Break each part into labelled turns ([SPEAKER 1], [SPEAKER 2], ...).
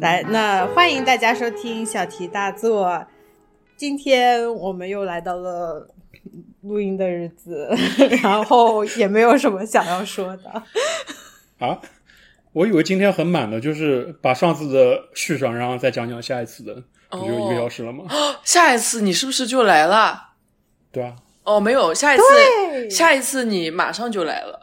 [SPEAKER 1] 来，那欢迎大家收听小题大做。今天我们又来到了录音的日子， 然后也没有什么想要说的。
[SPEAKER 2] 啊，我以为今天很满的，就是把上次的续上，然后再讲讲下一次的，
[SPEAKER 3] 哦
[SPEAKER 2] 不就一个小时了吗？
[SPEAKER 3] 下一次你是不是就来了？
[SPEAKER 2] 对啊，
[SPEAKER 3] 哦，没有，下一
[SPEAKER 1] 对
[SPEAKER 3] 次，下一次你马上就来了。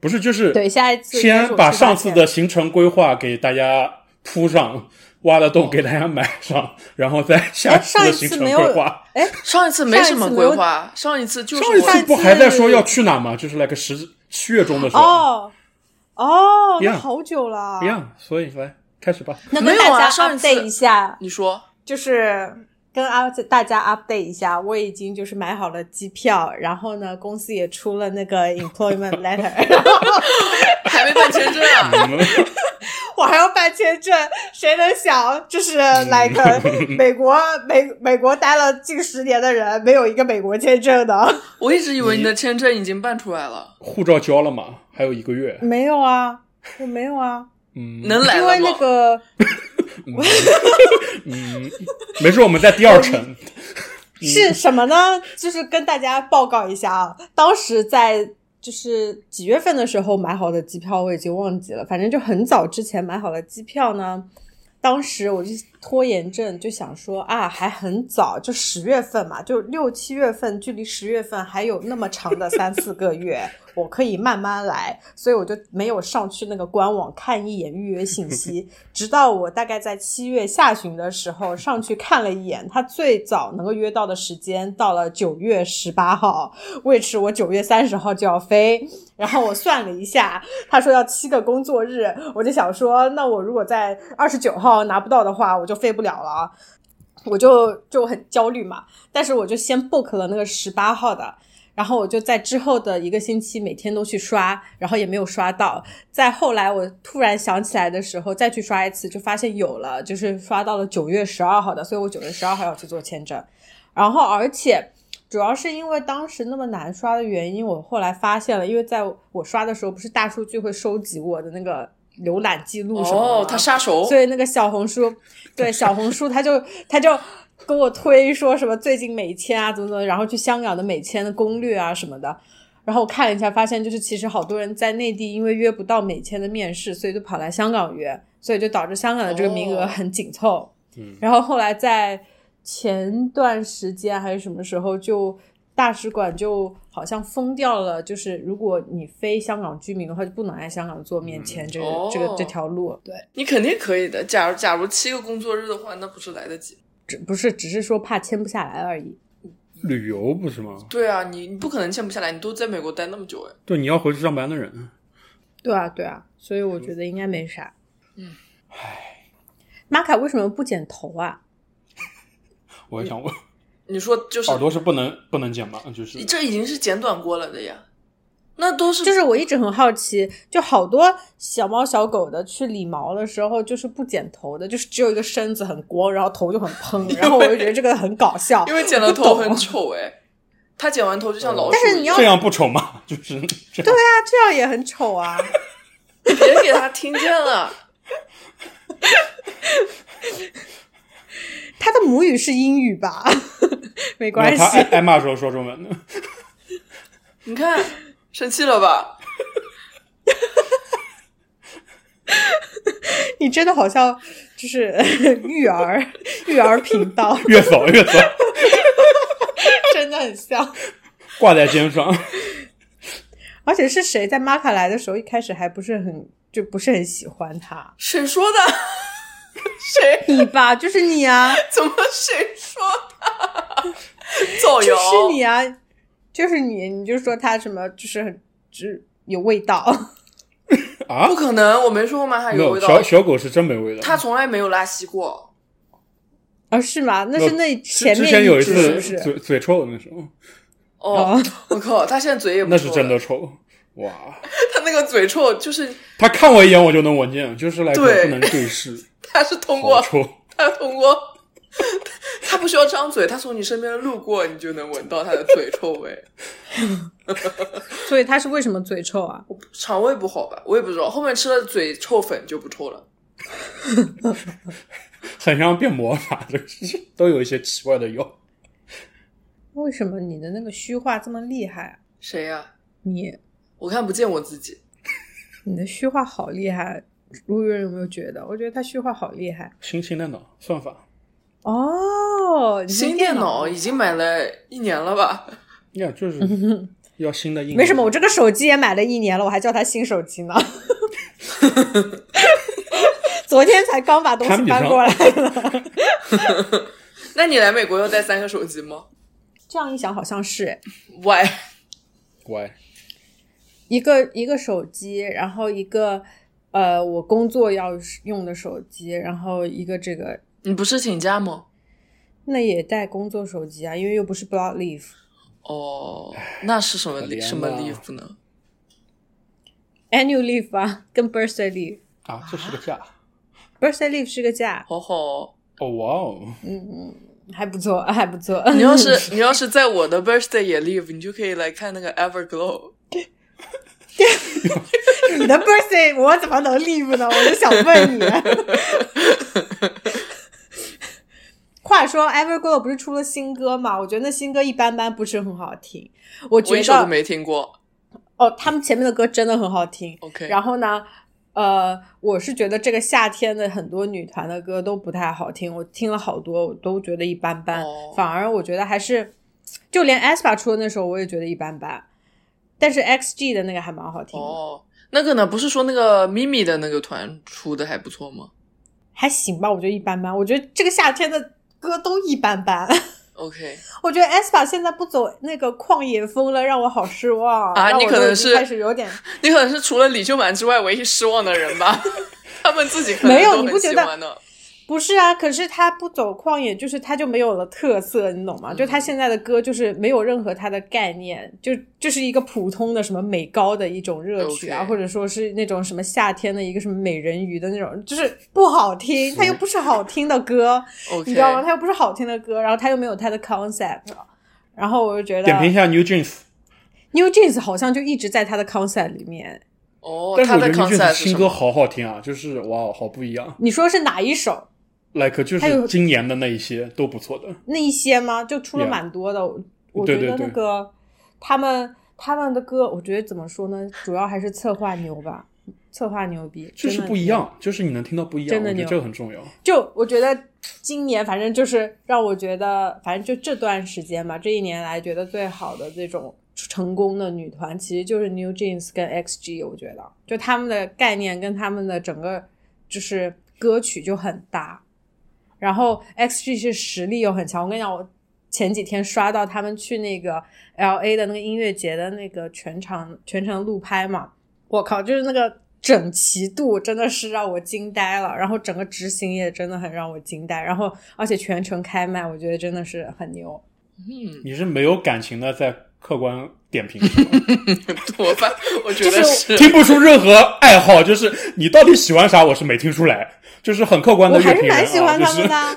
[SPEAKER 2] 不是就是
[SPEAKER 1] 对，下一次
[SPEAKER 2] 先把上次
[SPEAKER 1] 结束
[SPEAKER 2] 的行程规划给大家铺上，挖的洞给大家埋上，然后再下
[SPEAKER 1] 哦哎
[SPEAKER 2] 次
[SPEAKER 1] 上
[SPEAKER 2] 的
[SPEAKER 1] 一
[SPEAKER 2] 行
[SPEAKER 1] 次
[SPEAKER 2] 程
[SPEAKER 1] 没
[SPEAKER 2] 规
[SPEAKER 1] 有
[SPEAKER 2] 划。
[SPEAKER 3] 上一次没什么规划，上一次就是
[SPEAKER 2] 上一
[SPEAKER 3] 我
[SPEAKER 2] 次
[SPEAKER 1] 上
[SPEAKER 2] 不
[SPEAKER 1] 次
[SPEAKER 2] 还在说要去哪吗？就是那个十七月中的时候。
[SPEAKER 1] 哦哦，那
[SPEAKER 2] Yeah
[SPEAKER 1] 好久了
[SPEAKER 2] 一。样，所以来开始吧。
[SPEAKER 1] 那
[SPEAKER 3] 没
[SPEAKER 1] 跟
[SPEAKER 3] 有啊
[SPEAKER 1] 大家
[SPEAKER 3] 上一次
[SPEAKER 1] update 一下，
[SPEAKER 3] 你说
[SPEAKER 1] 就是跟啊大家 update 一下，我已经就是买好了机票，然后呢，公司也出了那个 employment letter，
[SPEAKER 3] 还没办签证啊？
[SPEAKER 2] 嗯
[SPEAKER 1] 我还要办签证，谁能想，就是
[SPEAKER 3] 嗯
[SPEAKER 1] like 美国美美国待了近十年的人，没有一个美国签证的，
[SPEAKER 3] 我一直以为你的签证已经办出来了，
[SPEAKER 2] 护照交了嘛，还有一个 月。
[SPEAKER 1] 没有啊，我没有啊，
[SPEAKER 2] 嗯，
[SPEAKER 3] 能来
[SPEAKER 1] 因
[SPEAKER 3] 了
[SPEAKER 1] 为
[SPEAKER 3] 吗？
[SPEAKER 1] 那个
[SPEAKER 2] 嗯，没事，我们在第二层。
[SPEAKER 1] 是什么呢？就是跟大家报告一下啊，当时在就是几月份的时候买好的机票，我已经忘记了，反正就很早之前买好的机票呢。当时我就拖延症，就想说啊，还很早，就十月份嘛，就六七月份，距离十月份还有那么长的三四个月，我可以慢慢来，所以我就没有上去那个官网看一眼预约信息，直到我大概在七月下旬的时候上去看了一眼，它最早能够约到的时间到了九月十八号，which 我九月三十号就要飞，然后我算了一下，他说要七个工作日，我就想说，那我如果在二十九号拿不到的话，我就飞不了了，我就就很焦虑嘛。但是我就先 book 了那个十八号的，然后我就在之后的一个星期每天都去刷，然后也没有刷到。再后来我突然想起来的时候，再去刷一次，就发现有了，就是刷到了九月十二号的，所以我九月十二号要去做签证。然后而且主要是因为当时那么难刷的原因，我后来发现了，因为在我刷的时候，不是大数据会收集我的那个浏览记录什么的吗
[SPEAKER 3] 哦，他杀手
[SPEAKER 1] 所以那个小红书，对小红书，他就他就跟我推说什么最近美签啊，怎么怎么，然后去香港的美签的攻略啊什么的。然后我看了一下，发现就是其实好多人在内地因为约不到美签的面试，所以就跑来香港约，所以就导致香港的这个名额
[SPEAKER 3] 哦
[SPEAKER 1] 很紧凑。
[SPEAKER 2] 嗯，
[SPEAKER 1] 然后后来在前段时间还是什么时候，就大使馆就好像封掉了，就是如果你非香港居民的话，就不能来香港做面签这个、
[SPEAKER 3] 哦
[SPEAKER 1] 这个这条路。对，
[SPEAKER 3] 你肯定可以的。假如假如七个工作日的话，那不是来得及？
[SPEAKER 1] 只不是只是说怕签不下来而已。
[SPEAKER 2] 旅游不是吗？
[SPEAKER 3] 对啊，你你不可能签不下来，你都在美国待那么久哎。
[SPEAKER 2] 对，你要回去上班的人。
[SPEAKER 1] 对啊，对啊，所以我觉得应该没啥。嗯，唉，玛卡为什么不剪头啊？
[SPEAKER 2] 我也想问，
[SPEAKER 3] 你说就是
[SPEAKER 2] 耳朵是不能不能剪吧？就是
[SPEAKER 3] 这已经是剪短过了的呀，那都是
[SPEAKER 1] 就是我一直很好奇，就好多小猫小狗的去理毛的时候，就是不剪头的，就是只有一个身子很光，然后头就很 蓬，然后我就觉得这个很搞笑。
[SPEAKER 3] 因为剪了
[SPEAKER 1] 我不
[SPEAKER 3] 头
[SPEAKER 1] 懂啊
[SPEAKER 3] 很丑哎，他剪完头就像
[SPEAKER 2] 哦
[SPEAKER 3] 老鼠
[SPEAKER 1] 但是
[SPEAKER 3] 一样。
[SPEAKER 1] 你要
[SPEAKER 2] 这样不丑吗？ 就是这样。
[SPEAKER 1] 啊，这样也很丑啊。
[SPEAKER 3] 别给他听见 了。
[SPEAKER 1] 它的母语是英语吧？ 没关系
[SPEAKER 2] 他，挨挨骂的时候说中文的。
[SPEAKER 3] 你看，生气了吧？
[SPEAKER 1] 你真的好像就是 育儿育儿频道，
[SPEAKER 2] 越扫越扫，
[SPEAKER 1] 真的很像。
[SPEAKER 2] 挂在肩上。
[SPEAKER 1] 而且是谁在玛卡来的时候，一开始还不是很就不是很喜欢他，
[SPEAKER 3] 谁说的？谁？
[SPEAKER 1] 你 吧，就是你啊，
[SPEAKER 3] 怎么谁说的？ 造
[SPEAKER 1] 就
[SPEAKER 3] 谣！
[SPEAKER 1] 是你啊，就是你，你就说他什么就是很只有味道，
[SPEAKER 2] 啊
[SPEAKER 3] 不可能，我没说过玛卡
[SPEAKER 2] 没
[SPEAKER 3] 有
[SPEAKER 2] 有
[SPEAKER 3] 味道
[SPEAKER 2] 小，小狗是真没味道。
[SPEAKER 3] 他从来没有拉稀过。
[SPEAKER 1] 啊是吗？那是那
[SPEAKER 2] 之
[SPEAKER 1] 前
[SPEAKER 2] 之
[SPEAKER 1] 面
[SPEAKER 2] 前有一
[SPEAKER 1] 只
[SPEAKER 2] 次
[SPEAKER 1] 是不是？
[SPEAKER 2] 嘴嘴臭的那时候，
[SPEAKER 3] 哦，我靠，他现在嘴也不
[SPEAKER 2] 那是
[SPEAKER 3] 臭
[SPEAKER 2] 真
[SPEAKER 3] 了
[SPEAKER 2] 的，臭。哇，
[SPEAKER 3] 他那个嘴臭就是
[SPEAKER 2] 他看我一眼我就能闻见，就是来
[SPEAKER 3] 对
[SPEAKER 2] 不能对视，
[SPEAKER 3] 他是 通
[SPEAKER 2] 好
[SPEAKER 3] 过
[SPEAKER 2] 臭。
[SPEAKER 3] 他通过 他不需要张嘴，他从你身边路过，你就能闻到他的嘴臭味。
[SPEAKER 1] 所以他是为什么嘴臭啊？
[SPEAKER 3] 肠胃不好吧？我也不知道。后面吃了嘴臭粉就不臭了。
[SPEAKER 2] 很像变魔法，这个事情都有一些奇怪的用。
[SPEAKER 1] 为什么你的那个虚化这么厉害啊？
[SPEAKER 3] 谁呀、
[SPEAKER 1] 你
[SPEAKER 3] 我看不见我自己，
[SPEAKER 1] 你的虚化好厉害，啊卢云有没有觉得？我觉得他虚化好厉害
[SPEAKER 2] 新型电脑算法
[SPEAKER 1] 哦。你是
[SPEAKER 3] 新电
[SPEAKER 1] 电
[SPEAKER 3] 脑已经买了一年了吧？
[SPEAKER 2] 呀，就是 要新的硬件。
[SPEAKER 1] 没什么，我这个手机也买了一年了，我还叫它新手机呢。昨天才刚把东西搬过来了。
[SPEAKER 3] 那你来美国要带三个手机吗
[SPEAKER 1] 这样一想，好像是哎
[SPEAKER 3] ？Why？
[SPEAKER 2] 乖，
[SPEAKER 1] 一个一个手机，然后一个呃我工作要用的手机，然后一个这个
[SPEAKER 3] 你不是请假吗？
[SPEAKER 1] 那也带工作手机啊，因为又不是 block leave。
[SPEAKER 3] 哦，那是什么
[SPEAKER 2] 可
[SPEAKER 1] 啊
[SPEAKER 2] 怜
[SPEAKER 3] 什么
[SPEAKER 2] 吧
[SPEAKER 3] leave 呢？
[SPEAKER 1] annual leave 吧，跟 birthday leave。
[SPEAKER 2] 啊，这是个假。
[SPEAKER 1] birthday leave 是个假，
[SPEAKER 3] 好好哦，
[SPEAKER 2] 哦哇哦，
[SPEAKER 1] 还不错，还不错。
[SPEAKER 3] 你 要是你要是在我的 birthday 也 leave，你就可以来看那个 Everglow。
[SPEAKER 1] 你的 birthday 我怎么能 leave 呢？我就想问你。 话说，Everglow 不是出了新歌嘛？我觉得那新歌一般般，不是很好听。我
[SPEAKER 3] 我
[SPEAKER 1] 觉
[SPEAKER 3] 一首都
[SPEAKER 1] 得
[SPEAKER 3] 没听过。
[SPEAKER 1] 哦，他们前面的歌真的很好听。
[SPEAKER 3] OK，
[SPEAKER 1] 然后呢，呃，我是觉得这个夏天的很多女团的歌都不太好听，我听了好多，我都觉得一般般。
[SPEAKER 3] 哦
[SPEAKER 1] 反而我觉得还是，就连 aespa 出的那首我也觉得一般般，但是 XG 的那个还蛮好听的，
[SPEAKER 3] 哦，那个呢？不是说那个咪咪的那个团出的还不错吗
[SPEAKER 1] 还行吧，我觉得一般般。我觉得这个夏天的歌都一般般。
[SPEAKER 3] ？OK，
[SPEAKER 1] 我觉得 aespa 现在不走那个旷野风了，让我好失望
[SPEAKER 3] 啊
[SPEAKER 1] 让
[SPEAKER 3] 你
[SPEAKER 1] 我
[SPEAKER 3] 可
[SPEAKER 1] 都
[SPEAKER 3] 能
[SPEAKER 1] 已经
[SPEAKER 3] 是
[SPEAKER 1] 开始有点
[SPEAKER 3] 你可能是除了李秀满之外唯一失望的 人吧？他们自己可能
[SPEAKER 1] 没有
[SPEAKER 3] 都
[SPEAKER 1] 你
[SPEAKER 3] 很
[SPEAKER 1] 不觉
[SPEAKER 3] 喜
[SPEAKER 1] 得
[SPEAKER 3] 欢的
[SPEAKER 1] 不是啊，可是他不走旷野，就是他就没有了特色，你懂吗？就
[SPEAKER 3] 嗯
[SPEAKER 1] 他现在的歌就是没有任何他的概念，就就是一个普通的什么美高的一种热曲啊
[SPEAKER 3] OK
[SPEAKER 1] 或者说是那种什么夏天的一个什么美人鱼的那种，就是不好听，它又不是好听的歌，
[SPEAKER 3] ？OK，
[SPEAKER 1] 你知道吗？它又不是好听的歌，然后它又没有它的 concept，然后我就觉得
[SPEAKER 2] 点评一下 New Jeans，
[SPEAKER 1] New Jeans 好像就一直在它的 concept 里面。
[SPEAKER 3] 哦，
[SPEAKER 2] 但是
[SPEAKER 3] 他
[SPEAKER 2] 我
[SPEAKER 3] 的
[SPEAKER 2] 觉得 New
[SPEAKER 3] concept
[SPEAKER 2] Jeans
[SPEAKER 3] 是
[SPEAKER 2] 新
[SPEAKER 3] 什
[SPEAKER 2] 歌
[SPEAKER 3] 么？
[SPEAKER 2] 好好听啊，就是哇哦，好不一样。
[SPEAKER 1] 你说是哪一首？
[SPEAKER 2] like 就
[SPEAKER 1] 还有
[SPEAKER 2] 是今年的那一些都不错的，
[SPEAKER 1] 那一些吗？就出了
[SPEAKER 2] Yeah
[SPEAKER 1] 蛮多的。我我觉
[SPEAKER 2] 对
[SPEAKER 1] 得
[SPEAKER 2] 对对
[SPEAKER 1] 那个他们他们的歌，我觉得怎么说呢？主要还是策划牛吧，策划牛逼，
[SPEAKER 2] 就是
[SPEAKER 1] 真的
[SPEAKER 2] 不一。样，就是你能听到不一样，
[SPEAKER 1] 真的
[SPEAKER 2] 我觉
[SPEAKER 1] 牛
[SPEAKER 2] 得这个很重要。
[SPEAKER 1] 就我觉得今年反正就是让我觉得，反正就这段时间吧，这一年来觉得最好的这种成功的女团，其实就是 New Jeans 跟 XG。我觉得就他们的概念跟他们的整个就是歌曲就很搭，然后 XG 是实力又很强。我跟你讲，我前几天刷到他们去那个 L A 的那个音乐节的那个全场全程路拍嘛，我靠，就是那个整齐度真的是让我惊呆了，然后整个执行也真的很让我惊呆，然后而且全程开麦，我觉得真的是很牛。
[SPEAKER 3] 嗯，
[SPEAKER 2] 你是没有感情的在客观点评，是 吗
[SPEAKER 3] 我发，我觉
[SPEAKER 1] 就
[SPEAKER 3] 得
[SPEAKER 1] 是
[SPEAKER 3] 是
[SPEAKER 2] 听不出任何爱好，就是你到底喜欢啥，我是没听出来，就是很客观
[SPEAKER 1] 我
[SPEAKER 2] 的乐
[SPEAKER 1] 还是
[SPEAKER 2] 评
[SPEAKER 1] 蛮
[SPEAKER 2] 人
[SPEAKER 1] 喜欢他
[SPEAKER 2] 啊，就
[SPEAKER 1] 们
[SPEAKER 2] 是
[SPEAKER 1] 的啊，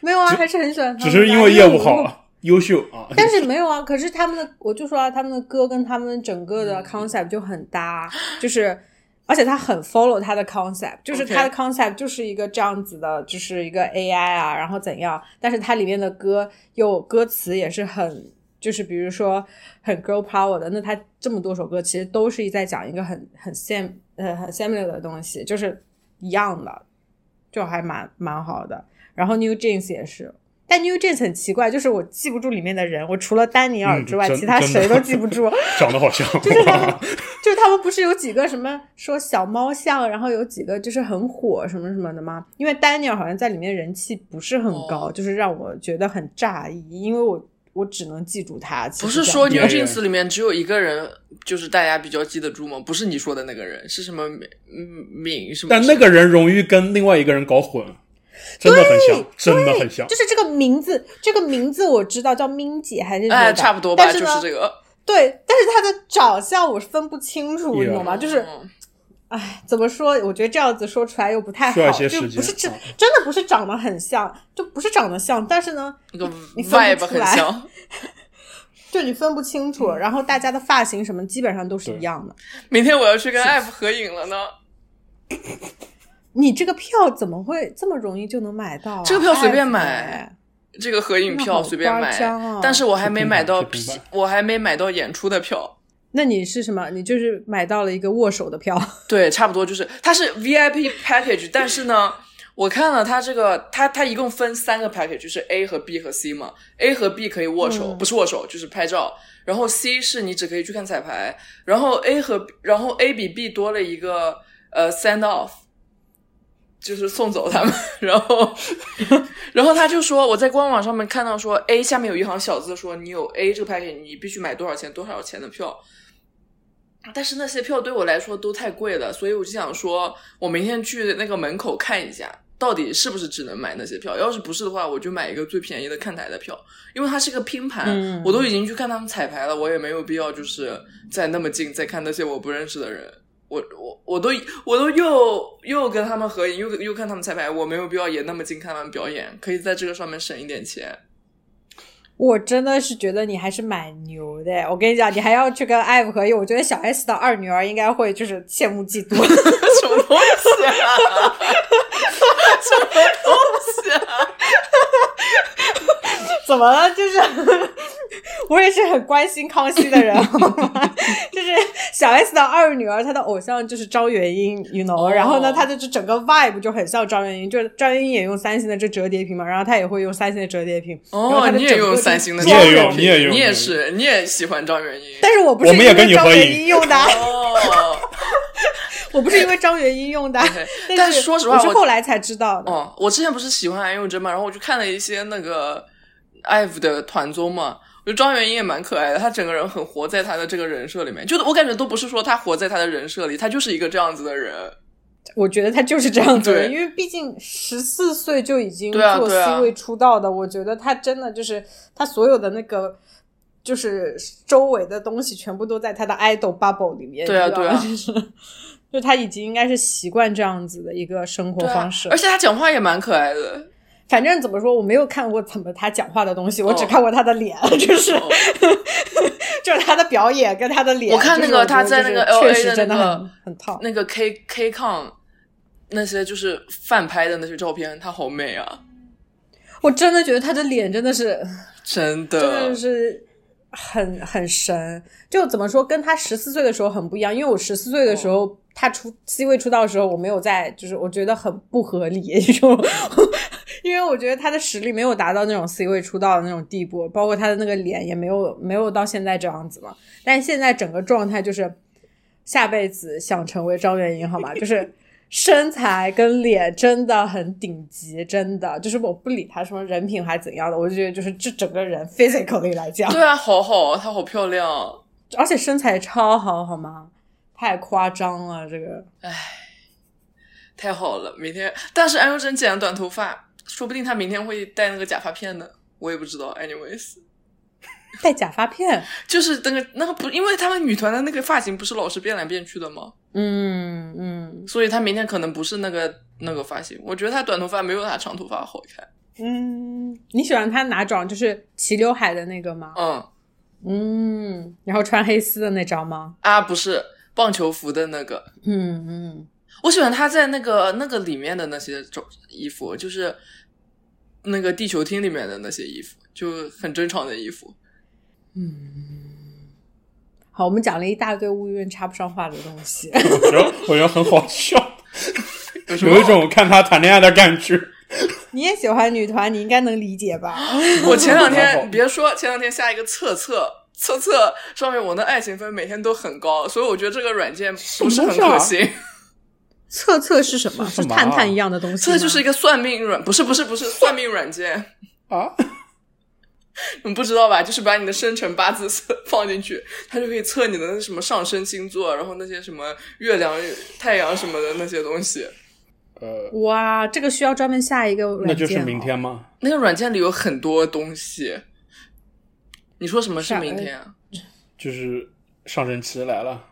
[SPEAKER 1] 没有啊，还是很喜欢他
[SPEAKER 2] 只
[SPEAKER 1] 们的啊。
[SPEAKER 2] 是因为业务好
[SPEAKER 1] 我
[SPEAKER 2] 啊，优秀啊，
[SPEAKER 1] 但是没有啊，可是他们的，我就说啊，他们的歌跟他们整个的
[SPEAKER 3] 嗯
[SPEAKER 1] concept 就很搭，就是，而且他很 follow 他的 concept，就是他的 concept 就是一个这样子的，就是一个 AI 啊，然后怎样，但是它里面的歌又歌词也是很，就是比如说很 girl power 的，那他这么多首歌其实都是在讲一个很很 sam 呃很 similar 的东西，就是一样的，就还蛮蛮好的。然后 New Jeans 也是，但 New Jeans 很奇怪，就是我记不住里面的人，我除了丹尼尔之外，
[SPEAKER 2] 嗯真
[SPEAKER 1] 其他谁都记不 住。
[SPEAKER 2] 长得好像，
[SPEAKER 1] 就是他们，就是他们不是有几个什么说小猫像，然后有几个就是很火什么什么的吗？因为丹尼尔好像在里面人气不是很高，
[SPEAKER 3] 哦
[SPEAKER 1] 就是让我觉得很诧异，因为我我只能记住他。其
[SPEAKER 3] 不
[SPEAKER 1] 实这
[SPEAKER 3] 是
[SPEAKER 1] 样
[SPEAKER 3] 说
[SPEAKER 1] 子
[SPEAKER 3] New
[SPEAKER 2] 演员
[SPEAKER 3] Jeans 里面只有一个人，就是大家比较记得住吗？不是你说的那个人，是什么敏嗯敏什么？
[SPEAKER 2] 但那个人容易跟另外一个人搞混，真的很像，真的很像
[SPEAKER 1] 就。是这个名字，这个名字我知道叫明姐还是什么的
[SPEAKER 3] 哎，差不多吧，
[SPEAKER 1] 但
[SPEAKER 3] 就是
[SPEAKER 1] 呢
[SPEAKER 3] 是这个。
[SPEAKER 1] 对，但是他的长相我是分不清楚
[SPEAKER 2] Yeah
[SPEAKER 1] 你懂吗？哦就是
[SPEAKER 3] 嗯
[SPEAKER 1] 哎，怎么说？我觉得这样子说出来又不太
[SPEAKER 2] 需要
[SPEAKER 1] 好，
[SPEAKER 2] 一些
[SPEAKER 1] 就
[SPEAKER 2] 时间
[SPEAKER 1] 不是真
[SPEAKER 2] 嗯
[SPEAKER 1] 真的不是长得很像，就不是长得像，但是呢，
[SPEAKER 3] 那个
[SPEAKER 1] 你分不
[SPEAKER 3] vibe
[SPEAKER 1] 出
[SPEAKER 3] 很
[SPEAKER 1] 来
[SPEAKER 3] 像。
[SPEAKER 1] 就你分不清楚，然后大家的发型什么基本上都是
[SPEAKER 2] 嗯 对
[SPEAKER 1] 一样的。
[SPEAKER 3] 明天我要去跟艾弗合影了呢。
[SPEAKER 1] 你这个票怎么会这么容易就能买到、啊？
[SPEAKER 3] 这个票随便
[SPEAKER 1] 爱死
[SPEAKER 3] 买这个合影
[SPEAKER 1] 那
[SPEAKER 3] 票
[SPEAKER 1] 好
[SPEAKER 3] 随便
[SPEAKER 1] 夸
[SPEAKER 3] 买，
[SPEAKER 1] 张啊
[SPEAKER 3] 但是我还没买到
[SPEAKER 2] 是平板是平板
[SPEAKER 3] 我还没买到演出的票。
[SPEAKER 1] 那你是什么？你就是买到了一个握手的票，
[SPEAKER 3] 对，差不多就是它是 VIP package，但是呢，我看了它这个，它它一共分三个 package，就是 A 和 B 和 C 嘛。A 和 B 可以握手，
[SPEAKER 1] 嗯
[SPEAKER 3] 不是握手就是拍照。然后 C 是你只可以去看彩排，然后 A 和然后 A 比 B 多了一个呃 send off，就是送走他们。然后 然后他就说我在官网上面看到说 A 下面有一行小字说你有 A 这个 package，你必须买多少钱多少钱的票。但是那些票对我来说都太贵了，所以我就想说，我明天去那个门口看一下，到底是不是只能买那些票。要是不是的话，我就买一个最便宜的看台的票，因为它是个拼盘，
[SPEAKER 1] 嗯
[SPEAKER 3] 我都已经去看他们彩排了，我也没有必要就是在那么近再看那些我不认识的人。我我我都我都又又跟他们合影，又又看他们彩排，我没有必要也那么近看他们表演，可以在这个上面省一点钱。
[SPEAKER 1] 我真的是觉得你还是蛮牛的。我跟你讲，你还要去跟艾弗合影，我觉得小 S 的二女儿应该会就是羡慕嫉妒。
[SPEAKER 3] 什么东西啊？ 什么东西啊？
[SPEAKER 1] 怎么了？就是 我也是很关心康熙的人，好吗？ 就是小 S 的二女儿，她的偶像就是张元英，you know、
[SPEAKER 3] 哦
[SPEAKER 1] 然后呢，她就是整个 vibe 就很像张元英，就是张元英也用三星的这折叠屏嘛，然后她也会用三星的折叠屏。然后
[SPEAKER 3] 哦
[SPEAKER 1] 她，的
[SPEAKER 3] 你也
[SPEAKER 1] 整个
[SPEAKER 3] 用
[SPEAKER 1] 就
[SPEAKER 3] 三星的
[SPEAKER 2] 你也
[SPEAKER 3] 装
[SPEAKER 2] 用
[SPEAKER 3] 容
[SPEAKER 2] 你也用
[SPEAKER 3] 你
[SPEAKER 2] 你也
[SPEAKER 3] 也
[SPEAKER 2] 用
[SPEAKER 3] 是，你也喜欢张元英。
[SPEAKER 1] 但是我不是
[SPEAKER 2] 我们也
[SPEAKER 1] 因为
[SPEAKER 2] 跟你
[SPEAKER 1] 张
[SPEAKER 2] 合
[SPEAKER 1] 元
[SPEAKER 2] 影
[SPEAKER 1] 英用的，
[SPEAKER 3] 哦，
[SPEAKER 1] 我不是因为张元英 用的
[SPEAKER 3] OK，，但
[SPEAKER 1] 但
[SPEAKER 3] 说实话
[SPEAKER 1] 我是
[SPEAKER 3] 我
[SPEAKER 1] 后来才知道的。
[SPEAKER 3] 哦，我之前不是喜欢安宥真嘛，然后我就看了一些那个 IVE 的团综嘛，我觉得张元英也蛮可爱的，她整个人很活在她的这个人设里面，就是我感觉都不是说她活在她的人设里，她就是一个这样子的人。
[SPEAKER 1] 我觉得他就是这样子的，
[SPEAKER 3] 对
[SPEAKER 1] 因为毕竟十四岁就已经
[SPEAKER 3] 对啊
[SPEAKER 1] 做
[SPEAKER 3] 对啊
[SPEAKER 1] C 位出道的，我觉得他真的就是他所有的那个。就是周围的东西全部都在他的 idol bubble 里面，
[SPEAKER 3] 对啊
[SPEAKER 1] 你知道
[SPEAKER 3] 对
[SPEAKER 1] 吗
[SPEAKER 3] 啊
[SPEAKER 1] 就是就他已经应该是习惯这样子的一个生活
[SPEAKER 3] 对啊
[SPEAKER 1] 方式。，
[SPEAKER 3] 而且她讲话也蛮可爱 的。
[SPEAKER 1] 反正怎么说，我没有看过怎么他讲话的东西，我
[SPEAKER 3] 哦
[SPEAKER 1] 只看过他的脸，就是、
[SPEAKER 3] 哦
[SPEAKER 1] 就是他的表演跟他的脸。
[SPEAKER 3] 我看那个
[SPEAKER 1] 就是我
[SPEAKER 3] 他
[SPEAKER 1] 觉得
[SPEAKER 3] 在那个
[SPEAKER 1] 就是
[SPEAKER 3] LA
[SPEAKER 1] 确
[SPEAKER 3] 的
[SPEAKER 1] 实真的
[SPEAKER 3] 那
[SPEAKER 1] 很
[SPEAKER 3] 个
[SPEAKER 1] 很烫。
[SPEAKER 3] 那个 K K con 那些就是饭拍的那些照片，她好美啊，
[SPEAKER 1] 我真的觉得他的脸真的是。
[SPEAKER 3] 真的。
[SPEAKER 1] 真的是很很神。就怎么说，跟他十四岁的时候很不一样，因为我十四岁的时候。他出 C 位出道的时候，我没有在，就是我觉得很不合理， 就因为我觉得他的实力没有达到那种 C 位出道的那种地步，包括他的那个脸也没有没有到现在这样子嘛。但现在整个状态就是下辈子想成为张元英，好 吗？就是身材跟脸真的很顶级，真的就是我不理他什么人品还怎样的，我就觉得就是这整个人 physically 来 讲，
[SPEAKER 3] 对啊，好好，她好漂亮。啊
[SPEAKER 1] 而且身材超好，好吗？太夸张了，这个
[SPEAKER 3] 太好了，明天。但是安宥真剪了短头发，说不定她明天会戴那个假发片呢，我也不知道。Anyways，
[SPEAKER 1] 戴假发片，
[SPEAKER 3] 就是那个那个不，因为他们女团的那个发型不是老是变来变去的吗？
[SPEAKER 1] 嗯嗯
[SPEAKER 3] 所以她明天可能不是那个那个发型。我觉得她短头发没有她长头发好看。
[SPEAKER 1] 嗯，你喜欢他哪种？就是齐刘海的那个吗？
[SPEAKER 3] 嗯
[SPEAKER 1] 嗯，然后穿黑丝的那张吗？
[SPEAKER 3] 啊，不是棒球服的那个，
[SPEAKER 1] 嗯嗯，
[SPEAKER 3] 我喜欢她在那个那个里面的那些种衣服，就是那个地球厅里面的那些衣服，就很正常的衣服。
[SPEAKER 1] 好，我们讲了一大堆乌云插不上话的东西。
[SPEAKER 2] 我觉得我觉得很好 笑，
[SPEAKER 3] 有什么
[SPEAKER 2] 有一种看他谈恋爱的感觉。
[SPEAKER 1] 你也喜欢女团，你应该能理解吧？
[SPEAKER 3] 我前两
[SPEAKER 2] 还
[SPEAKER 3] 天
[SPEAKER 2] 好
[SPEAKER 3] 你别说，前两天下一个测测测测上面我的爱情分每天都很高，所以我觉得这个软件不是很可行。
[SPEAKER 1] 测测是什么？是
[SPEAKER 2] 是什么啊
[SPEAKER 1] 探探一样的东西吗？
[SPEAKER 3] 测就是一个算命软，不是不是不是算命软件，
[SPEAKER 2] 啊，
[SPEAKER 3] 你们不知道吧？就是把你的生辰八字 测放进去，它就可以测你的那什么上升星座，然后那些什么月亮、太阳什么的那些东西。
[SPEAKER 2] 呃，
[SPEAKER 1] 哇，这个需要专门下一个软件、哦
[SPEAKER 2] 那就是明。天吗？
[SPEAKER 3] 那个软件里有很多东西。你说什么是
[SPEAKER 1] 啥
[SPEAKER 3] 明天啊？
[SPEAKER 2] 就是上升期来了。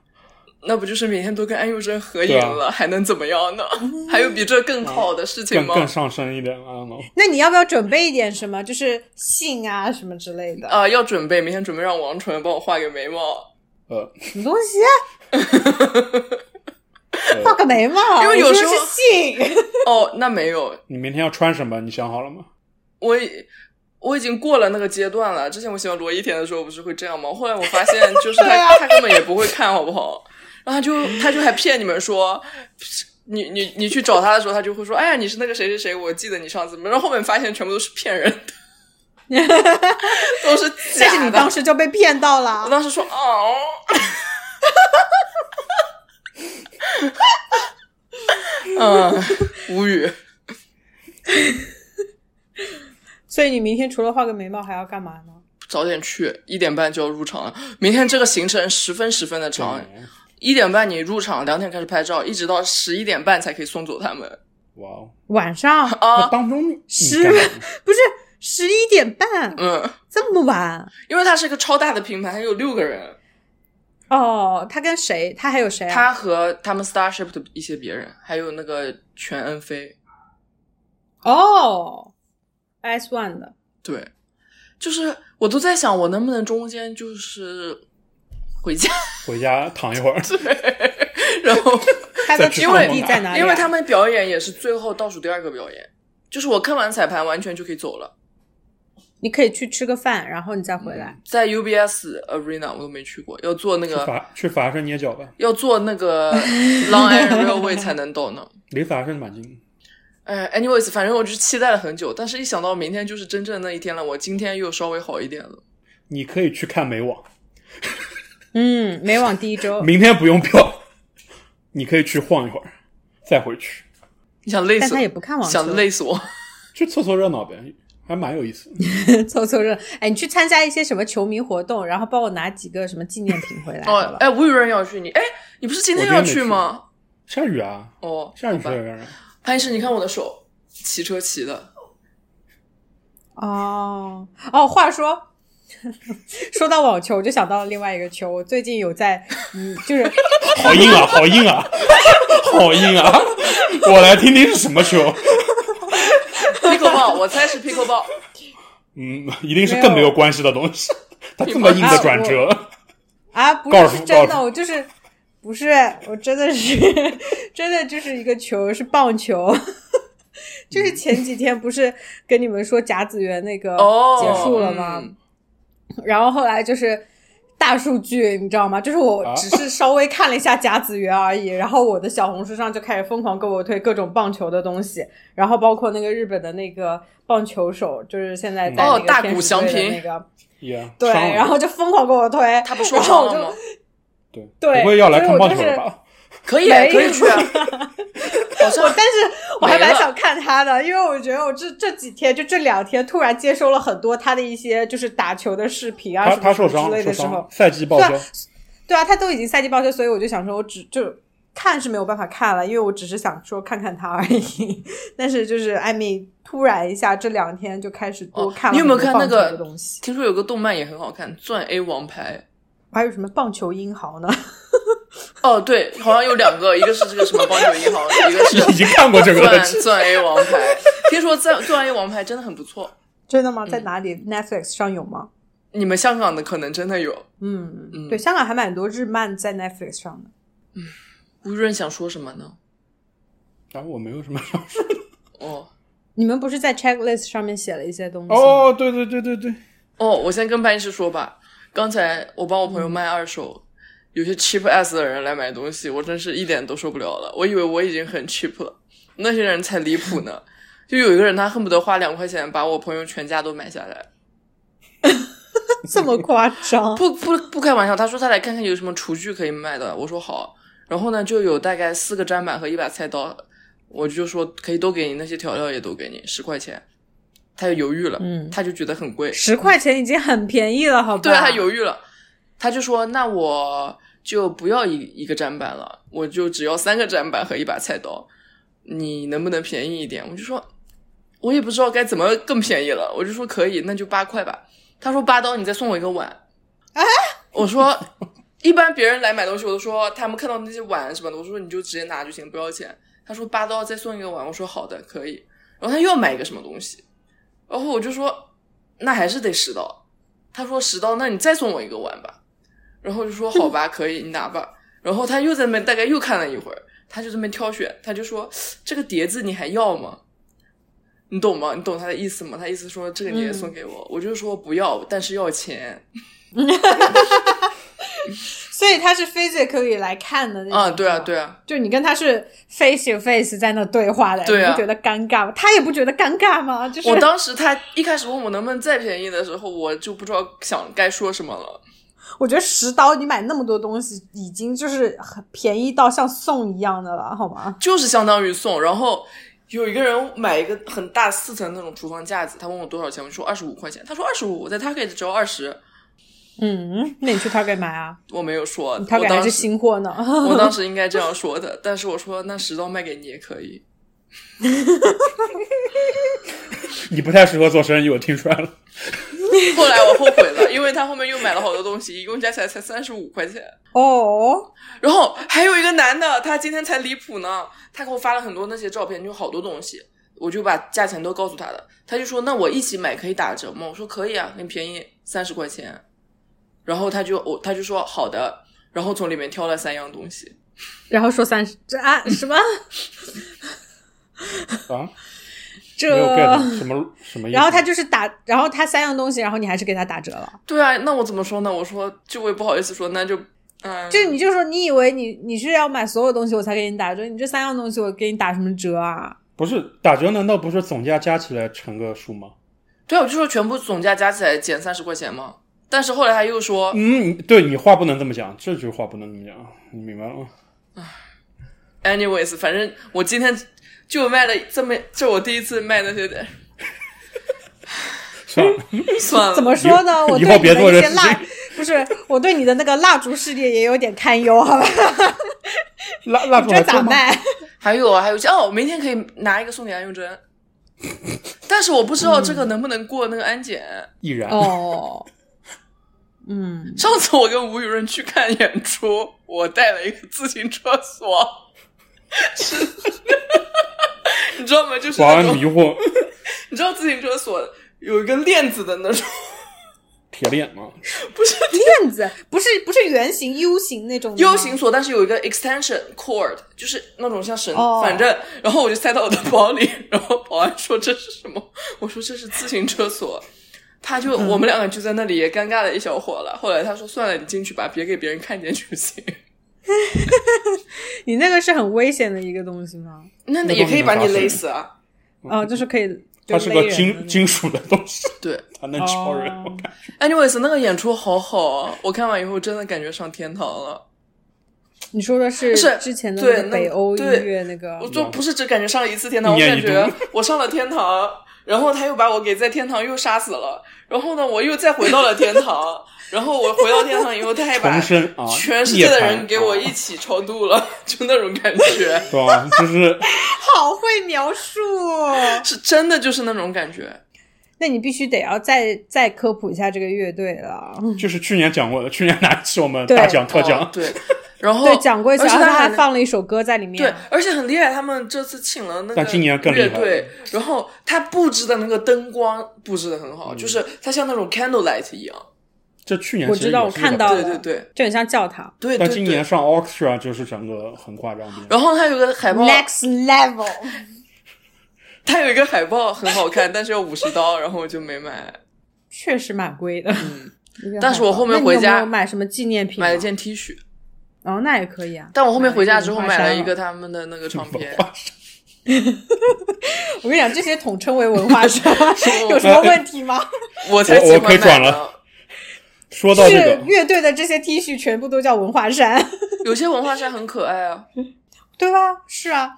[SPEAKER 3] 那不就是每天都跟安宥真合影
[SPEAKER 2] 对啊哦
[SPEAKER 3] 了，还能怎么样呢？
[SPEAKER 1] 哦
[SPEAKER 3] 还有比这更好的事情
[SPEAKER 2] 更
[SPEAKER 3] 吗？
[SPEAKER 2] 更上升一点，I don't know。
[SPEAKER 1] 那你要不要准备一点什么？就是信啊什么之类的？
[SPEAKER 3] 啊、要准备，明天准备让王纯帮我画个眉毛。
[SPEAKER 2] 呃，
[SPEAKER 1] 啊 什么东西？画个没嘛，
[SPEAKER 3] 因为
[SPEAKER 1] 我
[SPEAKER 3] 有
[SPEAKER 1] 就
[SPEAKER 3] 时候
[SPEAKER 1] 是信，
[SPEAKER 3] 哦，那没有，
[SPEAKER 2] 你明天要穿什么？你想好了 吗？
[SPEAKER 3] 我已我已经过了那个阶段了。之前我喜欢罗一田的时候不是会这样吗？后来我 发现，就是他、
[SPEAKER 1] 对啊
[SPEAKER 3] 他根本也不会看，好不好？然后他就他就还骗你们说，你你你去找他的时候，他就会说，哎呀，你是那个谁谁谁，我记得你上次。然后后面发现全部都是骗人的， 都是假的。
[SPEAKER 1] 但是你当时就被骗到了
[SPEAKER 3] 我。当时说， 哦，嗯，无语。
[SPEAKER 1] 所以你明天除了画个眉毛还要干嘛呢？
[SPEAKER 3] 早点去，一点半就要入场了。明天这个行程十分十分的长，一点半你入场，两点开始拍照，一直到十一点半才可以送走他们
[SPEAKER 2] 哇哦！
[SPEAKER 1] 晚上
[SPEAKER 2] 那
[SPEAKER 3] 啊。
[SPEAKER 2] 当中你
[SPEAKER 1] 是
[SPEAKER 2] 干嘛呢
[SPEAKER 1] 不是十一点半，
[SPEAKER 3] 嗯，
[SPEAKER 1] 这么晚？
[SPEAKER 3] 因为它是一个超大的平台，它有六个人，
[SPEAKER 1] 哦，他跟谁？他还有谁、啊？
[SPEAKER 3] 他和他们 Starship 的一些别人，还有那个全恩飞，
[SPEAKER 1] 他哦，S One 的，
[SPEAKER 3] 对，就是我都在想，我能不能中间就是回家，
[SPEAKER 2] 回家躺一 会儿。
[SPEAKER 3] 然后
[SPEAKER 1] 他的
[SPEAKER 2] 在职
[SPEAKER 1] 场
[SPEAKER 2] 场
[SPEAKER 1] 地
[SPEAKER 2] 吗
[SPEAKER 1] 在哪里啊、
[SPEAKER 3] 因为他们表演也是最后倒数第二个表演，就是我看完彩排完全就可以走了。
[SPEAKER 1] 你可以去吃个饭，然后你再回来。
[SPEAKER 3] 在 UBS Arena 我都没去过，要坐那个
[SPEAKER 2] 法去法拉盛捏脚吧，
[SPEAKER 3] 要坐那个 Long Island Railway 才能到呢。
[SPEAKER 2] 离法拉盛蛮近。
[SPEAKER 3] 哎，anyways，反正我就期待了很久，但是一想到明天就是真正那一天了，我今天又稍微好一点了。
[SPEAKER 2] 你可以去看美网，
[SPEAKER 1] 嗯，美网第一 周，
[SPEAKER 2] 明天不用票，你可以去晃一会儿，再回去，
[SPEAKER 3] 你想累
[SPEAKER 1] 但
[SPEAKER 3] 死
[SPEAKER 1] 他，也不看网球
[SPEAKER 3] 想，累死我。
[SPEAKER 2] 去凑凑热闹呗，还蛮有意思。
[SPEAKER 1] 凑凑热。哎，你去参加一些什么球迷活动，然后帮我拿几个什么纪念品回来。好
[SPEAKER 3] 哦
[SPEAKER 1] 了，
[SPEAKER 3] 哎，吴雨润要去你，哎，你不是今天
[SPEAKER 2] 我今天
[SPEAKER 3] 要
[SPEAKER 2] 没
[SPEAKER 3] 去吗？
[SPEAKER 2] 下雨啊，
[SPEAKER 3] 哦，
[SPEAKER 2] 下雨去
[SPEAKER 3] 好吧
[SPEAKER 2] 干啥？
[SPEAKER 3] 潘医生，你看我的手，骑车骑的，
[SPEAKER 1] 哦哦，话说。 说到网球，我就想到了另外一个球。我最近有在，嗯，就是
[SPEAKER 2] 好硬啊，好硬啊， 好硬啊！ 我来听听是什么球。
[SPEAKER 3] pickleball，我猜是 pickleball。
[SPEAKER 2] 嗯，一定是更没有关系的东西。它这么硬的转折，
[SPEAKER 1] 啊，不
[SPEAKER 2] 高尔
[SPEAKER 1] 是
[SPEAKER 2] 夫
[SPEAKER 1] 是
[SPEAKER 2] 高
[SPEAKER 1] 真
[SPEAKER 2] 尔
[SPEAKER 1] 的，
[SPEAKER 2] 夫
[SPEAKER 1] 我就是不是，我真的是 真的就是一个球，是棒球。
[SPEAKER 3] 嗯
[SPEAKER 1] 就是前几天不是跟你们说甲子园那个
[SPEAKER 3] 哦，
[SPEAKER 1] 结束了吗？
[SPEAKER 3] 嗯
[SPEAKER 1] 然后后来就是大数据，你知道吗？就是我
[SPEAKER 2] 啊
[SPEAKER 1] 只是稍微看了一下甲子园而已，然后我的小红书上就开始疯狂给我推各种棒球的东西，然后包括那个日本的那个棒球手，就是现在在
[SPEAKER 3] 哦
[SPEAKER 1] 那个
[SPEAKER 3] 大
[SPEAKER 1] 天
[SPEAKER 3] 谷
[SPEAKER 1] 使
[SPEAKER 3] 翔
[SPEAKER 1] 队的
[SPEAKER 3] 平
[SPEAKER 1] 那个，
[SPEAKER 2] 也
[SPEAKER 1] 对，
[SPEAKER 2] 伤了
[SPEAKER 1] 然后就疯狂给我推，
[SPEAKER 3] 他不说
[SPEAKER 1] 然后
[SPEAKER 3] 伤
[SPEAKER 1] 我就
[SPEAKER 3] 了吗？
[SPEAKER 2] 对
[SPEAKER 1] 对
[SPEAKER 2] 不会要来看棒球
[SPEAKER 1] 所以我
[SPEAKER 2] 了
[SPEAKER 1] 就
[SPEAKER 2] 吧？
[SPEAKER 3] 可以，
[SPEAKER 1] 没
[SPEAKER 3] 可以去啊。好
[SPEAKER 1] 我
[SPEAKER 3] 像
[SPEAKER 1] 但是我还
[SPEAKER 3] 没
[SPEAKER 1] 蛮
[SPEAKER 3] 了
[SPEAKER 1] 想看他的，因为我觉得我这这几天就这两天突然接收了很多他的一些就是打球的视频啊
[SPEAKER 2] 他
[SPEAKER 1] 什么
[SPEAKER 2] 他受
[SPEAKER 1] 什么
[SPEAKER 2] 伤
[SPEAKER 1] 之类
[SPEAKER 2] 了，受
[SPEAKER 1] 的时
[SPEAKER 2] 伤
[SPEAKER 1] 候
[SPEAKER 2] 了，，赛季报销
[SPEAKER 1] 对。对啊，他都已经赛季报销，所以我就想说，我只就看是没有办法看了，因为我只是想说看看他而已。 但是就是艾米突然一下这两天就开始多
[SPEAKER 3] 哦
[SPEAKER 1] 看了、
[SPEAKER 3] 你有没有看那个
[SPEAKER 1] 东西？
[SPEAKER 3] 听说有个动漫也很好看，《钻 A 王牌
[SPEAKER 1] 还有什么棒球英豪呢？》。
[SPEAKER 3] 哦，对，好像有两个，一个是这个什么棒球银行，一个
[SPEAKER 2] 已
[SPEAKER 3] 是
[SPEAKER 2] 经看过 这个了
[SPEAKER 3] 钻，钻 A 王牌。听说钻钻 A 王牌真的很不错，
[SPEAKER 1] 真的吗？
[SPEAKER 3] 嗯
[SPEAKER 1] 在哪里、n e t f l i x 上有吗？
[SPEAKER 3] 你们香港的可能真的有。
[SPEAKER 1] 嗯，
[SPEAKER 3] 嗯
[SPEAKER 1] 对，香港还蛮多日漫在 Netflix 上的。
[SPEAKER 3] 吴润想说什么呢？
[SPEAKER 2] 然后啊我没有什么伤。
[SPEAKER 3] 哦
[SPEAKER 1] 你们不是在 checklist 上面写了一些东西吗？
[SPEAKER 2] 哦，对对对对对，
[SPEAKER 3] 哦，我先跟潘医师说吧。刚才我帮我朋友卖二手，有些 cheap ass 的人来买东西，我真是一点都受不了了。我以为我已经很 cheap 了，那些人才离谱呢。 就有一个人，他恨不得花两块钱把我朋友全家都买下来。
[SPEAKER 1] 这么夸张？
[SPEAKER 3] 不不不开玩笑，他说他来看看有什么厨具可以卖的，我说好，然后呢就有大概四个砧板和一把菜刀，我就说可以都给你，那些调料也都给你，十块钱，他就犹豫了，
[SPEAKER 1] 嗯
[SPEAKER 3] 他就觉得很贵，
[SPEAKER 1] 十块钱已经很便宜了，好吧？
[SPEAKER 3] 对啊他犹豫了，他就说那我就不要一一个砧板了，我就只要三个砧板和一把菜刀，你能不能便宜一点？我就说，我也不知道该怎么更便宜了，我就说可以，那就八块吧。他说八刀，你再送我一个碗。 我说，一般别人来买东西，我都说他们看到那些碗什么的，我说你就直接拿就行，不要钱。他说八刀再送一个碗，我说好的，可以。然后他又要买一个什么东西，然后我就说那还是得十刀。他说十刀，那你再送我 一个碗吧。然后我就说好吧，可以，你拿吧。然后他又在那边大概又看了一会儿，他就这么挑选，他就说这个碟子你还要吗？你懂吗？你懂他的意思吗？他意思说这个你也送给
[SPEAKER 1] 嗯
[SPEAKER 3] 我，我就说不要，但是要钱。
[SPEAKER 1] 所以他是 physically 来看的那种
[SPEAKER 3] 啊，对啊，对啊，
[SPEAKER 1] 就你跟他是 face to face 在那对话的，
[SPEAKER 3] 对啊
[SPEAKER 1] 你不觉得尴尬吗？他也不觉得尴尬吗？就是
[SPEAKER 3] 我当时他一开始问我能不能再便宜的时候，我就不知道想该说什么了。
[SPEAKER 1] 我觉得十刀你买那么多东西，已经就是很便宜到像送一样的了，好吗？
[SPEAKER 3] 就是相当于送。然后有一个人买一个很大四层那种厨房架子，他问我多少钱，我就说二十五块钱，他说二十五，我在 Target 只要二十，
[SPEAKER 1] 嗯，那你去 Target 买 啊
[SPEAKER 3] 我没有说，我
[SPEAKER 1] ，Target 还
[SPEAKER 3] 当
[SPEAKER 1] 是
[SPEAKER 3] 时
[SPEAKER 1] 新货呢。
[SPEAKER 3] 我当时应该这样说的，但是我说那十刀卖给你也可以，
[SPEAKER 2] 你不太适合做生意，我听出来了。
[SPEAKER 3] 后来我后悔了，因为他后面又买了好多东西，一共加起来才三十五块钱。
[SPEAKER 1] 哦，
[SPEAKER 3] 然后还有一个男的，他今天才离谱呢，他给我发了很多那些照片，就好多东西，我就把价钱都告诉他了。他就说那我一起买可以打折吗？我说可以啊，很便宜，三十块钱。然后他就我他就说好的，然后从里面挑了三样东西，
[SPEAKER 1] 然后说三十，这啊什么
[SPEAKER 2] 啊，没有 get
[SPEAKER 1] 这？
[SPEAKER 2] 什么什么意思？
[SPEAKER 1] 然后他就是打，然后他三样东西，然后你还是给他打折了。
[SPEAKER 3] 对啊，那我怎么说呢？我说就我也不好意思说，那就嗯，
[SPEAKER 1] 就你就说你以为你你是要买所有东西我才给你打折，你这三样东西我给你打什么折啊？
[SPEAKER 2] 不是打折，难道不是总价加起来乘个数吗？
[SPEAKER 3] 对啊，我就说全部总价加起来减三十块钱嘛。但是后来他又说，
[SPEAKER 2] 嗯，对你话不能这么讲，这句话不能这么讲，你明白了吗？
[SPEAKER 3] Anyways，反正我今天就卖了这么，这我第一次卖那 些的，
[SPEAKER 2] 算了，
[SPEAKER 3] 算了，
[SPEAKER 1] 怎么说呢？我
[SPEAKER 2] 以后
[SPEAKER 1] 对
[SPEAKER 2] 以后别
[SPEAKER 1] 你
[SPEAKER 2] 做
[SPEAKER 1] 的一些
[SPEAKER 2] 这事
[SPEAKER 1] 蜡
[SPEAKER 2] 情，
[SPEAKER 1] 不是我对你的那个蜡烛系列也有点堪忧，好吧？
[SPEAKER 2] 蜡蜡烛
[SPEAKER 1] 这
[SPEAKER 2] 还
[SPEAKER 1] 咋
[SPEAKER 2] 做吗？
[SPEAKER 1] 卖？
[SPEAKER 3] 还有啊，还有一些哦，我明天可以拿一个送给安宥真， 但是我不知道这个能不能过那个安检。
[SPEAKER 2] 易 燃，
[SPEAKER 1] 哦，嗯，
[SPEAKER 3] 上次我跟吴雨润去看演出，我带了一个自行车锁， 是，你知道吗？就是
[SPEAKER 2] 保
[SPEAKER 3] 那
[SPEAKER 2] 安
[SPEAKER 3] 种
[SPEAKER 2] 迷惑
[SPEAKER 3] 你知道自行车锁有一个链子的那种，
[SPEAKER 2] 铁链啊，
[SPEAKER 3] 不是
[SPEAKER 1] 链子不是不是圆形 U 型那种的吗
[SPEAKER 3] U 型锁，但是有一个 extension cord，就是那种像绳，
[SPEAKER 1] 哦
[SPEAKER 3] 反正，然后我就塞到我的包里，然后保安说这是什么？我说这是自行车锁，他就、我们两个就在那里也尴尬了一小会儿了。后来他说算了，你进去吧，别给别人看见就行。
[SPEAKER 1] 你那个是很危险的一个东西吗？
[SPEAKER 3] 那
[SPEAKER 2] 那
[SPEAKER 3] 也可以把你
[SPEAKER 2] 东西能
[SPEAKER 3] 勒
[SPEAKER 2] 砸
[SPEAKER 3] 死啊！
[SPEAKER 1] 哦，就是可以，
[SPEAKER 2] 它是个金金属的东西，
[SPEAKER 3] 对
[SPEAKER 2] 它能超人。
[SPEAKER 1] 哦
[SPEAKER 3] ，anyways，那个演出好好啊，我看完以后真的感觉上天堂了。
[SPEAKER 1] 你说的是
[SPEAKER 3] 是
[SPEAKER 1] 之前的
[SPEAKER 3] 对
[SPEAKER 1] 那
[SPEAKER 3] 那
[SPEAKER 1] 个北欧音
[SPEAKER 3] 对
[SPEAKER 1] 乐那个
[SPEAKER 3] 我就不是只感觉上了一次天堂，
[SPEAKER 2] 一
[SPEAKER 3] 我
[SPEAKER 2] 年
[SPEAKER 3] 感
[SPEAKER 2] 一度
[SPEAKER 3] 觉我上了天堂，然后他又把我给在天堂又杀死了，然后呢，我又再回到了天堂，然后我回到天堂以后，他还把
[SPEAKER 2] 重生啊
[SPEAKER 3] 全世界的
[SPEAKER 2] 涅
[SPEAKER 3] 人
[SPEAKER 2] 槃
[SPEAKER 3] 给我
[SPEAKER 2] 啊
[SPEAKER 3] 一起超度了，就那种感觉，
[SPEAKER 2] 对吧？就是
[SPEAKER 1] 好会描述哦、
[SPEAKER 3] 是真的就是那种感觉。
[SPEAKER 1] 那你必须得要再再科普一下这个乐队了。
[SPEAKER 2] 就是去年讲过的，去年哪一期我们
[SPEAKER 1] 对
[SPEAKER 2] 大讲 特
[SPEAKER 3] 哦
[SPEAKER 2] 讲？
[SPEAKER 3] 对，然后
[SPEAKER 1] 对，讲过一次，
[SPEAKER 3] 而且
[SPEAKER 1] 然后
[SPEAKER 3] 他
[SPEAKER 1] 他还
[SPEAKER 3] 很
[SPEAKER 1] 放了一首歌在里面。
[SPEAKER 3] 对，而且很厉害，他们这次请了那个
[SPEAKER 2] 但今年更厉害
[SPEAKER 3] 乐队，然后他布置的那个灯光布置的很
[SPEAKER 2] 嗯
[SPEAKER 3] 好，就是它像那种 candlelight 一样。
[SPEAKER 2] 这去年
[SPEAKER 1] 我
[SPEAKER 2] 其实
[SPEAKER 1] 知道，
[SPEAKER 2] 也
[SPEAKER 1] 我
[SPEAKER 2] 是
[SPEAKER 1] 看
[SPEAKER 2] 的
[SPEAKER 1] 到了，
[SPEAKER 3] 对对对
[SPEAKER 1] 就很像教堂。
[SPEAKER 3] 对对
[SPEAKER 2] 但今
[SPEAKER 3] 对
[SPEAKER 2] 年。上 Orchestra 就是整个很夸张的。
[SPEAKER 3] 然后他有个海报，
[SPEAKER 1] Next level，
[SPEAKER 3] 它有一个海报很好看，但是要五十刀，然后我就没买，
[SPEAKER 1] 确实蛮贵的。 一个
[SPEAKER 3] 嗯但是
[SPEAKER 1] 海
[SPEAKER 3] 我
[SPEAKER 1] 报
[SPEAKER 3] 后面
[SPEAKER 1] 那你
[SPEAKER 3] 回
[SPEAKER 1] 有没
[SPEAKER 3] 家
[SPEAKER 1] 有买什么纪念品？
[SPEAKER 3] 买了。件 T 恤。
[SPEAKER 1] 哦，那也可以啊。
[SPEAKER 3] 但我后面回家之后
[SPEAKER 1] 买
[SPEAKER 3] 买
[SPEAKER 1] 了
[SPEAKER 3] 了
[SPEAKER 1] 一
[SPEAKER 3] 一
[SPEAKER 1] 个
[SPEAKER 3] 个他们的那个 唱片，
[SPEAKER 1] 我跟你讲，这些统称为文化 衫， 有什么问题吗？
[SPEAKER 3] 我才喜
[SPEAKER 2] 我我可以
[SPEAKER 3] 欢买
[SPEAKER 2] 转
[SPEAKER 3] 的。
[SPEAKER 2] 说到
[SPEAKER 1] 就
[SPEAKER 2] 这
[SPEAKER 1] 是
[SPEAKER 2] 个，
[SPEAKER 1] 乐队的这些 T 恤全部都叫文化衫，
[SPEAKER 3] 有些文化衫很可爱啊，
[SPEAKER 1] 对吧？是啊，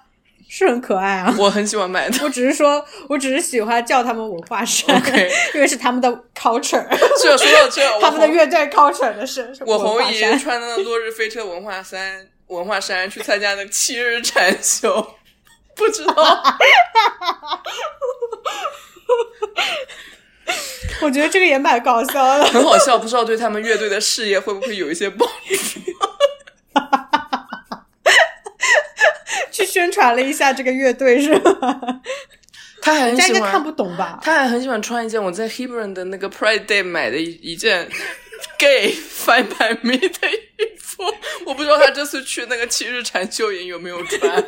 [SPEAKER 1] 是很可爱啊。
[SPEAKER 3] 我很喜欢买 的。
[SPEAKER 1] 我只是说，我只是喜欢叫他们文化衫
[SPEAKER 3] OK
[SPEAKER 1] 因为是他们的 culture，
[SPEAKER 3] 这说到这，我
[SPEAKER 1] 他们的
[SPEAKER 3] 红
[SPEAKER 1] 乐队 culture 的是是
[SPEAKER 3] 我
[SPEAKER 1] 文
[SPEAKER 3] 红
[SPEAKER 1] 化
[SPEAKER 3] 姨
[SPEAKER 1] 衫
[SPEAKER 3] 穿的那落日飞车文化衫，文化衫去参加那个七日禅修，不 知道
[SPEAKER 1] 我觉得这个也蛮搞笑的。
[SPEAKER 3] 很好笑，不知道对他们乐队的事业会不会有一些帮
[SPEAKER 1] 去宣传了一下这个乐队是 吧？
[SPEAKER 3] 助。他还
[SPEAKER 1] 人
[SPEAKER 3] 很
[SPEAKER 1] 家应
[SPEAKER 3] 喜
[SPEAKER 1] 该
[SPEAKER 3] 欢
[SPEAKER 1] 看不懂吧？
[SPEAKER 3] 他还很喜欢穿一件我在 Hebron 的那个 Pride Day 买的一一件 gay 翻版迷的衣服，我不知道他这次去那个七日禅修营有没有 穿，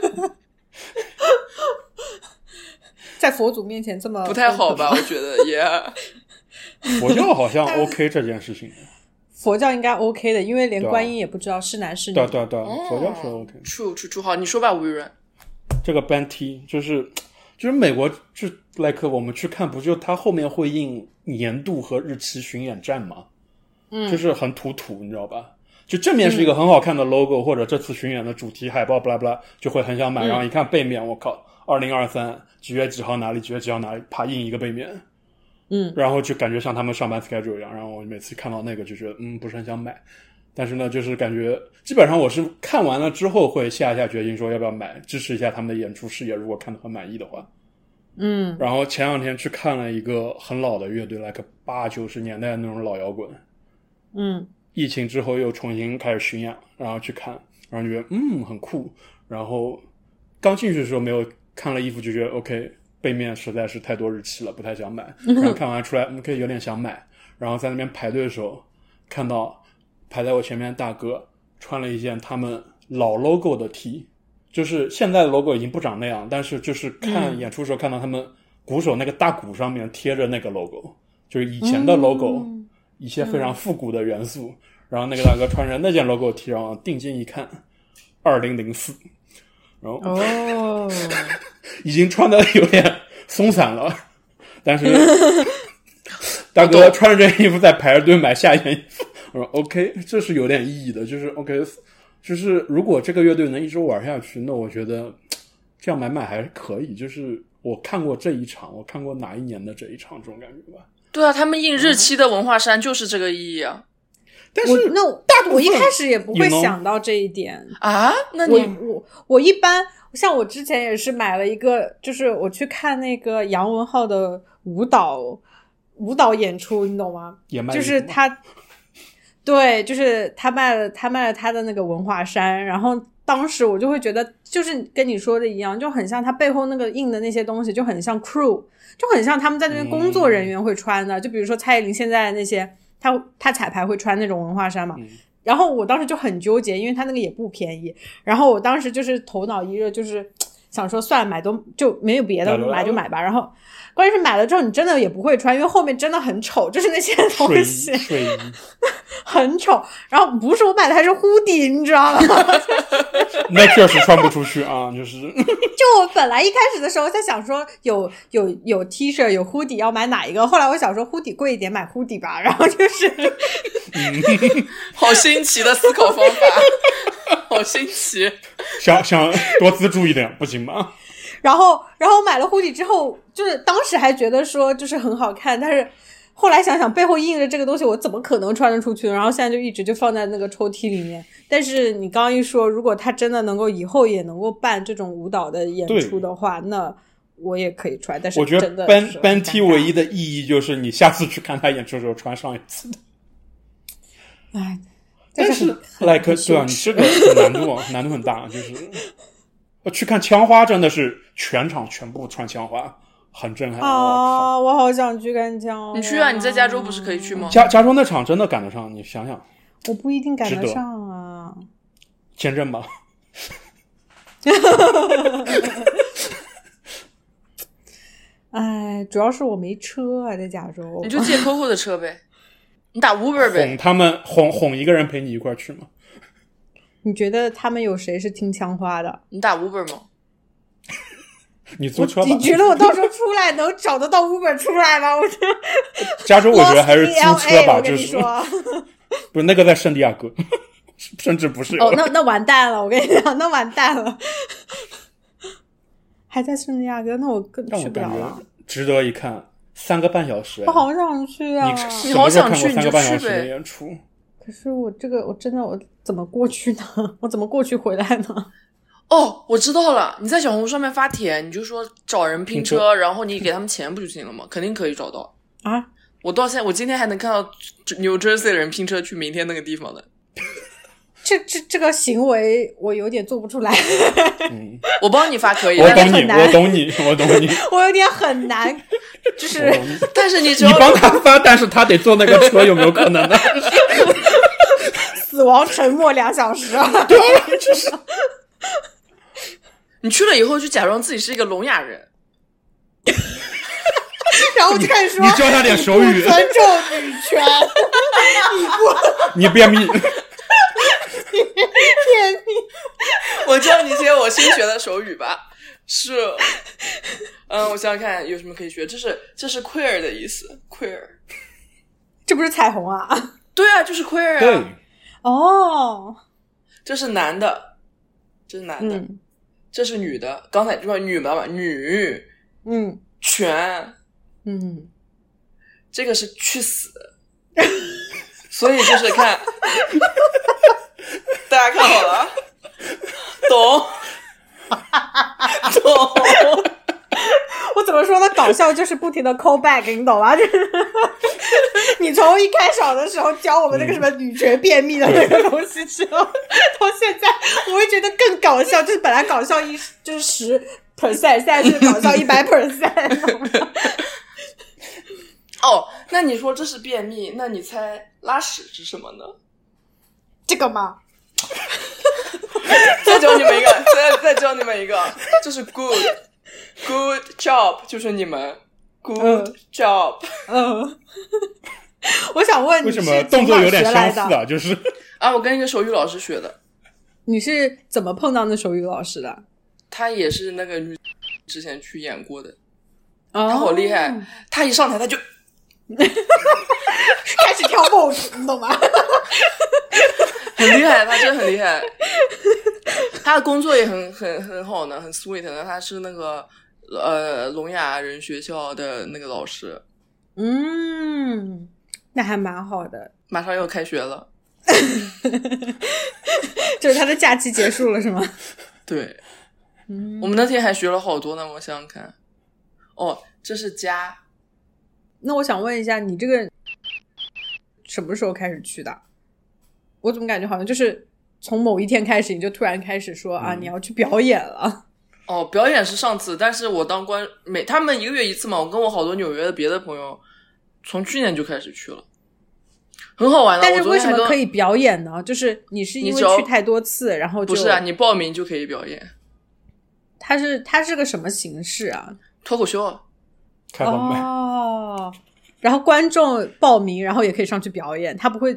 [SPEAKER 1] 在佛祖面前这么
[SPEAKER 3] 不太好吧？我觉得也、
[SPEAKER 2] 佛教好像 OK 这件事情，
[SPEAKER 1] 佛教应该 OK 的，因为连
[SPEAKER 2] 对啊
[SPEAKER 1] 观音也不知道是男是女。
[SPEAKER 2] 对对对，
[SPEAKER 3] 哦
[SPEAKER 2] 佛教是 OK 的。
[SPEAKER 3] true true true 好，你说吧，吴雨润。
[SPEAKER 2] 这个班梯就是就是美国就 like 我们去看，不就它后面会印年度和日期巡演站吗？
[SPEAKER 1] 嗯
[SPEAKER 2] 就是很土土，你知道吧？就正面是一个很好看的 logo，、或者这次巡演的主题海报，巴拉巴拉，就会很想买。
[SPEAKER 1] 嗯
[SPEAKER 2] 然后一看背面，我靠，二零二三几月几号哪里，几月几号哪里，啪印一个背面，
[SPEAKER 1] 嗯，
[SPEAKER 2] 然后就感觉像他们上班 schedule 一样。然后我每次看到那个就觉得，嗯，不是很想买。但是呢，就是感觉基本上我是看完了之后会下一下决心，说要不要买，支持一下他们的演出事业。如果看得很满意的话，
[SPEAKER 1] 嗯
[SPEAKER 2] 然后前两天去看了一个很老的乐队，like 八九十年代的那种老摇滚，
[SPEAKER 1] 嗯
[SPEAKER 2] 疫情之后又重新开始巡演，然后去看，然后觉得嗯很酷，然后刚进去的时候没有看了衣服就觉得 OK，背面实在是太多日期了，不太想买，然后看完出来 OK 有点想买，然后在那边排队的时候看到排在我前面的大哥穿了一件他们老 logo 的 T，就是现在的 logo 已经不长那样，但是就是看演出的时候看到他们鼓手那个大鼓上面贴着那个 logo，就是以前的 logo，、
[SPEAKER 1] 嗯
[SPEAKER 2] 一些非常复古的元素。然后那个大哥穿着那件 logo T，然后定睛一看，二零零四，然后
[SPEAKER 1] 哦，
[SPEAKER 2] 已经穿的有点松散了，但是大哥穿着这件衣服在排着队买下一件衣服，我说 OK，这是有点意义的，就是 OK，就是如果这个乐队能一直玩下去，那我觉得这样买买还可以。就是我看过这一场，我看过哪一年的这一场，这种感觉吧。
[SPEAKER 3] 对啊，他们印日期的文化衫就是这个意义啊！
[SPEAKER 2] 但
[SPEAKER 1] 我
[SPEAKER 2] 是
[SPEAKER 1] 那我
[SPEAKER 2] 大部分
[SPEAKER 1] 我一开始也不会
[SPEAKER 2] you know
[SPEAKER 1] 想到这一点。
[SPEAKER 3] 啊，那
[SPEAKER 1] 我
[SPEAKER 3] 你
[SPEAKER 1] 我我一般像我之前也是买了一个，就是我去看那个杨文浩的舞蹈舞蹈演出，你懂吗？
[SPEAKER 2] 也卖
[SPEAKER 1] 就是
[SPEAKER 2] 他。
[SPEAKER 1] 他，对，就是他卖了他卖了他的那个文化衫，然后当时我就会觉得，就是跟你说的一样，就很像他背后那个印的那些东西，就很像 crew，就很像他们在那边工作
[SPEAKER 2] 嗯
[SPEAKER 1] 人员会穿的，就比如说蔡依林现在那些，她她彩排会穿那种文化衫嘛。
[SPEAKER 2] 嗯
[SPEAKER 1] 然后我当时就很纠结，因为她那个也不便宜。然后我当时就是头脑一热，就是想说算了，买都就没有别的，
[SPEAKER 2] 买了
[SPEAKER 1] 买就买吧。然后关键是买了之后，你真的也不会穿，因为后面真的很丑，就是那些东
[SPEAKER 2] 睡
[SPEAKER 1] 西
[SPEAKER 2] 衣，睡衣，
[SPEAKER 1] 很丑。然后不是我买的，还是 hoodie，你知道吗？
[SPEAKER 2] 那确实穿不出去啊，就是
[SPEAKER 1] 就我本来一开始的时候在想说有有有 T 恤有 hoodie 要买哪一个，后来我想说 hoodie 贵一点买 hoodie 吧，然后就是
[SPEAKER 3] 好新奇的思考方法， 好新奇。
[SPEAKER 2] 想想多资助一点，不行吗？
[SPEAKER 1] 然后然后买了 hoodie 之后，就是当时还觉得说就是很好看，但是后来想想背后印着这个东西，我怎么可能穿得出去呢？然后现在就一直就放在那个抽屉里面。但是你刚刚一说，如果他真的能够以后也能够办这种舞蹈的演
[SPEAKER 2] 对
[SPEAKER 1] 出的话，那我也可以穿。但是
[SPEAKER 2] 我觉
[SPEAKER 1] 真的
[SPEAKER 2] 得班
[SPEAKER 1] 是很
[SPEAKER 2] 班
[SPEAKER 1] 尴
[SPEAKER 2] 梯
[SPEAKER 1] 尬
[SPEAKER 2] 唯一的意义就是你下次去看他演出的时候穿上一次。
[SPEAKER 1] 哎，
[SPEAKER 2] 但
[SPEAKER 1] 是
[SPEAKER 2] 是
[SPEAKER 1] 很很
[SPEAKER 2] like
[SPEAKER 1] 羞
[SPEAKER 2] 对啊，你
[SPEAKER 1] 耻
[SPEAKER 2] 这个很难度啊难度很大，就是我去看枪花真的是全场全部穿枪花，很震撼。我
[SPEAKER 1] 啊，我好想去干将。
[SPEAKER 3] 你去啊，你在加州不是可以去？吗
[SPEAKER 2] 靠！？加加州那场真的赶得上，你想想
[SPEAKER 1] 我不一定赶得
[SPEAKER 2] 值得
[SPEAKER 1] 上啊。
[SPEAKER 2] 签证吧，
[SPEAKER 1] 哎，主要是我没车啊，在加州。
[SPEAKER 3] 你就借 Coco 的车呗，你打 Uber
[SPEAKER 2] 哄
[SPEAKER 3] 呗。
[SPEAKER 2] 他们哄哄一个人陪你一块儿去嘛。
[SPEAKER 1] 你觉得他们有谁是听枪花的？
[SPEAKER 3] 你打 Uber 吗？
[SPEAKER 2] 你租车吧。
[SPEAKER 1] 你觉得我到时候出来能找得到 Uber 出来吗？我这
[SPEAKER 2] 加州我觉得还是租车
[SPEAKER 1] LA
[SPEAKER 2] 吧，
[SPEAKER 1] 我跟
[SPEAKER 2] 就
[SPEAKER 1] 你
[SPEAKER 2] 是
[SPEAKER 1] 说。
[SPEAKER 2] 不是那个在圣地亚哥， 甚至不是有
[SPEAKER 1] 哦，那那完蛋了！我跟你讲，那完蛋了。还在圣地亚哥，那我更
[SPEAKER 2] 让
[SPEAKER 1] 去
[SPEAKER 2] 我
[SPEAKER 1] 不
[SPEAKER 2] 感
[SPEAKER 1] 了
[SPEAKER 2] 觉
[SPEAKER 1] 了。
[SPEAKER 2] 值得一看，三个半小时。
[SPEAKER 1] 我好想去啊！
[SPEAKER 2] 你什
[SPEAKER 3] 你
[SPEAKER 2] 么
[SPEAKER 3] 好
[SPEAKER 2] 时候
[SPEAKER 3] 想
[SPEAKER 2] 看
[SPEAKER 3] 去
[SPEAKER 2] 过
[SPEAKER 3] 哦你
[SPEAKER 2] 三个
[SPEAKER 3] 就
[SPEAKER 2] 半小
[SPEAKER 3] 去
[SPEAKER 2] 时的
[SPEAKER 3] 呗
[SPEAKER 2] 演出？
[SPEAKER 1] 可是我这个，我真的我怎么过去呢？我怎么过去回来呢？
[SPEAKER 3] 哦，我知道了，你在小红书上面发帖，你就说找人拼
[SPEAKER 2] 拼
[SPEAKER 3] 车，然后你给他们钱不就行了吗？肯定可以找到。
[SPEAKER 1] 啊，
[SPEAKER 3] 我到现在，我今天还能看到 New Jersey 人拼车去明天那个地方的。
[SPEAKER 1] 这这这个行为我有点做不出来，
[SPEAKER 2] 嗯，
[SPEAKER 3] 我帮你发可以，
[SPEAKER 2] 我
[SPEAKER 3] 但
[SPEAKER 2] 懂
[SPEAKER 3] 是
[SPEAKER 2] 你，
[SPEAKER 1] 很难
[SPEAKER 2] 我懂你，我懂 你，
[SPEAKER 1] 我有点很难，就
[SPEAKER 2] 我
[SPEAKER 1] 是
[SPEAKER 2] 懂你。
[SPEAKER 3] 但是你只
[SPEAKER 2] 你
[SPEAKER 3] 要
[SPEAKER 2] 帮他发，但是他得坐那个车，有没有可能呢？
[SPEAKER 1] 死亡沉默两小时啊！
[SPEAKER 2] 对，就是
[SPEAKER 3] 你去了以后就假装自己是一个聋哑人，
[SPEAKER 1] 然后就开始说
[SPEAKER 2] 你教他点手语
[SPEAKER 1] 不，尊重女权，你不
[SPEAKER 2] 你便秘，
[SPEAKER 1] 便秘。
[SPEAKER 3] 我教你一些我新学的手语吧。是，嗯，我想想看有什么可以学。这是这是 queer 的意思，queer。
[SPEAKER 1] 这不是彩虹啊？
[SPEAKER 3] 对啊，就是 queer
[SPEAKER 2] 对
[SPEAKER 3] 啊。，
[SPEAKER 1] 哦，
[SPEAKER 3] 这是男的，这是男的，
[SPEAKER 1] 嗯
[SPEAKER 3] 这是女的。刚才就说女嘛嘛，女
[SPEAKER 1] 嗯
[SPEAKER 3] 权，
[SPEAKER 1] 嗯，
[SPEAKER 3] 这个是去死。 所以就是看，大家看好了啊，懂，懂。
[SPEAKER 1] 我怎么说呢？搞笑就是不停的 call back，你懂吗？就是 你从一开始的时候教我们那个什
[SPEAKER 2] 嗯
[SPEAKER 1] 么女权便秘的那个东西之后， 到现在我会觉得更搞笑，就是本来搞笑一就是十 percent，现在是搞笑一 百 percent。
[SPEAKER 3] 哦，那你说这是便秘，那你猜拉屎是什么呢？
[SPEAKER 1] 这个吗？
[SPEAKER 3] 再教你们一个，再再教你们一个，就是 good good job，就是你们 good
[SPEAKER 1] 嗯
[SPEAKER 3] job
[SPEAKER 1] 嗯，我想问你
[SPEAKER 2] 为
[SPEAKER 1] 是
[SPEAKER 2] 什
[SPEAKER 1] 从
[SPEAKER 2] 么
[SPEAKER 1] 哪
[SPEAKER 2] 动作有点
[SPEAKER 1] 学
[SPEAKER 2] 相
[SPEAKER 1] 来
[SPEAKER 2] 似
[SPEAKER 1] 的？
[SPEAKER 2] 啊？就是
[SPEAKER 3] 啊！我跟一个手语老师学的，
[SPEAKER 1] 你是怎么碰到那手语老师的？
[SPEAKER 3] 她也是那个女之前去演过的，
[SPEAKER 1] 哦
[SPEAKER 3] 她好厉害，她一上 台她就
[SPEAKER 1] 开始跳蹦舞，你懂吗？
[SPEAKER 3] 很厉害，她真的很厉害， 她的工作也很很很好呢，很 sweet 呢，她是那个呃聋哑人学校的那个老师，
[SPEAKER 1] 嗯，那还蛮好的。
[SPEAKER 3] 马上要开学了，
[SPEAKER 1] 就是他的假期结束了是吗？
[SPEAKER 3] 对。
[SPEAKER 1] 嗯
[SPEAKER 3] 我们那天还学了好多呢，我想想看。哦，这是家，
[SPEAKER 1] 那我想问一下，你这个什么时候开始去的？我怎么感觉好像就是从某一天开始，你就突然开始说、啊，
[SPEAKER 2] 嗯
[SPEAKER 1] 你要去表演了。
[SPEAKER 3] 哦，表演是上次，但是我当观每他们一个月一次嘛，我跟我好多纽约的别的朋友，从去年就开始去了，很好玩的。啊
[SPEAKER 1] 但是
[SPEAKER 3] 呃我昨
[SPEAKER 1] 为
[SPEAKER 3] 天
[SPEAKER 1] 什么
[SPEAKER 3] 还跟
[SPEAKER 1] 可以表演呢？就是你是因
[SPEAKER 3] 你
[SPEAKER 1] 为
[SPEAKER 3] 只要
[SPEAKER 1] 去太多次，然后就
[SPEAKER 3] 不是啊？你报名就可以表演
[SPEAKER 1] 它是它是个什么形式啊？
[SPEAKER 3] 脱口秀啊，
[SPEAKER 2] 开放麦，
[SPEAKER 1] 哦，然后观众报名，然后也可以上去表演，他不会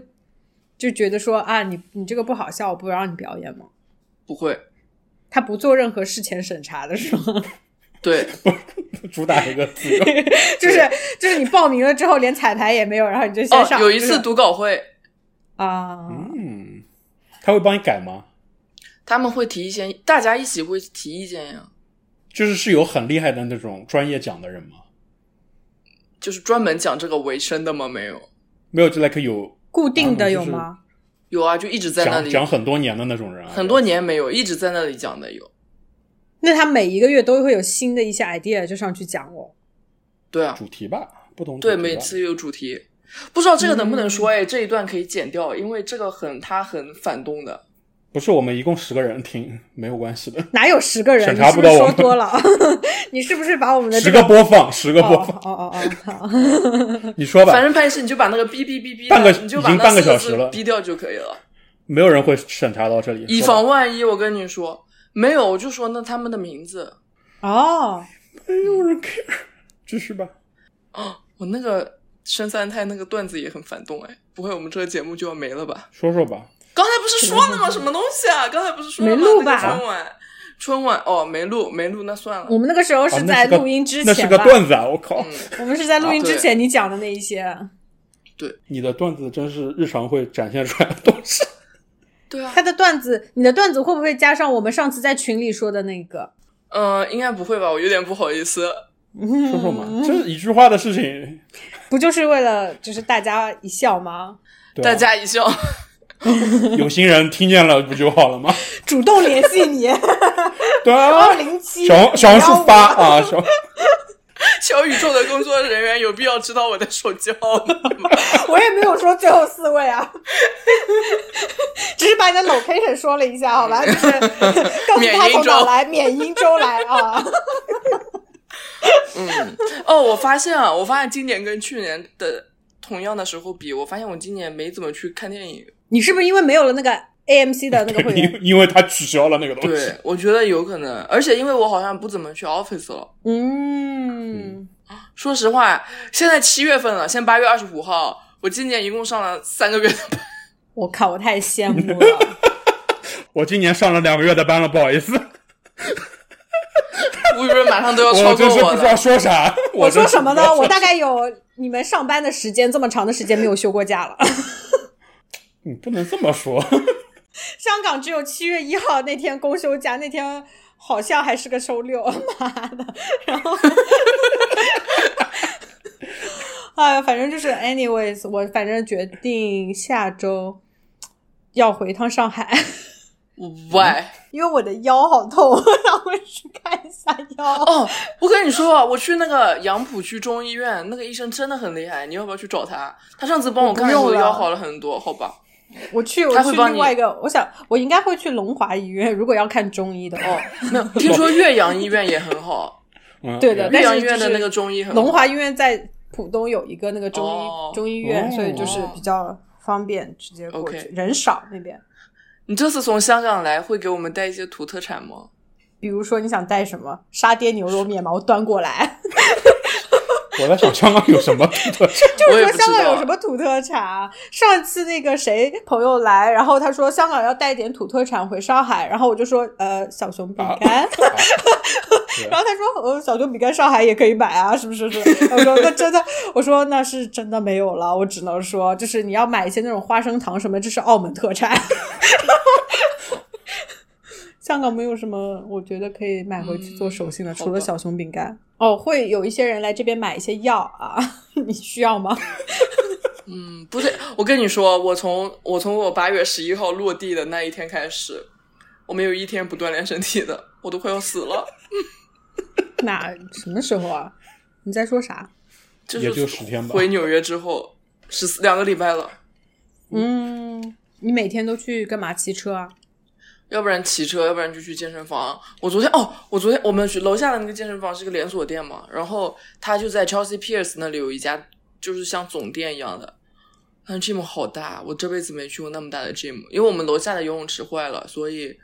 [SPEAKER 1] 就觉得说啊，你你这个不好笑，我不让你表演吗？
[SPEAKER 3] 不会。
[SPEAKER 1] 他不做任何事前审查的是吗？
[SPEAKER 3] 对，
[SPEAKER 2] 主打一个自 由，
[SPEAKER 1] 就是就是你报名了之后连彩排也没有，然后你就先
[SPEAKER 3] 哦
[SPEAKER 1] 上。，
[SPEAKER 3] 有一
[SPEAKER 1] 就
[SPEAKER 3] 次
[SPEAKER 1] 是
[SPEAKER 3] 读稿会，
[SPEAKER 1] 啊，
[SPEAKER 2] 嗯，他会帮你改吗？
[SPEAKER 3] 他们会提意见，大家一起会提意见呀，
[SPEAKER 2] 就是是有很厉害的那种专业奖的人吗？
[SPEAKER 3] 就是专门讲这个为生的吗？没有，
[SPEAKER 2] 没有，就 like 有
[SPEAKER 1] 固定的
[SPEAKER 2] 啊
[SPEAKER 1] 有
[SPEAKER 2] 就是
[SPEAKER 1] 吗？
[SPEAKER 3] 有啊，就一直在那
[SPEAKER 2] 讲
[SPEAKER 3] 里，
[SPEAKER 2] 讲很多年的那种人啊，
[SPEAKER 3] 很多年没有，一直在那里讲的有。
[SPEAKER 1] 那他每一个月都会有新的一些 idea 就上去讲哦。
[SPEAKER 3] 对啊，
[SPEAKER 2] 主题吧，不同
[SPEAKER 3] 对，
[SPEAKER 2] 主题吧
[SPEAKER 3] 每次有主题，不知道这个能不能说哎，这一段可以剪掉，因为这个很他很反动的。
[SPEAKER 2] 不是我们一共十个人听，没有关系的，
[SPEAKER 1] 哪有十个人？
[SPEAKER 2] 审
[SPEAKER 1] 你
[SPEAKER 2] 查
[SPEAKER 1] 是
[SPEAKER 2] 不
[SPEAKER 1] 不是
[SPEAKER 2] 到
[SPEAKER 1] 说
[SPEAKER 2] 我们
[SPEAKER 1] 多了？ 你是不是把我们的
[SPEAKER 2] 十
[SPEAKER 1] 这
[SPEAKER 2] 个播放，十个
[SPEAKER 1] 哦
[SPEAKER 2] 播放，
[SPEAKER 1] 哦哦哦，好，
[SPEAKER 2] 你说
[SPEAKER 3] 反
[SPEAKER 2] 吧，
[SPEAKER 3] 正潘石，你就把那个哔哔哔哔的，
[SPEAKER 2] 半个
[SPEAKER 3] 你就把
[SPEAKER 2] 已经
[SPEAKER 3] 那
[SPEAKER 2] 半
[SPEAKER 3] 四
[SPEAKER 2] 个小
[SPEAKER 3] 字
[SPEAKER 2] 时了
[SPEAKER 3] 逼掉就可以了。
[SPEAKER 2] 没有人会审查到这里，
[SPEAKER 3] 以
[SPEAKER 2] 说吧
[SPEAKER 3] 防万一，我跟你说，没有，我就说那他们的名字。
[SPEAKER 1] 哦，
[SPEAKER 2] 没有人 care，继续吧，
[SPEAKER 3] 哦， 我那个深三太那个段子也很反动哎，不会我们这个节目就要没了吧？
[SPEAKER 2] 说说吧，
[SPEAKER 3] 刚才不是说了 吗？什么东西啊？刚才不是说了吗？
[SPEAKER 1] 没录
[SPEAKER 3] 那
[SPEAKER 1] 吧
[SPEAKER 3] 个春晚，春晚哦，没录，没录，那算了
[SPEAKER 1] 我。们那个时候
[SPEAKER 2] 啊
[SPEAKER 1] 是
[SPEAKER 2] 那
[SPEAKER 1] 在
[SPEAKER 2] 是个
[SPEAKER 1] 录音之
[SPEAKER 2] 那是
[SPEAKER 1] 前
[SPEAKER 2] 个
[SPEAKER 1] 吧？
[SPEAKER 2] 段子啊，我靠，
[SPEAKER 3] 嗯，
[SPEAKER 1] 我们是在录音之
[SPEAKER 3] 对
[SPEAKER 1] 前你讲的那一些。啊
[SPEAKER 2] 你的段子真是日常会展现出来的东 西，
[SPEAKER 3] 对啊
[SPEAKER 1] 他，的段子，你的段子会不会加上我们上次在群里说的那个？
[SPEAKER 3] 嗯、应该不会吧？我有点不好意思。
[SPEAKER 2] 说说嘛，这是一句话的事情，
[SPEAKER 1] 不就是为了就是大家一笑吗？
[SPEAKER 2] 对吧
[SPEAKER 3] 大家一笑，
[SPEAKER 2] 有心人听见了不就好 了吗？
[SPEAKER 1] 主动联系你，
[SPEAKER 2] 对啊
[SPEAKER 1] 幺，零七
[SPEAKER 2] 小红小红书发啊， 小
[SPEAKER 3] 小宇宙的工作人员有必要知道我的手机号码 吗？
[SPEAKER 1] 我也没有说最后四位啊，只是把你的 location 说了一下，好吧？就是告诉他从哪来，缅因州来啊。
[SPEAKER 3] 哦，我发现啊，我发现今年跟去年的同样的时候比，我发现我今年没怎么去看电影，
[SPEAKER 1] 你是不是因为没有了那个 AMC 的那个会员？
[SPEAKER 2] 因因为他取消了那个东西。
[SPEAKER 3] 对，我觉得有可能，而且因为我好像不怎么去 office 了。
[SPEAKER 1] 嗯，
[SPEAKER 3] 说实话，现在七月份了，现在八月二十五号，我今年一共上了三个月的班。
[SPEAKER 1] 我靠，我太羡慕 了。
[SPEAKER 2] 我今年上了两个月的班了，不好意思，
[SPEAKER 3] 吴雨润马上都 要
[SPEAKER 2] 我
[SPEAKER 3] 超
[SPEAKER 2] 真
[SPEAKER 3] 过
[SPEAKER 2] 是不知道
[SPEAKER 3] 了。
[SPEAKER 2] 说啥。
[SPEAKER 1] 我
[SPEAKER 2] 真
[SPEAKER 1] 说
[SPEAKER 2] 是
[SPEAKER 1] 什么
[SPEAKER 2] 不知
[SPEAKER 1] 呢？
[SPEAKER 2] 道
[SPEAKER 1] 我大概有你们上班的时间这么长的时间没有休过 假了。
[SPEAKER 2] 你嗯不能这么说。
[SPEAKER 1] 香港只有七月一号那天公休假，那天好像还是个周六， 妈的！然后， 哎呀，反正就是，anyways，我反正决定下周要回一趟上海，
[SPEAKER 3] 喂，
[SPEAKER 1] 因为我的腰好痛，我想回去看一下腰。
[SPEAKER 3] 哦，我跟你说，我去那个杨浦区中医院，那个医生真的很厉害，你要不要去找他？他上次帮我看的时
[SPEAKER 1] 我
[SPEAKER 3] 候
[SPEAKER 1] 不用了
[SPEAKER 3] 腰好了很多，好 吧？
[SPEAKER 1] 我去，我
[SPEAKER 3] 他
[SPEAKER 1] 去
[SPEAKER 3] 会帮
[SPEAKER 1] 另
[SPEAKER 3] 你
[SPEAKER 1] 外一个，我想我应该会去龙华医院，如果要看中医的话。
[SPEAKER 3] 哦，没有，听说岳阳医院也很好，
[SPEAKER 2] 嗯
[SPEAKER 1] 对的
[SPEAKER 2] 也
[SPEAKER 3] 岳
[SPEAKER 1] 但是
[SPEAKER 3] 阳医院的
[SPEAKER 1] 就是
[SPEAKER 3] 那个中医很好。
[SPEAKER 1] 龙华医院在浦东有一个那个中医、
[SPEAKER 3] 嗯哦
[SPEAKER 1] 中医院，
[SPEAKER 2] 哦
[SPEAKER 1] 所以就是比较方便直接过去
[SPEAKER 3] OK
[SPEAKER 1] 人少那边。
[SPEAKER 3] 你这次从香港来，会给我们带一些土特产吗？
[SPEAKER 1] 比如说你想带什么沙爹牛肉面嘛，我端过来。
[SPEAKER 2] 我在想香港有什么 地方
[SPEAKER 1] 就
[SPEAKER 3] 我
[SPEAKER 1] 是
[SPEAKER 3] 也
[SPEAKER 1] 说
[SPEAKER 3] 不知
[SPEAKER 1] 香港有
[SPEAKER 3] 道
[SPEAKER 1] 什。么土特产啊？上次那个谁朋友来，然后他说香港要带一点土特产回上海，然后我就说呃小熊
[SPEAKER 3] 啊
[SPEAKER 1] 饼 干，然后他说呃小熊饼干上海也可以买啊，是不是？是不是，我说那真的，我说那是真的没有了，我只能说就是你要买一些那种花生糖什么，这是澳门特产。 香港没有什么，我觉得可以买回去做手信的，
[SPEAKER 3] 嗯
[SPEAKER 1] 除
[SPEAKER 3] 好
[SPEAKER 1] 了
[SPEAKER 3] 吧
[SPEAKER 1] 小熊饼干。哦，会有一些人来这边买一些药啊， 你需要吗？
[SPEAKER 3] 嗯，不对，我跟你说，我从我从我八月十一号落地的那一天开始，我没有一天不锻炼身体的，我都快要死了。
[SPEAKER 1] 哪什么时候啊？你在说啥？
[SPEAKER 3] 就
[SPEAKER 2] 也就是十天吧。
[SPEAKER 3] 回纽约之后，十四两个礼拜了，
[SPEAKER 1] 嗯，你每天都去干嘛？骑车啊？
[SPEAKER 3] 要不然骑车，要不然就去健身房。我昨天哦，我昨天我们去楼下的那个健身房是个连锁店嘛，然后他就在 Chelsea Piers 那里有一家，就是像总店一样的。那 gym 好大，我这辈子没去过那么大的 gym，因为我们楼下的游泳池坏了，所以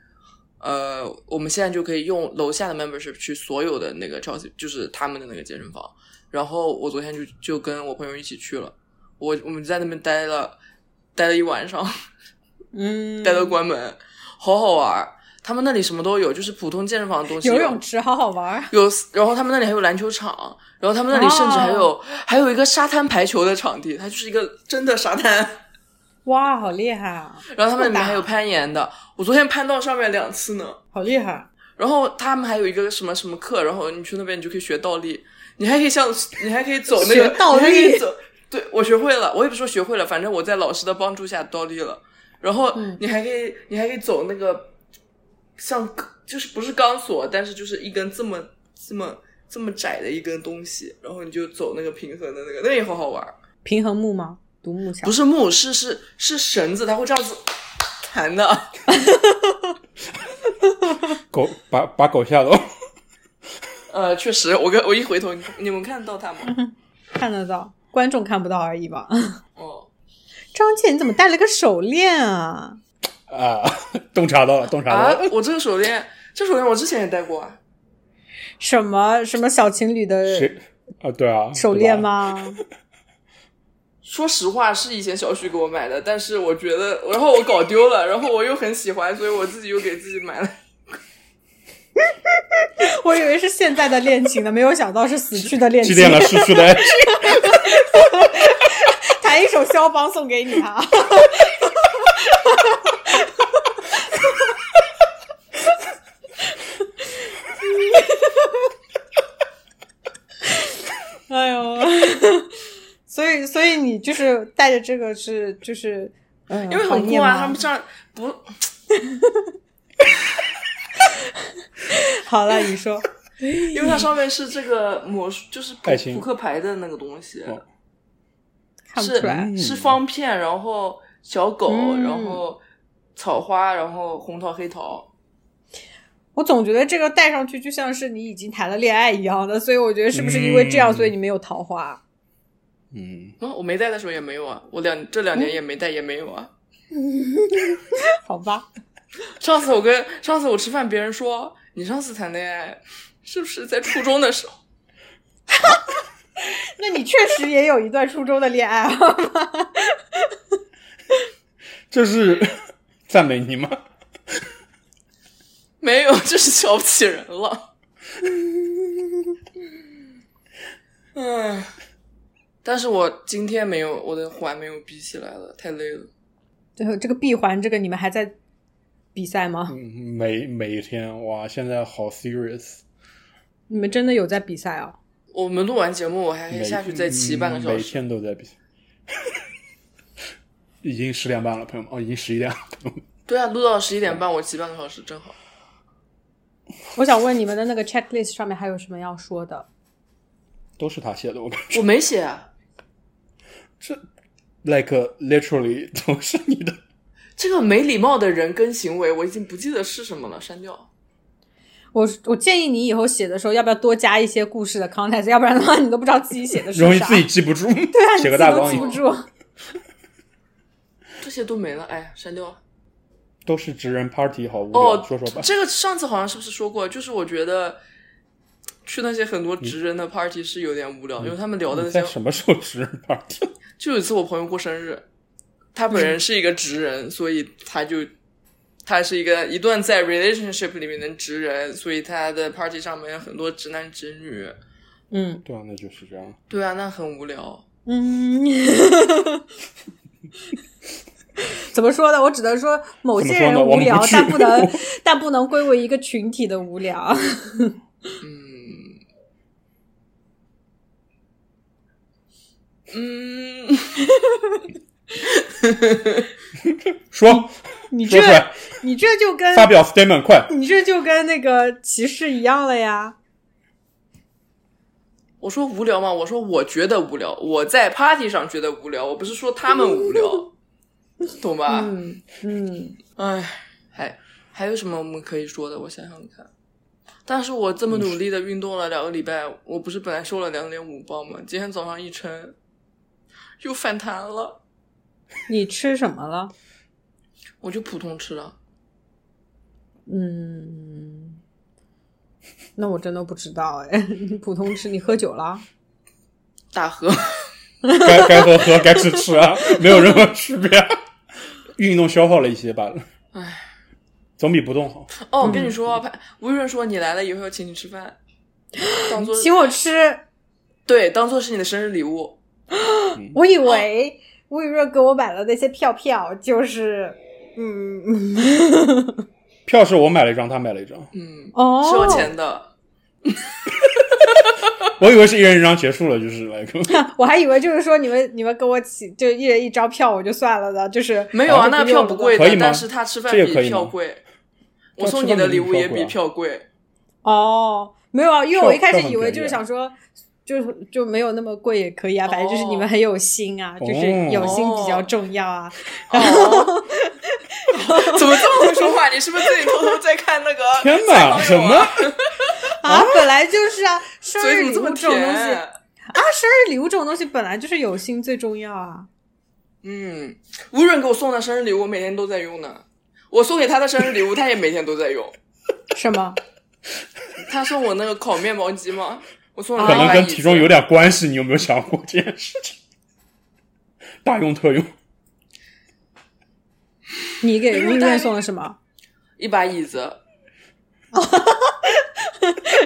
[SPEAKER 3] 呃，我们现在就可以用楼下的 membership 去所有的那个 Chelsea，就是他们的那个健身房。然后我昨天就就跟我朋友一起去了，我我们在那边待了待了一晚上。
[SPEAKER 1] 嗯，
[SPEAKER 3] 带到关门，好好玩儿。他们那里什么都有，就是普通健身房的东西有
[SPEAKER 1] 游泳池好好玩儿。
[SPEAKER 3] 有，然后他们那里还有篮球场，然后他们那里甚至还有、
[SPEAKER 1] 哦
[SPEAKER 3] 还有一个沙滩排球的场地，它就是一个真的沙滩。
[SPEAKER 1] 哇，好厉害啊！
[SPEAKER 3] 然后他
[SPEAKER 1] 这
[SPEAKER 3] 们里
[SPEAKER 1] 么大
[SPEAKER 3] 面还有攀岩的，我昨天攀到上面两次呢。
[SPEAKER 1] 好厉害！啊
[SPEAKER 3] 然后他们还有一个什么什么课，然后你去那边你就可以学倒立，你还可以像你还可以走那个
[SPEAKER 1] 学倒立
[SPEAKER 3] 你还可以走。对，我学会了，我也不说学会了，反正我在老师的帮助下倒立了。然后
[SPEAKER 1] 嗯
[SPEAKER 3] 你还可以、你还可以走那个像就是不是钢索，但是就是一根这么这么这么窄的一根东西，然后你就走那个平衡的那个，那也好好玩儿。
[SPEAKER 1] 平衡木吗？独木桥
[SPEAKER 3] 不是木，是是是绳子，它会这样子弹的。
[SPEAKER 2] 狗把把狗吓到。
[SPEAKER 3] 呃，确实，我跟我一回头，你你们看得到它 吗？
[SPEAKER 1] 看得到，观众看不到而已吧。
[SPEAKER 3] 哦。
[SPEAKER 1] 张倩，你怎么戴了个手链啊？
[SPEAKER 2] 啊，洞察到了，洞察到
[SPEAKER 3] 啊
[SPEAKER 2] 了。，
[SPEAKER 3] 我这个手链，这手链我之前也戴过啊。
[SPEAKER 1] 什么什么小情侣的
[SPEAKER 2] 谁啊？对啊，
[SPEAKER 1] 手链吗？
[SPEAKER 3] 说实话，是以前小许给我买的，但是我觉得，然后我搞丢了，然后我又很喜欢，所以我自己又给自己买 了。
[SPEAKER 1] 啊我以为是现在的恋情呢，没有想到是死去的恋
[SPEAKER 2] 对吧？
[SPEAKER 1] 情。
[SPEAKER 2] 祭奠了逝去 的爱情。
[SPEAKER 1] 弹一首肖邦送给你啊！哎呦，所以所以你就是带着这个是就是，嗯，
[SPEAKER 3] 因为很酷
[SPEAKER 1] 过
[SPEAKER 3] 啊，他们这样不，
[SPEAKER 1] 好了，你 说，
[SPEAKER 3] 因为它上面是这个 魔术，就是扑
[SPEAKER 2] 爱情
[SPEAKER 3] 扑克牌的那个东西，
[SPEAKER 2] 哦
[SPEAKER 1] 看不
[SPEAKER 3] 是
[SPEAKER 1] 出来，
[SPEAKER 2] 嗯
[SPEAKER 3] 是方片，然后小狗，
[SPEAKER 1] 嗯
[SPEAKER 3] 然后草花，然后红桃黑桃。
[SPEAKER 1] 我总觉得这个戴上去就像是你已经谈了恋爱一样的，所以我觉得是不是因为这样，
[SPEAKER 2] 嗯
[SPEAKER 1] 所以你没有桃花？
[SPEAKER 2] 嗯，
[SPEAKER 3] 哦嗯，我没戴的时候也没有啊，我两这两年也没戴，也没有啊。
[SPEAKER 1] 好吧，
[SPEAKER 3] 上次我跟上次我吃饭，别人说你上次谈恋爱是不是在初中的时候？
[SPEAKER 1] 那你确实也有一段初中的恋爱啊。
[SPEAKER 2] 这是 赞美你吗？
[SPEAKER 3] 没有，这是瞧不起人 了。唉，但是我今天没有我的环没有比起来了，太累了。
[SPEAKER 1] 最后这个闭环，这个你们还在比赛吗？
[SPEAKER 2] 嗯，每每一天，哇，现在好 serious，
[SPEAKER 1] 你们真的有在比赛哦？
[SPEAKER 3] 我们录完节目，我还可以
[SPEAKER 2] 每
[SPEAKER 3] 哎下去再骑半个小
[SPEAKER 2] 每
[SPEAKER 3] 时。
[SPEAKER 2] 天都在比。 已经十点半了，朋友们，哦，已经十一点了，朋友们。
[SPEAKER 3] 对啊，录到十一点半，我骑半个小时正好。
[SPEAKER 1] 我想问你们的那个 checklist 上面还有什么要说的？
[SPEAKER 2] 都是他写的，我感觉
[SPEAKER 3] 我没写啊，
[SPEAKER 2] 这 like literally 都是你的。
[SPEAKER 3] 这个没礼貌的人跟行为，我已经不记得是什么了，删掉。
[SPEAKER 1] 我我建议你以后写的时候，要不要多加一些故事的 context，要不然的话你都不知道自己写的是啥，
[SPEAKER 2] 容易自己记不住，
[SPEAKER 1] 对啊，
[SPEAKER 2] 写个大
[SPEAKER 1] 你
[SPEAKER 2] 纲
[SPEAKER 1] 自己
[SPEAKER 2] 以
[SPEAKER 1] 都
[SPEAKER 2] 后
[SPEAKER 1] 记不住。
[SPEAKER 3] 这些都没了，哎呀，删掉了。
[SPEAKER 2] 都是职人 party，好无聊。
[SPEAKER 3] 哦，
[SPEAKER 2] 说说吧，
[SPEAKER 3] 这个上次好像是不是说过？就是我觉得去那些很多职人的 party 是有点无聊，因为他们聊的
[SPEAKER 2] 你
[SPEAKER 3] 那
[SPEAKER 2] 在
[SPEAKER 3] 些，
[SPEAKER 2] 什么时候职人 party？
[SPEAKER 3] 就有一次我朋友过生日，他本人是一个职人，所以他就他是一个一段在 relationship 里面的职人，所以他的 party 上面有很多直男直女。
[SPEAKER 1] 嗯
[SPEAKER 2] 对啊，那就是这样。
[SPEAKER 3] 对啊，那很无聊。
[SPEAKER 1] 嗯， 怎么说呢？我只能说某些人无聊，
[SPEAKER 2] 怎
[SPEAKER 1] 但
[SPEAKER 2] 么
[SPEAKER 1] 不
[SPEAKER 2] 说呢
[SPEAKER 1] 能
[SPEAKER 2] 我 们不
[SPEAKER 1] 但不能归为一个群体的无聊。
[SPEAKER 3] 嗯嗯，
[SPEAKER 2] 说
[SPEAKER 1] 你
[SPEAKER 2] 说
[SPEAKER 1] 这
[SPEAKER 2] 出来，
[SPEAKER 1] 你这就跟
[SPEAKER 2] 发表 statement，快！
[SPEAKER 1] 你这就跟那个歧视一样了呀。
[SPEAKER 3] 我说无聊吗？我说我觉得无聊，我在 party 上觉得无聊，我不是说他们 无聊，懂吧？
[SPEAKER 1] 嗯嗯，
[SPEAKER 3] 唉，还还有什么我们可以说的？我想想看。但是我这么努力的运动了两个礼拜，我不是本来瘦了两点五磅吗？今天早上一称，又反弹了。
[SPEAKER 1] 你吃什么了？
[SPEAKER 3] 我就普通吃了，
[SPEAKER 1] 嗯，那我真的不知道哎。 你普通吃，你喝酒了？
[SPEAKER 3] 大喝。
[SPEAKER 2] 该该喝喝，该吃吃啊，没有任何区别。运动消耗了一些吧，
[SPEAKER 3] 唉，
[SPEAKER 2] 总比不动好。
[SPEAKER 3] 哦，我跟你说，潘吴润说你来了以后要请你吃饭，当做
[SPEAKER 1] 请我吃
[SPEAKER 3] 对，当做是你的生日礼物。
[SPEAKER 1] 我以
[SPEAKER 3] 哦
[SPEAKER 1] 为吴雨润给我买的那些票票就是，嗯，嗯
[SPEAKER 2] 票是我买了一张，他买了一张，
[SPEAKER 3] 嗯，
[SPEAKER 1] 哦，
[SPEAKER 3] 是要钱的。
[SPEAKER 2] 我以为是一人一张结束了，就是 like
[SPEAKER 1] 我还以为就是说你们你们跟我起就一人一张票我就算了的，就是
[SPEAKER 3] 没有啊，
[SPEAKER 1] 就
[SPEAKER 3] 那
[SPEAKER 1] 不用
[SPEAKER 3] 票不
[SPEAKER 1] 了
[SPEAKER 3] 贵
[SPEAKER 2] 可以
[SPEAKER 3] 的，
[SPEAKER 2] 吗
[SPEAKER 3] 但是他吃饭
[SPEAKER 2] 这也
[SPEAKER 3] 比
[SPEAKER 2] 可以
[SPEAKER 3] 票
[SPEAKER 2] 吗
[SPEAKER 3] 贵。我送你的礼物也比票贵。啊
[SPEAKER 1] 哦，没有啊，因为我一开
[SPEAKER 2] 票
[SPEAKER 1] 始
[SPEAKER 2] 票
[SPEAKER 1] 以为
[SPEAKER 2] 很便宜
[SPEAKER 1] 就是
[SPEAKER 2] 啊
[SPEAKER 1] 想说。就是就没有那么贵也可以啊，反正就是你们很有心啊，就是
[SPEAKER 2] 哦
[SPEAKER 1] 有心比较重要啊。
[SPEAKER 3] 哦， 怎么这么会说话？你是不是自己偷偷在看那个？
[SPEAKER 2] 天哪，什么？
[SPEAKER 1] 啊，本来就是 啊，生日
[SPEAKER 3] 嘴
[SPEAKER 1] 礼
[SPEAKER 3] 怎
[SPEAKER 1] 物
[SPEAKER 3] 么
[SPEAKER 1] 这
[SPEAKER 3] 这
[SPEAKER 1] 种
[SPEAKER 3] 么
[SPEAKER 1] 东西
[SPEAKER 3] 甜
[SPEAKER 1] 啊？，生日礼物这种东西本来就是有心最重要啊。
[SPEAKER 3] 嗯，吴润给我送的生日礼物，我每天都在用呢。我送给他的生日礼物，他也每天都在用。
[SPEAKER 1] 什么？
[SPEAKER 3] 他送我那个烤面包机嘛，我送了
[SPEAKER 2] 可
[SPEAKER 3] 两
[SPEAKER 2] 能
[SPEAKER 3] 把
[SPEAKER 2] 跟
[SPEAKER 3] 椅
[SPEAKER 2] 体重有
[SPEAKER 3] 子。
[SPEAKER 2] 点关系，你有没有想过这件事情？大用特用，
[SPEAKER 1] 你给
[SPEAKER 3] 因
[SPEAKER 1] 吴
[SPEAKER 3] 为
[SPEAKER 1] 雨
[SPEAKER 3] 大
[SPEAKER 1] 润
[SPEAKER 3] 家
[SPEAKER 1] 送了什么？
[SPEAKER 3] 一把椅子，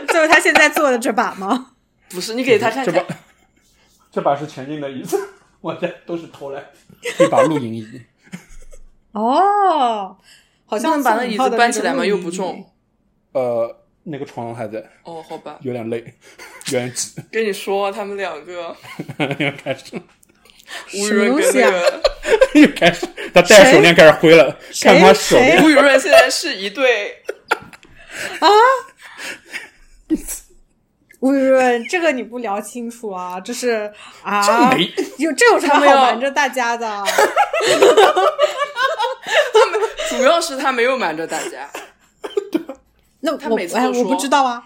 [SPEAKER 1] 就是他现在坐的这把吗？
[SPEAKER 3] 不是你给他看
[SPEAKER 2] 这
[SPEAKER 3] 看
[SPEAKER 2] 把，这把是前进的椅子，我家都是偷来一把露营椅。
[SPEAKER 1] 哦，好
[SPEAKER 3] 不
[SPEAKER 1] 像
[SPEAKER 3] 能把那椅子搬起来
[SPEAKER 1] 嘛，
[SPEAKER 3] 吗？又不重。。
[SPEAKER 2] 呃，那个床还在，
[SPEAKER 3] 哦，好吧，
[SPEAKER 2] 有点累， 有点 挤，
[SPEAKER 3] 跟你说，他们两个，
[SPEAKER 2] 又开始 了，
[SPEAKER 3] 吴
[SPEAKER 1] 什么
[SPEAKER 3] 润
[SPEAKER 1] 东
[SPEAKER 3] 跟
[SPEAKER 1] 西
[SPEAKER 3] 那
[SPEAKER 1] 啊
[SPEAKER 3] 个
[SPEAKER 2] 又开始，他戴着手链开始挥了，
[SPEAKER 1] 谁
[SPEAKER 2] 看他手
[SPEAKER 1] 谁
[SPEAKER 2] 链，
[SPEAKER 3] 吴雨润现在是一对，
[SPEAKER 1] 吴雨润，这个你不聊清楚啊，这 是啊，
[SPEAKER 2] 没
[SPEAKER 1] 有这有什么好瞒着大家 的？啊
[SPEAKER 3] 主要是他没有瞒着大家，
[SPEAKER 1] 那
[SPEAKER 3] 他
[SPEAKER 1] 我
[SPEAKER 3] 每次
[SPEAKER 1] 哎，
[SPEAKER 3] 都说
[SPEAKER 1] 我不知道啊。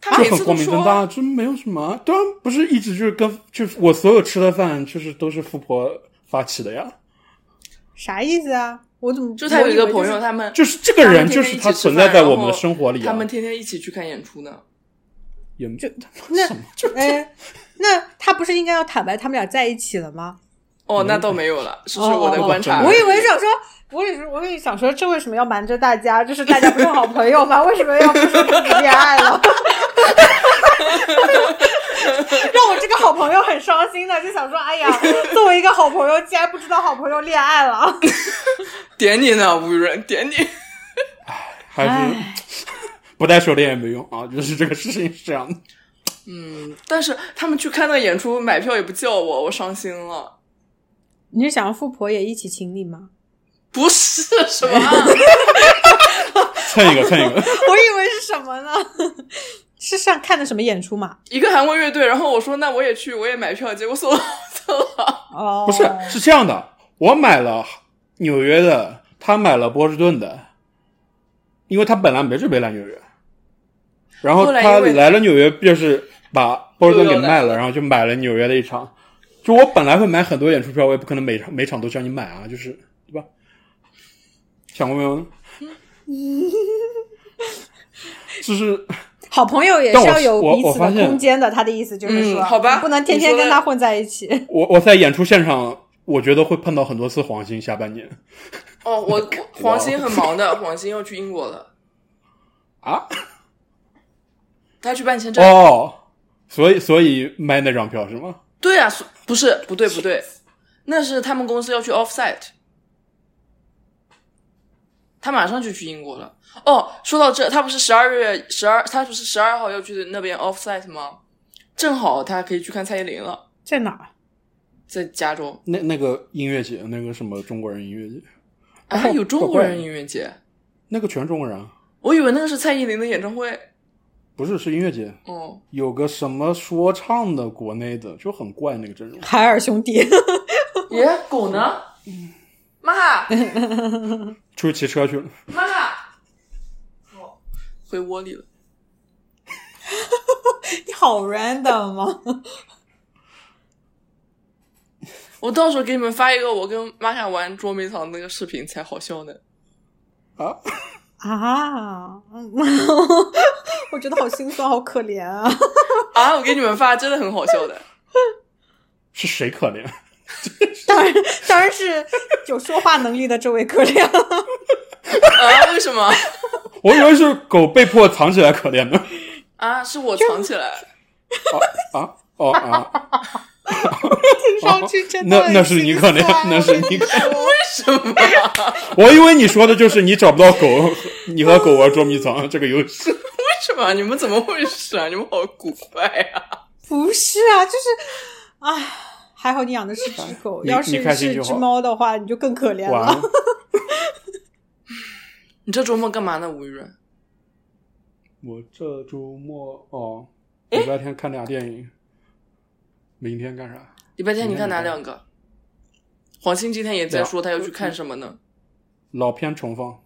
[SPEAKER 3] 他
[SPEAKER 2] 这
[SPEAKER 3] 每次
[SPEAKER 2] 很
[SPEAKER 3] 都
[SPEAKER 2] 光明正
[SPEAKER 3] 说
[SPEAKER 2] 大，这没有什么。啊当然不是一直就是跟就是我所有吃的饭就是都是富婆发起的呀，
[SPEAKER 1] 啥意思啊？我怎么
[SPEAKER 3] 就他有一个
[SPEAKER 1] 我以为
[SPEAKER 3] 朋
[SPEAKER 1] 是
[SPEAKER 3] 友，他们
[SPEAKER 2] 就是这个人，
[SPEAKER 3] 他们天
[SPEAKER 2] 就
[SPEAKER 3] 天
[SPEAKER 2] 是他
[SPEAKER 3] 一起吃
[SPEAKER 2] 存
[SPEAKER 3] 饭
[SPEAKER 2] 在在我们
[SPEAKER 3] 然
[SPEAKER 2] 的
[SPEAKER 3] 后
[SPEAKER 2] 生活里、啊。
[SPEAKER 3] 他们天天一起去看演出呢。
[SPEAKER 2] 也
[SPEAKER 1] 就
[SPEAKER 2] 那
[SPEAKER 1] 那
[SPEAKER 2] 什么就
[SPEAKER 1] 哎，那他不是应该要坦白他们俩在一起了吗？
[SPEAKER 3] 哦，那倒没有了，这是
[SPEAKER 1] 哦
[SPEAKER 3] 我的
[SPEAKER 1] 哦
[SPEAKER 3] 观察。
[SPEAKER 2] 嗯哦
[SPEAKER 1] 我以为想说，我也是，我也想说，这为什么要瞒着大家？就是大家不是好朋友吗？为什么要不说自己恋爱了？ 让我这个好朋友很伤心的，就想说，哎呀，作为一个好朋友，竟然不知道好朋友恋爱了。
[SPEAKER 3] 点你呢，吴雨润，点你。
[SPEAKER 2] 还
[SPEAKER 1] 哎
[SPEAKER 2] 是不戴手链也没用啊，就是这个事情是这样的。
[SPEAKER 3] 嗯，但是他们去看那演出，买票也不叫我，我伤心了。
[SPEAKER 1] 你是想让富婆也一起请你吗？
[SPEAKER 3] 不是 什么？啊
[SPEAKER 2] 蹭一个，蹭一个，
[SPEAKER 1] 我以为是什么呢？ 是上看的什么演出嘛？
[SPEAKER 3] 一个韩国乐队，然后我说那我也去，我也买票，结果送了送了。
[SPEAKER 1] 哦，
[SPEAKER 2] 不是是这样的，我买了纽约的，他买了波士顿的，因为他本来没准备来纽约，然后
[SPEAKER 3] 后来
[SPEAKER 2] 他
[SPEAKER 3] 因为
[SPEAKER 2] 来了纽约，就是把波士顿给
[SPEAKER 3] 又要来
[SPEAKER 2] 卖了，然后就买了纽约的一场。就我本来会买很多演出票，我也不可能每场每场都叫你买啊，就是对吧？想过没有呢？ 就是
[SPEAKER 1] 好朋友也
[SPEAKER 2] 但
[SPEAKER 1] 是
[SPEAKER 2] 我
[SPEAKER 1] 要有
[SPEAKER 2] 我
[SPEAKER 1] 彼
[SPEAKER 2] 我
[SPEAKER 1] 此
[SPEAKER 2] 发
[SPEAKER 1] 的
[SPEAKER 2] 现
[SPEAKER 1] 空间的。他的意思就是说，
[SPEAKER 3] 嗯好吧
[SPEAKER 1] 不能天
[SPEAKER 3] 你
[SPEAKER 1] 天
[SPEAKER 3] 说
[SPEAKER 1] 跟
[SPEAKER 3] 的
[SPEAKER 1] 他混在一起。
[SPEAKER 2] 我我在演出现场，我觉得会碰到很多次黄鑫下半年
[SPEAKER 3] 哦， 我我黄鑫很忙的，黄鑫要去英国了，
[SPEAKER 2] 啊。
[SPEAKER 3] 他去办签证。
[SPEAKER 2] 哦，所以所以卖那张票是吗？
[SPEAKER 3] 对啊，所不是不对不对，那是他们公司要去 offsite，他马上就去英国了。哦，说到这，他不是十二月十二，他不是十二号要去那边 offsite 吗？正好他可以去看蔡依林了，
[SPEAKER 1] 在哪儿？
[SPEAKER 3] 在加州。
[SPEAKER 2] 那那个音乐节，那个什么中国人音乐节，
[SPEAKER 3] 啊，有中国人音乐节，
[SPEAKER 2] 那个全中国人啊，
[SPEAKER 3] 我以为那个是蔡依林的演唱会。
[SPEAKER 2] 不是是音乐节，
[SPEAKER 3] 哦，
[SPEAKER 2] 有个什么说唱的国内的，就很怪那个阵容。
[SPEAKER 1] 海尔兄弟。
[SPEAKER 3] 耶，狗呢？妈
[SPEAKER 2] 出去骑车去了，
[SPEAKER 3] 妈，哦，回窝里了。
[SPEAKER 1] 你 好 random 啊吗？
[SPEAKER 3] 我到时候给你们发一个我跟玛卡玩捉迷藏那个视频才好笑呢。
[SPEAKER 2] 啊，
[SPEAKER 1] 啊， 嗯我觉得好心酸，好可怜啊！
[SPEAKER 3] 啊，我给你们发，真的很好笑的。
[SPEAKER 2] 是谁可怜？
[SPEAKER 1] 当然，当然是有说话能力的这位可怜。
[SPEAKER 3] 啊，为什么？
[SPEAKER 2] 我以为是狗被迫藏起来可怜 呢。
[SPEAKER 3] 啊，是我藏起来。
[SPEAKER 2] 啊啊哦啊，
[SPEAKER 1] 听 上去真的
[SPEAKER 2] 哦那那是你可怜
[SPEAKER 1] 很心，酸
[SPEAKER 2] 那是你可怜。
[SPEAKER 3] 什么？
[SPEAKER 2] 我以为你说的就是你找不到狗，你和狗玩捉迷藏这个游戏。
[SPEAKER 3] 为什么？你们怎么回事啊？你们好古怪啊！
[SPEAKER 1] 不是啊，就是啊，还好你养的是只狗，
[SPEAKER 2] 你
[SPEAKER 1] 要
[SPEAKER 2] 你
[SPEAKER 1] 是
[SPEAKER 2] 开心
[SPEAKER 1] 是
[SPEAKER 2] 就
[SPEAKER 1] 只
[SPEAKER 2] 好
[SPEAKER 1] 猫的话，你就更可怜
[SPEAKER 2] 完
[SPEAKER 1] 了
[SPEAKER 2] 了。，
[SPEAKER 3] 你这周末干嘛呢，吴雨润？
[SPEAKER 2] 我这周末哦，礼拜天看俩电影，明天干啥？
[SPEAKER 3] 礼拜天你看哪
[SPEAKER 2] 明天
[SPEAKER 3] 两个？嗯啊黄鑫今天也在
[SPEAKER 2] 两
[SPEAKER 3] 说他要去看什么呢？
[SPEAKER 2] 老片重放。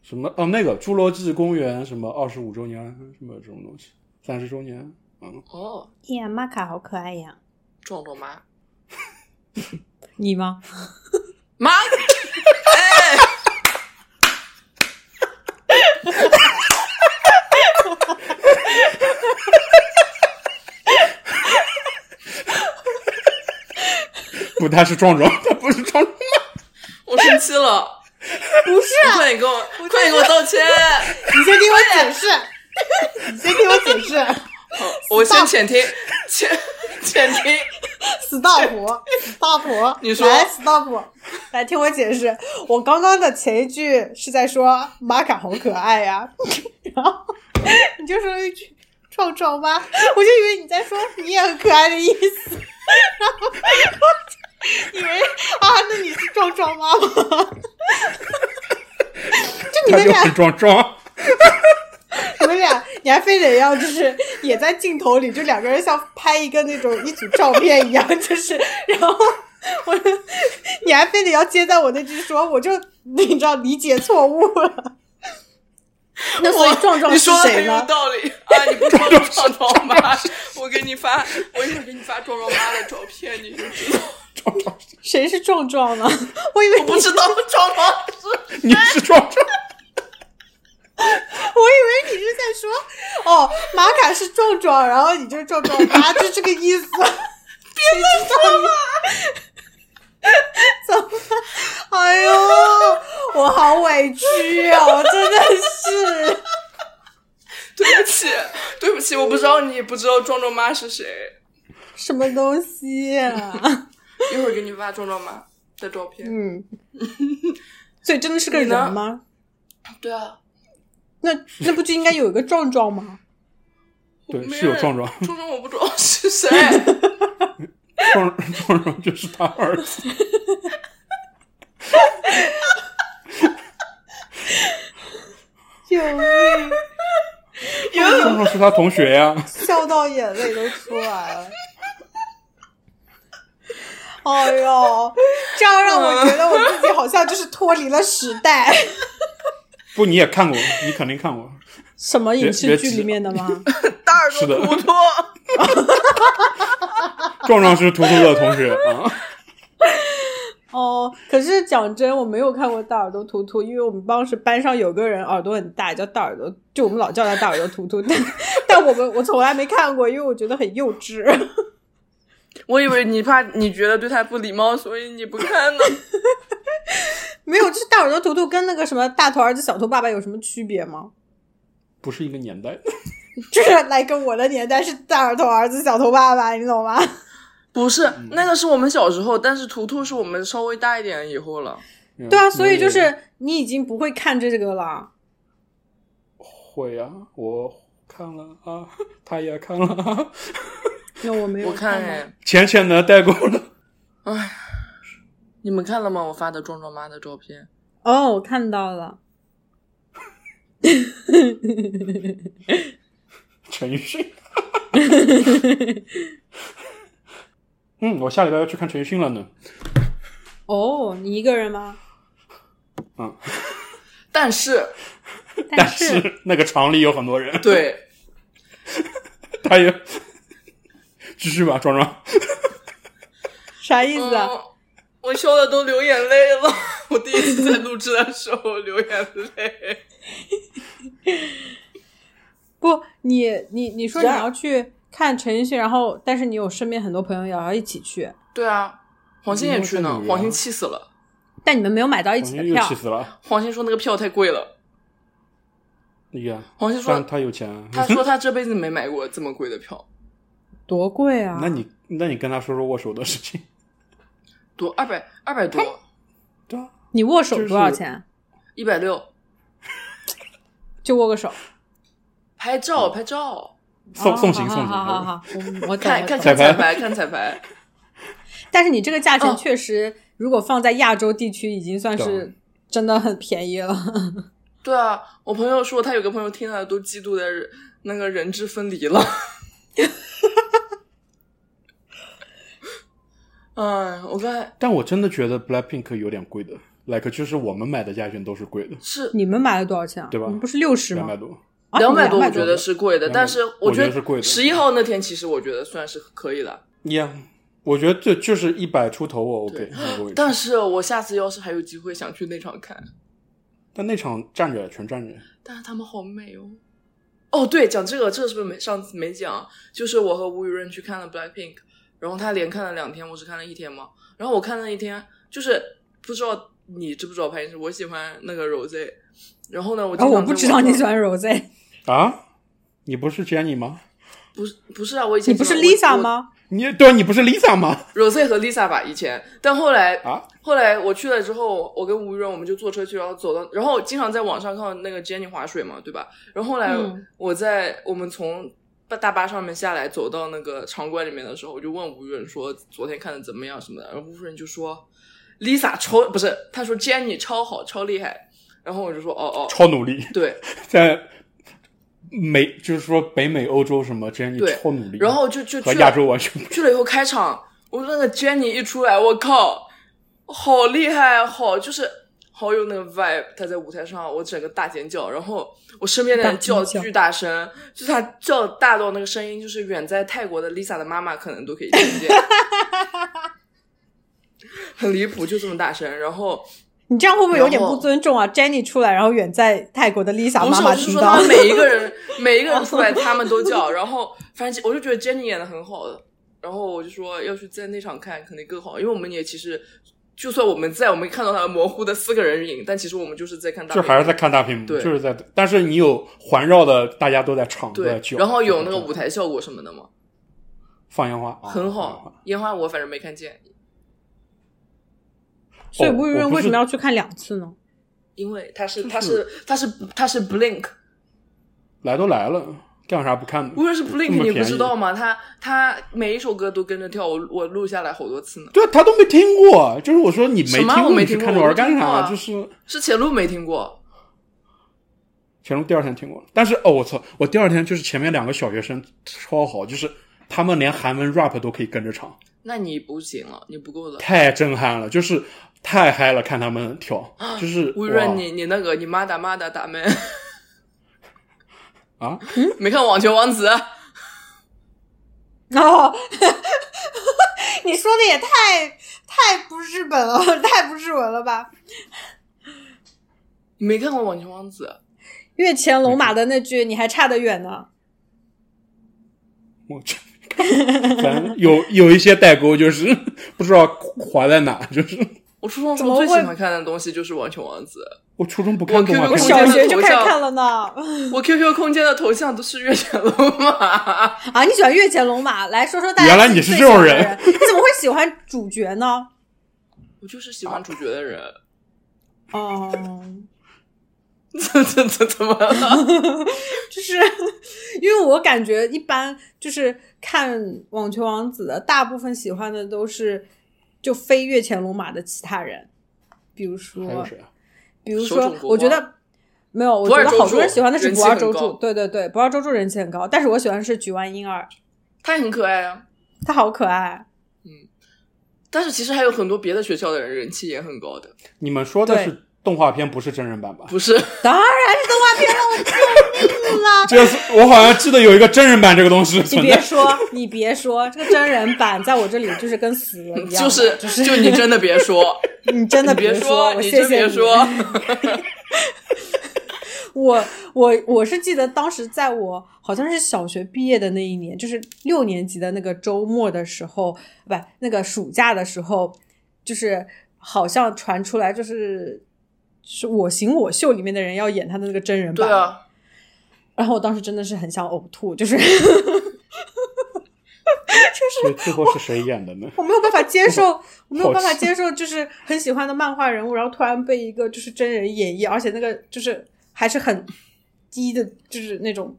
[SPEAKER 2] 什么？哦，那个《侏罗纪公园》什么二十五周年，什么什么东西，三十周年，嗯，
[SPEAKER 3] 哦，
[SPEAKER 1] 呀，玛啊卡好可爱呀！
[SPEAKER 3] 壮壮妈
[SPEAKER 1] 你吗？
[SPEAKER 3] 妈，
[SPEAKER 2] 不，他是壮壮，他不是壮壮，
[SPEAKER 3] 我生气了！
[SPEAKER 1] 不是
[SPEAKER 3] 你快点啊给我，快点给我道歉！
[SPEAKER 1] 你先听我解释， 你先听我解释。
[SPEAKER 3] 我先潜听，潜潜听。
[SPEAKER 1] stop，stop，
[SPEAKER 3] 你说
[SPEAKER 1] 来 stop，来听我解释。我刚刚的前一句是在说玛卡好可爱呀、 然后你就说了一句壮壮妈，我就以为你在说你也很可爱的意思，然后我就以为啊，那你是壮壮妈吗？ 就你
[SPEAKER 2] 他
[SPEAKER 1] 们
[SPEAKER 2] 就
[SPEAKER 1] 俩
[SPEAKER 2] 很壮壮。
[SPEAKER 1] 你们俩，你还非得要就是也在镜头里，就两个人像拍一个那种一组照片一样，就是然后我，你还非得要接在我那句说，我就你知道理解错误了。 那所以壮壮
[SPEAKER 3] 你
[SPEAKER 1] 是
[SPEAKER 3] 说的
[SPEAKER 1] 谁
[SPEAKER 3] 很有
[SPEAKER 1] 呢？
[SPEAKER 3] 道理啊！你不 说就壮壮妈，我给你发，我一会儿给你发壮壮妈的照片，你就知道。
[SPEAKER 2] 壮壮是
[SPEAKER 1] 谁是壮壮呢？ 我以为
[SPEAKER 3] 我不知道壮壮是
[SPEAKER 2] 你是壮壮，
[SPEAKER 1] 我以为你是在说，哦，玛卡是壮壮，然后你就是壮壮妈，就这个意思。别再说了， 怎么？哎呦，我好委屈啊！我真的是，
[SPEAKER 3] 对不起，对不起，我不知道你不知道壮壮妈是谁，
[SPEAKER 1] 什么东西、啊？
[SPEAKER 3] 一会儿给你发壮壮妈的照片。
[SPEAKER 1] 嗯，所以真的是个
[SPEAKER 3] 你呢
[SPEAKER 1] 人吗？
[SPEAKER 3] 对啊，
[SPEAKER 1] 那那不就应该有一个壮壮吗？
[SPEAKER 2] 对
[SPEAKER 3] 没
[SPEAKER 2] 是有
[SPEAKER 3] 人
[SPEAKER 2] 壮壮
[SPEAKER 3] 壮壮我不知道 是谁，
[SPEAKER 2] 壮壮壮就是他儿子。
[SPEAKER 1] 救命！
[SPEAKER 2] 壮壮是他同学呀、
[SPEAKER 1] 笑到眼泪都出来了。哎呦，这样让我觉得我自己好像就是脱离了时代。
[SPEAKER 2] 不，你也看过，你肯定看过。
[SPEAKER 1] 什么影视
[SPEAKER 2] 别
[SPEAKER 1] 剧
[SPEAKER 2] 别急
[SPEAKER 1] 里面的吗？
[SPEAKER 3] 大耳
[SPEAKER 2] 是的
[SPEAKER 3] 朵图图，
[SPEAKER 2] 壮壮是图图的同学啊，
[SPEAKER 1] 哦，可是讲真，我没有看过大耳朵图图，因为我们当时班上有个人耳朵很大，叫大耳朵，就我们老叫他大耳朵图图， 但但我们我从来没看过，因为我觉得很幼稚。
[SPEAKER 3] 我以为你怕你觉得对他不礼貌，所以你不看呢。
[SPEAKER 1] 没有，这大耳朵图图跟那个什么大头儿子小头爸爸有什么区别吗？
[SPEAKER 2] 不是一个年代。
[SPEAKER 1] 就是来跟我的年代是大耳朵儿子小头爸爸，你懂吗？
[SPEAKER 3] 嗯不是，
[SPEAKER 2] 嗯
[SPEAKER 3] 那个是我们小时候，但是图图是我们稍微大一点以后了。
[SPEAKER 2] 嗯
[SPEAKER 1] 对啊，所以就
[SPEAKER 2] 我也
[SPEAKER 1] 是你已经不会看这个了。
[SPEAKER 2] 会啊，我看了啊，他也看了、啊，
[SPEAKER 1] 那我没有
[SPEAKER 3] 我看
[SPEAKER 1] 过
[SPEAKER 3] 哎，
[SPEAKER 2] 浅浅的带过了。
[SPEAKER 3] 你们看了吗？我发的壮壮妈的照片，
[SPEAKER 1] 哦，我看到了，
[SPEAKER 2] 陈奕迅。 嗯，我下礼拜要去看陈奕迅了呢。
[SPEAKER 1] 哦，你一个人 吗？
[SPEAKER 3] 但是
[SPEAKER 1] 但
[SPEAKER 2] 是那个厂里有很多人，
[SPEAKER 3] 对，
[SPEAKER 2] 他也继续吧，壮 壮。
[SPEAKER 1] 啥 意思啊？
[SPEAKER 3] 嗯我笑的都流眼泪了。 我第一次在录制的时候流眼泪。
[SPEAKER 1] 不，你你你说你
[SPEAKER 3] 这样
[SPEAKER 1] 要去看陈奕迅，然后但是你有身边很多朋友也要一起去，
[SPEAKER 3] 对啊，黄鑫也去
[SPEAKER 2] 你
[SPEAKER 3] 呢
[SPEAKER 2] 们看，
[SPEAKER 3] 黄
[SPEAKER 2] 女啊
[SPEAKER 3] 鑫
[SPEAKER 2] 儿
[SPEAKER 3] 气死了。
[SPEAKER 1] 但你们没有买到一
[SPEAKER 2] 黄
[SPEAKER 1] 起的
[SPEAKER 2] 哦鑫又
[SPEAKER 1] 票
[SPEAKER 2] 气。死了，
[SPEAKER 3] 黄鑫说那个票太贵了。
[SPEAKER 2] 哎呀，
[SPEAKER 3] 黄鑫说
[SPEAKER 2] 但他有钱啊。
[SPEAKER 3] 他说他这辈子没买过这么贵的票，
[SPEAKER 1] 多贵啊！
[SPEAKER 2] 那你那你跟他说说握手的事情。
[SPEAKER 3] 多二百二百多，
[SPEAKER 2] 对啊，
[SPEAKER 1] 你握手
[SPEAKER 2] 就是
[SPEAKER 1] 多少钱？
[SPEAKER 3] 一百六。
[SPEAKER 1] 就握个手，
[SPEAKER 3] 拍照拍照，
[SPEAKER 2] 送
[SPEAKER 1] 哦
[SPEAKER 2] 送行
[SPEAKER 1] 好
[SPEAKER 2] 送行。
[SPEAKER 1] 好好好好，我我懂
[SPEAKER 3] 看
[SPEAKER 1] 我
[SPEAKER 3] 看
[SPEAKER 1] 懂
[SPEAKER 3] 看
[SPEAKER 2] 嗯彩
[SPEAKER 3] 彩
[SPEAKER 2] 排
[SPEAKER 3] 排，看彩排。
[SPEAKER 1] 但是你这个价钱
[SPEAKER 3] 哦
[SPEAKER 1] 确实，如果放在亚洲地区，已经算
[SPEAKER 2] 对啊
[SPEAKER 1] 是真的很便宜了。
[SPEAKER 3] 对啊，我朋友说他有个朋友听了都嫉妒的人那个人质分离了。哎，我刚才
[SPEAKER 2] 但我真的觉得 Blackpink 有点贵的，like 就是我们买的价钱都是贵的，
[SPEAKER 3] 是
[SPEAKER 1] 你们买了多少钱啊？
[SPEAKER 2] 对吧
[SPEAKER 1] 你们不是六十
[SPEAKER 2] 两
[SPEAKER 1] 吗
[SPEAKER 2] 百？多。
[SPEAKER 1] 啊
[SPEAKER 3] 两百
[SPEAKER 1] 你
[SPEAKER 3] 多，
[SPEAKER 1] 们
[SPEAKER 3] 我
[SPEAKER 1] 200
[SPEAKER 3] 觉得是贵的，
[SPEAKER 2] 200
[SPEAKER 3] 但是
[SPEAKER 2] 我觉
[SPEAKER 3] 觉
[SPEAKER 2] 得是贵的
[SPEAKER 3] 十一号那天其实我觉得算是可以的，
[SPEAKER 2] 一样，我觉得这就是一百出头我 OK，
[SPEAKER 3] 对
[SPEAKER 2] 那我也
[SPEAKER 3] 但是我下次要是还有机会想去那场看，
[SPEAKER 2] 但那场站着全站着，
[SPEAKER 3] 但是他们好美哦。哦，对，讲这个，这个是不是没上次没讲？就是我和吴雨润去看了 Blackpink，然后他连看了两天，我只看了一天嘛。然后我看了一天，就是不知道你知不知道潘医生，我喜欢那个 Rose。然后呢，我
[SPEAKER 1] 啊，
[SPEAKER 3] 经常
[SPEAKER 1] 我
[SPEAKER 3] 在
[SPEAKER 1] 不
[SPEAKER 3] 网
[SPEAKER 1] 知道你
[SPEAKER 3] 上
[SPEAKER 1] 喜欢 Rose，
[SPEAKER 2] 啊？你不是 Jenny 吗？
[SPEAKER 3] 不是不是啊，我以前
[SPEAKER 1] 你不是
[SPEAKER 3] 经常
[SPEAKER 1] Lisa？
[SPEAKER 3] 我
[SPEAKER 1] 吗？
[SPEAKER 2] 你对啊，你不是 Lisa 吗？
[SPEAKER 3] 我 Rose 和 Lisa 吧，以前，但后来
[SPEAKER 2] 啊，
[SPEAKER 3] 后来我去了之后，我跟吴雨润我们就坐车去，然后走到，然后经常在网上看到那个 Jenny 划水嘛，对吧？然后后来
[SPEAKER 1] 嗯
[SPEAKER 3] 我在、我们从大巴上面下来，走到那个场馆里面的时候，我就问吴雨润说昨天看的怎么样什么的，然后吴雨润就说 Lisa 超不是，他说 Jenny 超好，超厉害。然后我就说哦哦，
[SPEAKER 2] 超努力，
[SPEAKER 3] 对，
[SPEAKER 2] 在美就是说北美、欧洲什么 Jenny
[SPEAKER 3] 对
[SPEAKER 2] 超努力，
[SPEAKER 3] 然后就就去
[SPEAKER 2] 和
[SPEAKER 3] 了
[SPEAKER 2] 亚洲完全不
[SPEAKER 3] 去了以后开场，我那个 Jenny 一出来，我靠，好厉害，啊好就是好有那个 vibe。她在舞台上，我整个大尖叫，然后我身边的人叫
[SPEAKER 1] 大尖叫
[SPEAKER 3] 巨大声，就是她叫大到 那个声音，就是远在泰国的 Lisa 的妈妈可能都可以听见。很离谱，就这么大声。然后
[SPEAKER 1] 你这样会不会有点
[SPEAKER 3] 然
[SPEAKER 1] 不
[SPEAKER 3] 后
[SPEAKER 1] 尊重啊？Jenny 出来，然后远在泰国的 Lisa
[SPEAKER 3] 不
[SPEAKER 1] 妈
[SPEAKER 3] 是，
[SPEAKER 1] 妈
[SPEAKER 3] 我是
[SPEAKER 1] 听
[SPEAKER 3] 说
[SPEAKER 1] 到
[SPEAKER 3] 他，们每一个人每一个人出来，他们都叫。然后反正我就觉得 Jenny 演的很好的，然后我就说要去在那场看肯定更好，因为我们也其实就算我们在我们看到他模糊的四个人影，但其实我们就是在看大
[SPEAKER 2] 就
[SPEAKER 3] 屏幕，
[SPEAKER 2] 还是在看大屏幕，
[SPEAKER 3] 对
[SPEAKER 2] 就是在，但是你有环绕的，大家都在唱，都在
[SPEAKER 3] 对，
[SPEAKER 2] 叫，
[SPEAKER 3] 然后有那个
[SPEAKER 2] 对
[SPEAKER 3] 舞台效果什么的嘛，
[SPEAKER 2] 放烟花，啊
[SPEAKER 3] 很
[SPEAKER 2] 放烟花
[SPEAKER 3] 好。烟花我反正没看见，
[SPEAKER 1] 所以吴雨
[SPEAKER 2] 哦我
[SPEAKER 1] 润
[SPEAKER 2] 不
[SPEAKER 1] 为什
[SPEAKER 2] 是
[SPEAKER 1] 么要去看两次呢？
[SPEAKER 3] 因为他是他是他是他是 Blink，
[SPEAKER 2] 来都来了，干啥不看呢？
[SPEAKER 3] 无论是
[SPEAKER 2] 这么
[SPEAKER 3] Blink
[SPEAKER 2] 便宜
[SPEAKER 3] 你不知道吗？他他每一首歌都跟着跳，我我录下来好多次呢。
[SPEAKER 2] 对啊，他都没听过，就是我说你没
[SPEAKER 3] 什么啊我
[SPEAKER 2] 过，
[SPEAKER 3] 没
[SPEAKER 2] 你去
[SPEAKER 3] 听过
[SPEAKER 2] 看这
[SPEAKER 3] 我
[SPEAKER 2] 玩意儿
[SPEAKER 3] 没
[SPEAKER 2] 干
[SPEAKER 3] 听
[SPEAKER 2] 啥？
[SPEAKER 3] 过啊
[SPEAKER 2] 就是
[SPEAKER 3] 是前路没听过，
[SPEAKER 2] 乾隆第二天听过了，但是哦，我操，我第二天就是前面两个小学生超好，就是他们连韩文 rap 都可以跟着唱，
[SPEAKER 3] 那你不行了，你不够了。
[SPEAKER 2] 太震撼了，就是太嗨了，看他们跳，就是
[SPEAKER 3] 吴雨
[SPEAKER 2] 哇
[SPEAKER 3] 润，你你那个你妈打妈打打妹，
[SPEAKER 2] 啊，
[SPEAKER 3] 没看《网球王子》？
[SPEAKER 1] 哦，你说的也太太不日本了，太不日文了吧？
[SPEAKER 3] 你没看过《网球王子》？
[SPEAKER 1] 月前龙马的那句“你还差得远呢
[SPEAKER 2] 我这。反正有有一些代沟，就是不知道划在哪，就是
[SPEAKER 3] 我初中时
[SPEAKER 1] 怎么
[SPEAKER 3] 候
[SPEAKER 1] 会
[SPEAKER 3] 最喜欢看的东西就是《网球王子
[SPEAKER 2] 我初中不看动画
[SPEAKER 3] 我
[SPEAKER 1] 我
[SPEAKER 2] 片，
[SPEAKER 3] QQ
[SPEAKER 1] 小
[SPEAKER 3] 小
[SPEAKER 1] 学
[SPEAKER 3] 学
[SPEAKER 1] 就
[SPEAKER 3] 就
[SPEAKER 1] 开
[SPEAKER 3] 开
[SPEAKER 1] 始
[SPEAKER 3] 始
[SPEAKER 1] 看
[SPEAKER 3] 看
[SPEAKER 1] 了呢。”，
[SPEAKER 3] 我 QQ 空间的头像都是月前龙马。
[SPEAKER 1] 啊，你喜欢月前龙马？来说说大家。
[SPEAKER 2] 原来你是这种人
[SPEAKER 1] 人，你怎么会喜欢主角呢？
[SPEAKER 3] 我就是喜欢主角的人，
[SPEAKER 1] 哦、
[SPEAKER 3] 这这这怎么了？
[SPEAKER 1] 就是 因为我感觉一般，就是看《网球王子》的，大部分喜欢的都是就非月前龙马的其他人，比如说
[SPEAKER 2] 还有谁啊？
[SPEAKER 1] 比如
[SPEAKER 3] 手冢
[SPEAKER 1] 说
[SPEAKER 3] 国，光
[SPEAKER 1] 我觉得没有，我
[SPEAKER 3] 不
[SPEAKER 1] 觉
[SPEAKER 3] 二
[SPEAKER 1] 得
[SPEAKER 3] 周
[SPEAKER 1] 好多人
[SPEAKER 3] 助
[SPEAKER 1] 喜欢的是
[SPEAKER 3] 人
[SPEAKER 1] 不
[SPEAKER 3] 气
[SPEAKER 1] 二
[SPEAKER 3] 很
[SPEAKER 1] 周
[SPEAKER 3] 高
[SPEAKER 1] 助，对对对，不二周助人气很高，但是我喜欢的是举万婴 儿，
[SPEAKER 3] 他也很可爱啊，
[SPEAKER 1] 他好可爱。
[SPEAKER 3] 但是其实还有很多别的学校的人人气也很高的，
[SPEAKER 2] 你们说的
[SPEAKER 1] 对
[SPEAKER 2] 是动画片，不是真人版吧？
[SPEAKER 3] 不是？
[SPEAKER 1] 当然是动画片了，我救命了！
[SPEAKER 2] 这是我好像记得有一个真人版这个东西
[SPEAKER 1] 你
[SPEAKER 2] 存
[SPEAKER 1] 别
[SPEAKER 2] 在，
[SPEAKER 1] 说，你别说，这个真人版在我这里就是跟死了一样的，
[SPEAKER 3] 就是
[SPEAKER 1] 就
[SPEAKER 3] 就你真的别 说，
[SPEAKER 1] 你真的
[SPEAKER 3] 你别
[SPEAKER 1] 说，我
[SPEAKER 3] 你
[SPEAKER 1] 谢
[SPEAKER 3] 真
[SPEAKER 1] 谢
[SPEAKER 3] 别
[SPEAKER 1] 你
[SPEAKER 3] 说。
[SPEAKER 1] 我我我是记得当时在我好像是小学毕业的那一年，就是六年级的那个周末的时候，不，那个暑假的时候，就是好像传出来就是。是我行我秀里面的人要演他的那个真人版，
[SPEAKER 3] 对啊，
[SPEAKER 1] 然后我当时真的是很想呕吐， 就是
[SPEAKER 2] 所以最后是谁演的呢？
[SPEAKER 1] 我没有办法接受，我没有
[SPEAKER 2] 好
[SPEAKER 1] 办法
[SPEAKER 2] 气
[SPEAKER 1] 接受，就是很喜欢的漫画人物，然后突然被一个就是真人演绎，而且那个就是还是很低的，就是那种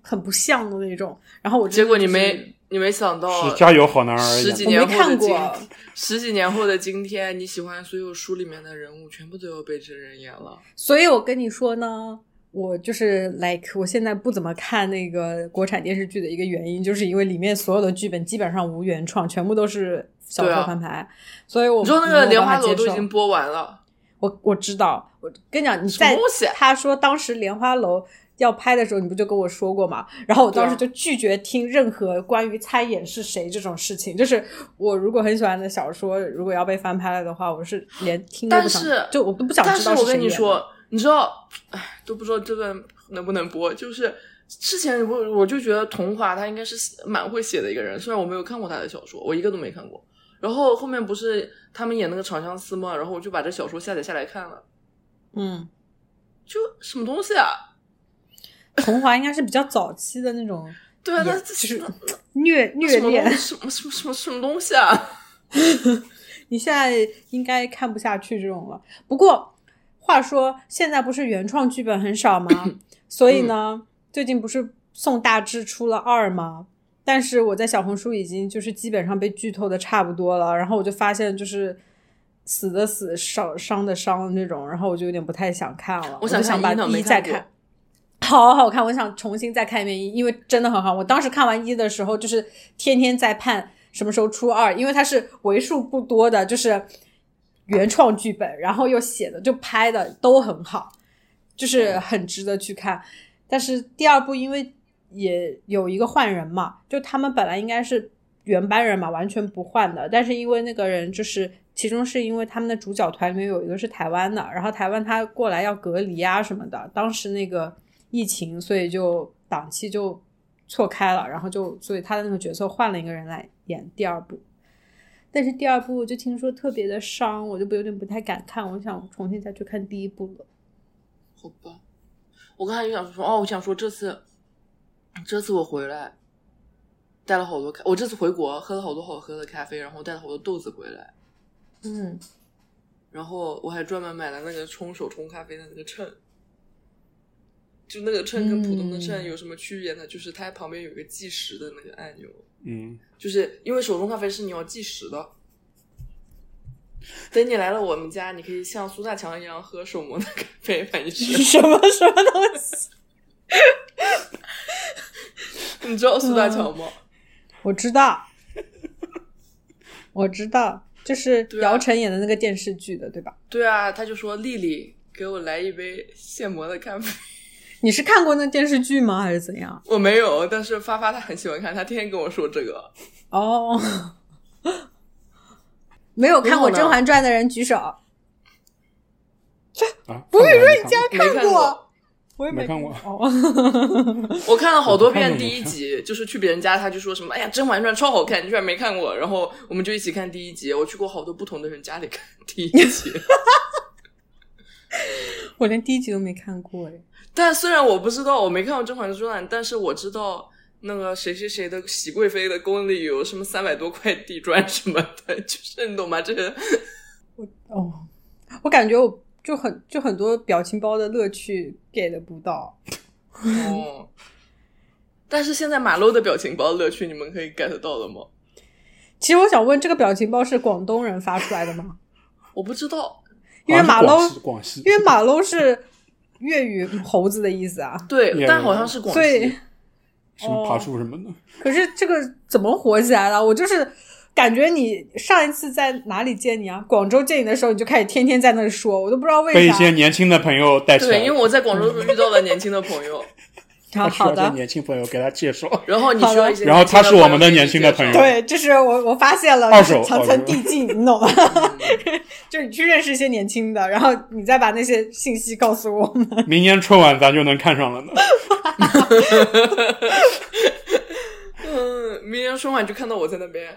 [SPEAKER 1] 很不像的那种。然后我真
[SPEAKER 3] 结
[SPEAKER 1] 的
[SPEAKER 3] 果你
[SPEAKER 1] 就是
[SPEAKER 3] 没你没想到啊
[SPEAKER 2] 是，加油好男儿
[SPEAKER 3] 哦十
[SPEAKER 2] 演
[SPEAKER 3] 几
[SPEAKER 2] 的，
[SPEAKER 1] 我
[SPEAKER 3] 年
[SPEAKER 1] 没
[SPEAKER 3] 后的
[SPEAKER 1] 看
[SPEAKER 3] 今
[SPEAKER 1] 过，
[SPEAKER 3] 十几年后的今天，你喜欢的所有书里面的人物全部都要被真人演了。
[SPEAKER 1] 所以我跟你说呢。我就是 like，我现在不怎么看那个国产电视剧的一个原因，就是因为里面所有的剧本基本上无原创，全部都是小
[SPEAKER 3] 对
[SPEAKER 1] 说
[SPEAKER 3] 啊
[SPEAKER 1] 翻拍，所以我
[SPEAKER 3] 你说那
[SPEAKER 1] 没有
[SPEAKER 3] 个《莲
[SPEAKER 1] 办法
[SPEAKER 3] 花楼
[SPEAKER 1] 接》
[SPEAKER 3] 都已
[SPEAKER 1] 受
[SPEAKER 3] 经播完了，
[SPEAKER 1] 我我知道，我跟你讲，你
[SPEAKER 3] 什么
[SPEAKER 1] 在
[SPEAKER 3] 东西
[SPEAKER 1] 他说当时莲花楼要拍的时候，你不就跟我说过嘛？然后我当时就
[SPEAKER 3] 对啊
[SPEAKER 1] 拒绝听任何关于猜演是谁这种事情。就是我如果很喜欢的小说，如果要被翻拍了的话，我是连听都不想，
[SPEAKER 3] 但是
[SPEAKER 1] 就我都不想
[SPEAKER 3] 但
[SPEAKER 1] 知道
[SPEAKER 3] 我
[SPEAKER 1] 谁
[SPEAKER 3] 跟你
[SPEAKER 1] 演的。
[SPEAKER 3] 说，你知道，哎，都不知道这段能不能播。就是之前我我就觉得桐华他应该是蛮会写的一个人，虽然我没有看过他的小说，我一个都没看过。然后后面不是他们演那个《长相思》嘛，然后我就把这小说下载下来看了，
[SPEAKER 1] 嗯，
[SPEAKER 3] 就什么东西啊？
[SPEAKER 1] 桐华应该是比较早期的那种
[SPEAKER 3] 对啊，
[SPEAKER 1] 也
[SPEAKER 3] 那
[SPEAKER 1] 就
[SPEAKER 3] 这
[SPEAKER 1] 是
[SPEAKER 3] 那
[SPEAKER 1] 虐
[SPEAKER 3] 那
[SPEAKER 1] 虐
[SPEAKER 3] 什么东
[SPEAKER 1] 恋，
[SPEAKER 3] 什么什么什么什么东西啊？
[SPEAKER 1] 你现在应该看不下去这种了。不过话说，现在不是原创剧本很少吗？所以呢，最近不是宋大志出了二吗？但是我在小红书已经就是基本上被剧透的差不多了，然后我就发现就是死的死，伤伤的伤的那种，然后我就有点不太想看了。我
[SPEAKER 3] 我想
[SPEAKER 1] 就想
[SPEAKER 3] 看
[SPEAKER 1] 把
[SPEAKER 3] 一呢
[SPEAKER 1] 一
[SPEAKER 3] 没
[SPEAKER 1] 再
[SPEAKER 3] 看过
[SPEAKER 1] 看。好好看，我想重新再看一遍一，因为真的很好。我当时看完一的时候，就是天天在盼什么时候出二，因为它是为数不多的，就是原创剧本，然后又写的就拍的都很好，就是很值得去看。但是第二部因为也有一个换人嘛，就他们本来应该是原班人马，完全不换的。但是因为那个人就是，其中是因为他们的主角团里面有一个是台湾的，然后台湾他过来要隔离啊什么的，当时那个疫情，所以就档期就错开了，然后就所以他的那个角色换了一个人来演第二部。但是第二部我就听说特别的伤，我就不有点不太敢看，我想重新再去看第一部了。
[SPEAKER 3] 好吧，我刚才就想说，哦，我想说这次，这次我回来带了好多咖，我这次回国喝了好多好喝的咖啡，然后带了好多豆子回来，
[SPEAKER 1] 嗯，
[SPEAKER 3] 然后我还专门买了那个冲手冲咖啡的那个秤，就那个秤跟普通的秤
[SPEAKER 1] 嗯
[SPEAKER 3] 有什么区别呢？就是它旁边有一个计时的那个按钮，
[SPEAKER 2] 嗯，
[SPEAKER 3] 就是因为手冲咖啡是你要计时的。等你来了我们家，你可以像苏大强一样喝手磨的咖啡，反正 是
[SPEAKER 1] 什么什么东西？
[SPEAKER 3] 你知道苏大强吗？
[SPEAKER 1] 我知道，我知道，就是
[SPEAKER 3] 对啊
[SPEAKER 1] 姚晨演的那个电视剧的，对吧？
[SPEAKER 3] 对啊，他就说丽丽给我来一杯现磨的咖啡。
[SPEAKER 1] 你是看过那电视剧吗？还是怎样？
[SPEAKER 3] 我没有，但是发发他很喜欢看，他天天跟我说这个。
[SPEAKER 1] 哦， 没有看过《甄嬛传》的人举手。
[SPEAKER 2] 啊，不是瑞江
[SPEAKER 3] 没看过，
[SPEAKER 1] 我也
[SPEAKER 2] 没看过
[SPEAKER 1] 哦，
[SPEAKER 3] 我看了好多
[SPEAKER 2] 我
[SPEAKER 3] 遍
[SPEAKER 2] 看过
[SPEAKER 3] 第一集，就是去别人家，他就说什么“哎呀，《甄嬛传》超好看，你居然没看过”，然后我们就一起看第一集。我去过好多不同的人家里看第一集，
[SPEAKER 1] 我连第一集都没看过哎。
[SPEAKER 3] 但虽然我不知道我没看过《甄嬛传》，但是我知道那个谁谁谁的熹贵妃的宫里有什么三百多块地砖什么的，就是你懂吗？这些
[SPEAKER 1] 哦，我感觉我就很就很多表情包的乐趣 get 不到。
[SPEAKER 3] 哦，但是现在马骝的表情包乐趣，你们可以 get 到了吗？
[SPEAKER 1] 其实我想问，这个表情包是广东人发出来的吗？
[SPEAKER 3] 我不知道。
[SPEAKER 1] 因为马
[SPEAKER 2] 啊好像是
[SPEAKER 1] 骝，
[SPEAKER 2] 广西，广西
[SPEAKER 1] 因为马鸥是粤语猴子的意思啊，
[SPEAKER 3] 对，
[SPEAKER 2] Yeah.
[SPEAKER 3] 但好像是广
[SPEAKER 1] 所以
[SPEAKER 3] 西。
[SPEAKER 2] 什么爬树什么的，
[SPEAKER 3] 哦
[SPEAKER 1] 可是这个怎么火起来的？我就是感觉你上一次在哪里见你啊？广州见你的时候，你就开始天天在那里说，我都不知道
[SPEAKER 2] 被
[SPEAKER 1] 为
[SPEAKER 2] 一
[SPEAKER 1] 啥。
[SPEAKER 2] 些年轻的朋友带起来
[SPEAKER 3] 对，，因为我在广州的时候遇到了年轻的朋 友，
[SPEAKER 1] 好
[SPEAKER 2] 他需要
[SPEAKER 1] 好
[SPEAKER 2] 一些
[SPEAKER 1] 的，
[SPEAKER 2] 年轻朋友给他介绍，
[SPEAKER 3] 然后你
[SPEAKER 1] 好
[SPEAKER 3] 需要
[SPEAKER 1] 的
[SPEAKER 3] 一些，
[SPEAKER 2] 然后他是我们的年轻的朋友
[SPEAKER 1] 对，这是我我发现了
[SPEAKER 2] 二手
[SPEAKER 1] 层层递进，你懂吗？ 就是你去认识一些年轻的，然后你再把那些信息告诉我们。
[SPEAKER 2] 明年春晚咱就能看上了呢。
[SPEAKER 3] 嗯，明年春晚就看到我在那边，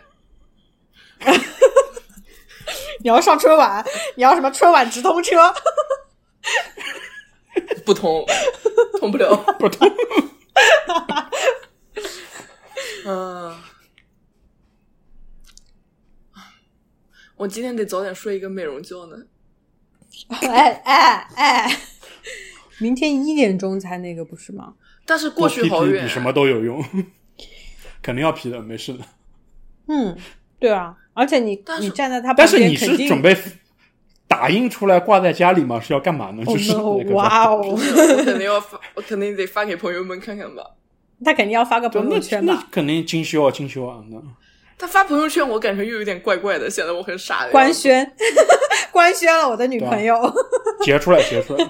[SPEAKER 1] 你要上春晚，你要什么春晚直通车？
[SPEAKER 3] 不 通，通不了，
[SPEAKER 2] 不通。
[SPEAKER 3] 嗯。我今天得早点睡一个美容觉呢。
[SPEAKER 1] 哎哎哎，明天一点钟才那个不是吗？
[SPEAKER 3] 但是过去好
[SPEAKER 2] PPT
[SPEAKER 3] 远啊
[SPEAKER 2] 比，什么都有用，肯定要 P 的，没事的。
[SPEAKER 1] 嗯，对啊，而且你
[SPEAKER 3] 但是
[SPEAKER 1] 你站在他旁
[SPEAKER 2] 但是
[SPEAKER 1] 边，
[SPEAKER 2] 你
[SPEAKER 1] 肯定
[SPEAKER 2] 是准备打印出来挂在家里吗？是要干嘛呢？
[SPEAKER 1] 哦
[SPEAKER 2] 就是那个
[SPEAKER 1] no！哇哦，
[SPEAKER 3] 我肯定要发，我肯定得发给朋友们看看吧。
[SPEAKER 1] 他肯定要发个
[SPEAKER 2] 对
[SPEAKER 1] 朋
[SPEAKER 2] 那
[SPEAKER 1] 友圈
[SPEAKER 2] 那
[SPEAKER 1] 吧？
[SPEAKER 2] 肯定精修啊，精修啊，那
[SPEAKER 3] 他发朋友圈，我感觉又有点怪怪的，显得我很傻的样子。
[SPEAKER 1] 官宣， 官宣了我的女朋友。
[SPEAKER 2] 啊截出来，截出来。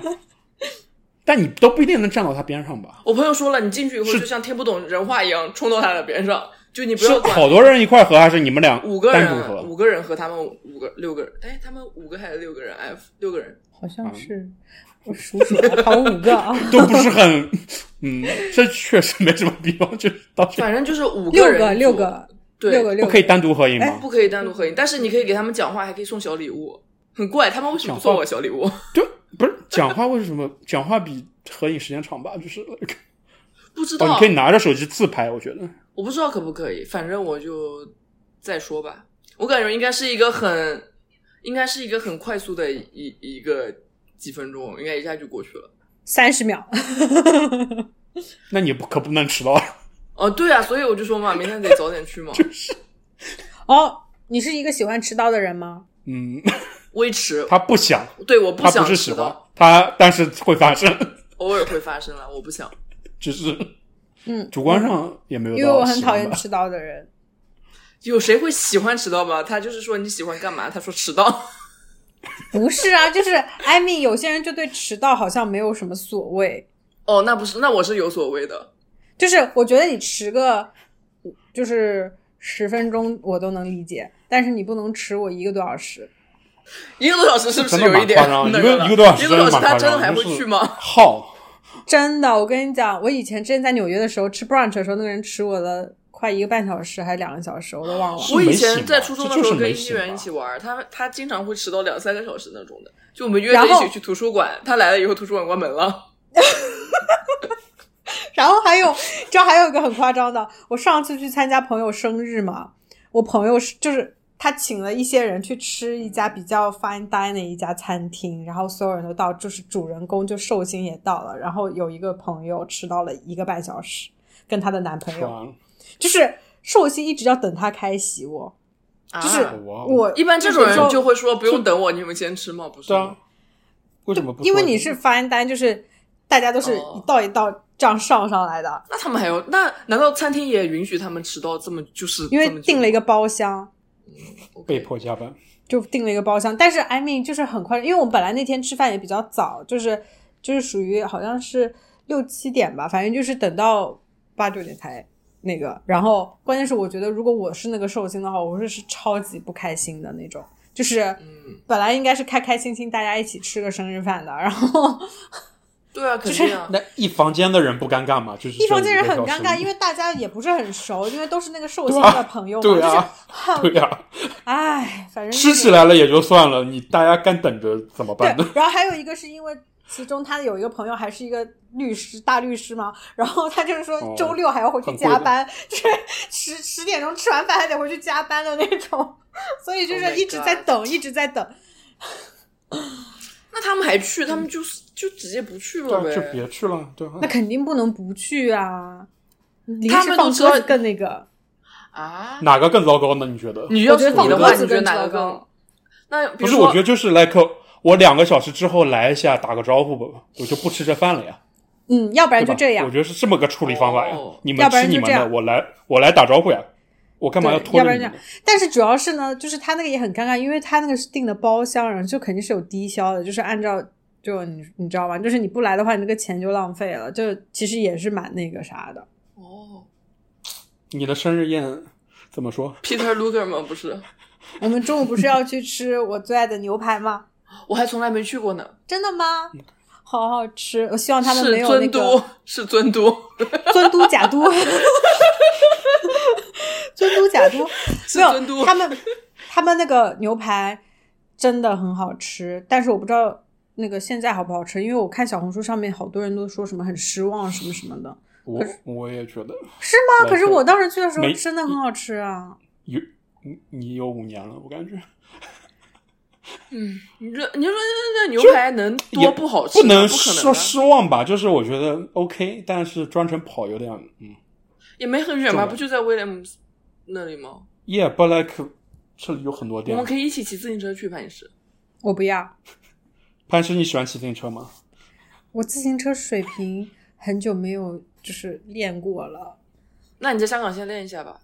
[SPEAKER 2] 但你都不一定能站到他边上吧？
[SPEAKER 3] 我朋友说了，你进去以后
[SPEAKER 2] 是
[SPEAKER 3] 就像听不懂人话一样，冲到他的边上，就你不
[SPEAKER 2] 是
[SPEAKER 3] 要管
[SPEAKER 2] 好多人一块合，还是你们俩
[SPEAKER 3] 五个
[SPEAKER 2] 单独
[SPEAKER 3] 人，
[SPEAKER 2] 合？
[SPEAKER 3] 五个人和他们五个六个人，哎，他们五个还是六个人？F 六个人，
[SPEAKER 1] 好像是，我数数啊，好像五个啊，
[SPEAKER 2] 都不是很， 嗯，这确实没什么必要，就是到去
[SPEAKER 3] 反正就是 五
[SPEAKER 1] 六
[SPEAKER 3] 人
[SPEAKER 1] 个
[SPEAKER 3] 组
[SPEAKER 1] 六，个
[SPEAKER 3] 对，
[SPEAKER 1] 六个
[SPEAKER 2] 不
[SPEAKER 1] 六
[SPEAKER 2] 可以
[SPEAKER 1] 个，
[SPEAKER 2] 单独合影
[SPEAKER 1] 哎
[SPEAKER 2] 吗？
[SPEAKER 3] 不可以单独合影，但是你可以给他们讲话，还可以送小礼物，很怪，他们为什么
[SPEAKER 2] 讲
[SPEAKER 3] 不送
[SPEAKER 2] 话
[SPEAKER 3] 我小礼
[SPEAKER 1] 哦
[SPEAKER 3] 物？
[SPEAKER 2] 就不是讲话为什么讲话比合影时间长吧？就是哦，
[SPEAKER 3] 不知道，
[SPEAKER 2] 你可以拿着手机自拍，我觉得
[SPEAKER 3] 我不知道可不可以，反正我就再说吧。我感觉应该是一个很，应该是一个很快速的一一一个几分钟，应该一下就过去了。
[SPEAKER 1] 三十秒。
[SPEAKER 2] 那你不可不能迟到。
[SPEAKER 3] 哦，对啊，所以我就说嘛，明天得早点去嘛。
[SPEAKER 1] 哦，你是一个喜欢迟到的人吗？
[SPEAKER 2] 嗯，
[SPEAKER 3] 微迟，
[SPEAKER 2] 他不想，
[SPEAKER 3] 对，我不
[SPEAKER 2] 他
[SPEAKER 3] 想
[SPEAKER 2] 不是喜
[SPEAKER 3] 迟
[SPEAKER 2] 欢
[SPEAKER 3] 到，，
[SPEAKER 2] 他但是会发生，
[SPEAKER 3] 偶尔会发生了，我不想。
[SPEAKER 2] 就是
[SPEAKER 1] 嗯，
[SPEAKER 2] 主观上也没有。
[SPEAKER 1] 因为我很讨厌，迟到的人。
[SPEAKER 3] 有谁会喜欢迟到吗？他就是说你喜欢干嘛？他说迟到。
[SPEAKER 1] 不是啊，就是艾米，有些人就对迟到好像没有什么所谓。
[SPEAKER 3] 哦，那不是，那我是有所谓的。
[SPEAKER 1] 就是我觉得你迟个，就是十分钟我都能理解，但是你不能迟我一个多小时。
[SPEAKER 3] 一个多小时是不是
[SPEAKER 2] 真的
[SPEAKER 3] 有
[SPEAKER 2] 蛮
[SPEAKER 3] 一点
[SPEAKER 2] 夸张的
[SPEAKER 3] 那
[SPEAKER 2] 一个
[SPEAKER 3] 了
[SPEAKER 2] 一个多小时
[SPEAKER 3] 一个多小
[SPEAKER 2] 蛮
[SPEAKER 3] 时，他
[SPEAKER 2] 夸张
[SPEAKER 3] 真的还会
[SPEAKER 2] 就是
[SPEAKER 3] 去吗？
[SPEAKER 2] 耗，
[SPEAKER 1] 真的，我跟你讲，我以前之前在纽约的时候吃 brunch 的时候，那个人迟我了快一个半小时还是两个小时，我都忘了。
[SPEAKER 2] 是
[SPEAKER 3] 我以
[SPEAKER 2] 没醒
[SPEAKER 3] 前在
[SPEAKER 2] 吧
[SPEAKER 3] 初
[SPEAKER 2] 这
[SPEAKER 3] 中的
[SPEAKER 2] 就
[SPEAKER 3] 时
[SPEAKER 2] 是
[SPEAKER 3] 候跟
[SPEAKER 2] 没
[SPEAKER 3] 一
[SPEAKER 2] 醒
[SPEAKER 3] 员
[SPEAKER 2] 吧
[SPEAKER 3] 一起玩儿，他他经常会迟到两三个小时那种的。就我们约着
[SPEAKER 1] 然
[SPEAKER 3] 一
[SPEAKER 1] 后
[SPEAKER 3] 起去图书馆，他来了以后图书馆关门了。
[SPEAKER 1] 然后还有，你知道还有一个很夸张的，我上次去参加朋友生日嘛，我朋友是就是他请了一些人去吃一家比较 fine dining 的一家餐厅，然后所有人都到，就是主人公就寿星也到了，然后有一个朋友迟到了一个半小时，跟她的男朋友，
[SPEAKER 2] 爽，
[SPEAKER 1] 就是寿星一直要等他开席我，就是
[SPEAKER 3] 啊
[SPEAKER 2] 哇哦，
[SPEAKER 1] 我
[SPEAKER 3] 一般这种
[SPEAKER 1] 就是说
[SPEAKER 3] 人就会说不用等我，你们先吃吗？不是
[SPEAKER 2] 对
[SPEAKER 3] 吗
[SPEAKER 2] 啊？，为什么不说呢？
[SPEAKER 1] 因为你是 fine dining，就是大家都是
[SPEAKER 3] 哦
[SPEAKER 1] 一道一道这样上上来的，
[SPEAKER 3] 那他们还有那难道餐厅也允许他们迟到这么就是
[SPEAKER 1] 因为订了一个包厢。
[SPEAKER 2] 被迫加班，
[SPEAKER 1] 就订了一个包厢，但是 I mean 就是很快，因为我们本来那天吃饭也比较早，就是就是属于好像是六七点吧，反正就是等到八九点才那个。然后关键是我觉得，如果我是那个寿星的话，我会是超级不开心的那种，就是
[SPEAKER 3] 嗯，
[SPEAKER 1] 本来应该是开开心心大家一起吃个生日饭的，然后
[SPEAKER 3] 对啊，肯定啊。
[SPEAKER 2] 那一房间的人不尴尬吗？就是
[SPEAKER 1] 一房间人
[SPEAKER 2] 这
[SPEAKER 1] 很
[SPEAKER 2] 一个小
[SPEAKER 1] 尴
[SPEAKER 2] 时
[SPEAKER 1] 尬，因为大家也不是很熟，因为都是那个寿星
[SPEAKER 2] 对啊
[SPEAKER 1] 的朋友嘛，
[SPEAKER 2] 对啊，
[SPEAKER 1] 就是
[SPEAKER 2] 对
[SPEAKER 1] 很
[SPEAKER 2] 呀、
[SPEAKER 1] 唉，反正就是
[SPEAKER 2] 吃起来了也就算了，你大家干等着怎么 办呢？
[SPEAKER 1] 对，然后还有一个是因为其中他有一个朋友还是一个律师，大律师嘛，然后他就是说
[SPEAKER 2] 哦
[SPEAKER 1] 周六还要回去
[SPEAKER 2] 很贵
[SPEAKER 1] 加
[SPEAKER 2] 的
[SPEAKER 1] 班，就是十十点钟吃完饭还得回去加班的那种，所以就
[SPEAKER 3] Oh
[SPEAKER 1] 是
[SPEAKER 3] my
[SPEAKER 1] 一直在
[SPEAKER 3] God
[SPEAKER 1] 等，一直在等。
[SPEAKER 2] 嗯
[SPEAKER 3] 那他们还去，他们就是就直接不去了
[SPEAKER 2] 对啊，就
[SPEAKER 3] 呗。
[SPEAKER 2] 别去了，对啊。
[SPEAKER 1] 那肯定不能不去啊！临
[SPEAKER 3] 他
[SPEAKER 1] 时
[SPEAKER 3] 们
[SPEAKER 1] 放
[SPEAKER 3] 都知道
[SPEAKER 1] 鸽子更那个，
[SPEAKER 3] 啊，
[SPEAKER 2] 哪个更糟糕呢？你觉得？
[SPEAKER 3] 你要
[SPEAKER 1] 我觉
[SPEAKER 3] 是
[SPEAKER 1] 得放
[SPEAKER 3] 你的
[SPEAKER 1] 鸽
[SPEAKER 3] 话，
[SPEAKER 1] 子
[SPEAKER 3] 你觉得
[SPEAKER 1] 更
[SPEAKER 3] 哪个
[SPEAKER 1] 糟
[SPEAKER 3] 更
[SPEAKER 1] 糕？
[SPEAKER 3] 那比
[SPEAKER 2] 不
[SPEAKER 3] 如
[SPEAKER 2] 是，
[SPEAKER 3] 说
[SPEAKER 2] 我觉得就是 like 我两个小时之后来一下打个招呼吧，我就不吃这饭了呀，
[SPEAKER 1] 嗯，要不
[SPEAKER 2] 对
[SPEAKER 1] 然
[SPEAKER 2] 吧
[SPEAKER 1] 就这
[SPEAKER 2] 我
[SPEAKER 1] 样，
[SPEAKER 2] 觉得是这么个处理方法呀。
[SPEAKER 3] 哦
[SPEAKER 2] 你们
[SPEAKER 1] 要不然
[SPEAKER 2] 吃你们
[SPEAKER 1] 就这
[SPEAKER 2] 的，
[SPEAKER 1] 样
[SPEAKER 2] 我来我来打招呼呀，我干嘛
[SPEAKER 1] 对
[SPEAKER 2] 拖
[SPEAKER 1] 要不
[SPEAKER 2] 着
[SPEAKER 1] 然
[SPEAKER 2] 你
[SPEAKER 1] 这
[SPEAKER 2] 们
[SPEAKER 1] 样
[SPEAKER 2] 呢？
[SPEAKER 1] 但是主要是呢，就是他那个也很尴尬，因为他那个是订的包厢，然后就肯定是有低消的，就是按照就你你知道吗？就是你不来的话，你那个钱就浪费了，就其实也是蛮那个啥的。
[SPEAKER 3] 哦
[SPEAKER 2] 你的生日宴怎么说？
[SPEAKER 3] ，Peter Luger 吗？不是，
[SPEAKER 1] 我们中午不是要去吃我最爱的牛排吗？
[SPEAKER 3] 我还从来没去过呢。
[SPEAKER 1] 真的吗？好好吃，我希望他们没
[SPEAKER 3] 是
[SPEAKER 1] 有那
[SPEAKER 3] 尊
[SPEAKER 1] 个
[SPEAKER 3] 都，是尊都，
[SPEAKER 1] 尊都假都， 尊都假都，
[SPEAKER 3] 是
[SPEAKER 1] 没有
[SPEAKER 3] 尊都
[SPEAKER 1] 他们他们那个牛排真的很好吃，但是我不知道那个现在好不好吃，因为我看小红书上面好多人都说什么很失望什么什么的，
[SPEAKER 2] 我我也觉得
[SPEAKER 1] 是吗？
[SPEAKER 2] 没
[SPEAKER 1] 可是
[SPEAKER 2] 事
[SPEAKER 1] 我当时去的时候
[SPEAKER 2] 没
[SPEAKER 1] 真的很好吃啊，
[SPEAKER 2] 有你你有五年了，我感觉
[SPEAKER 3] 嗯，你说你说那那牛排能多
[SPEAKER 2] 也
[SPEAKER 3] 不好哦吃吗？
[SPEAKER 2] 不
[SPEAKER 3] 不
[SPEAKER 2] 能
[SPEAKER 3] 可能啊
[SPEAKER 2] 说
[SPEAKER 3] 的，
[SPEAKER 2] 失望吧，就是我觉得 OK，但是专程跑有点嗯
[SPEAKER 3] 也没很远
[SPEAKER 2] 重
[SPEAKER 3] 吧？
[SPEAKER 2] 要
[SPEAKER 3] 不就在威廉姆斯那里吗？
[SPEAKER 2] ，Yeah，but like 这里有很多
[SPEAKER 3] 我
[SPEAKER 2] 店
[SPEAKER 3] 们，可以一起骑自行车去潘女士。
[SPEAKER 1] 我不要，
[SPEAKER 2] 潘石，你喜欢骑自行车吗？
[SPEAKER 1] 我自行车水平很久没有就是练过了，
[SPEAKER 3] 那你在香港先练一下吧。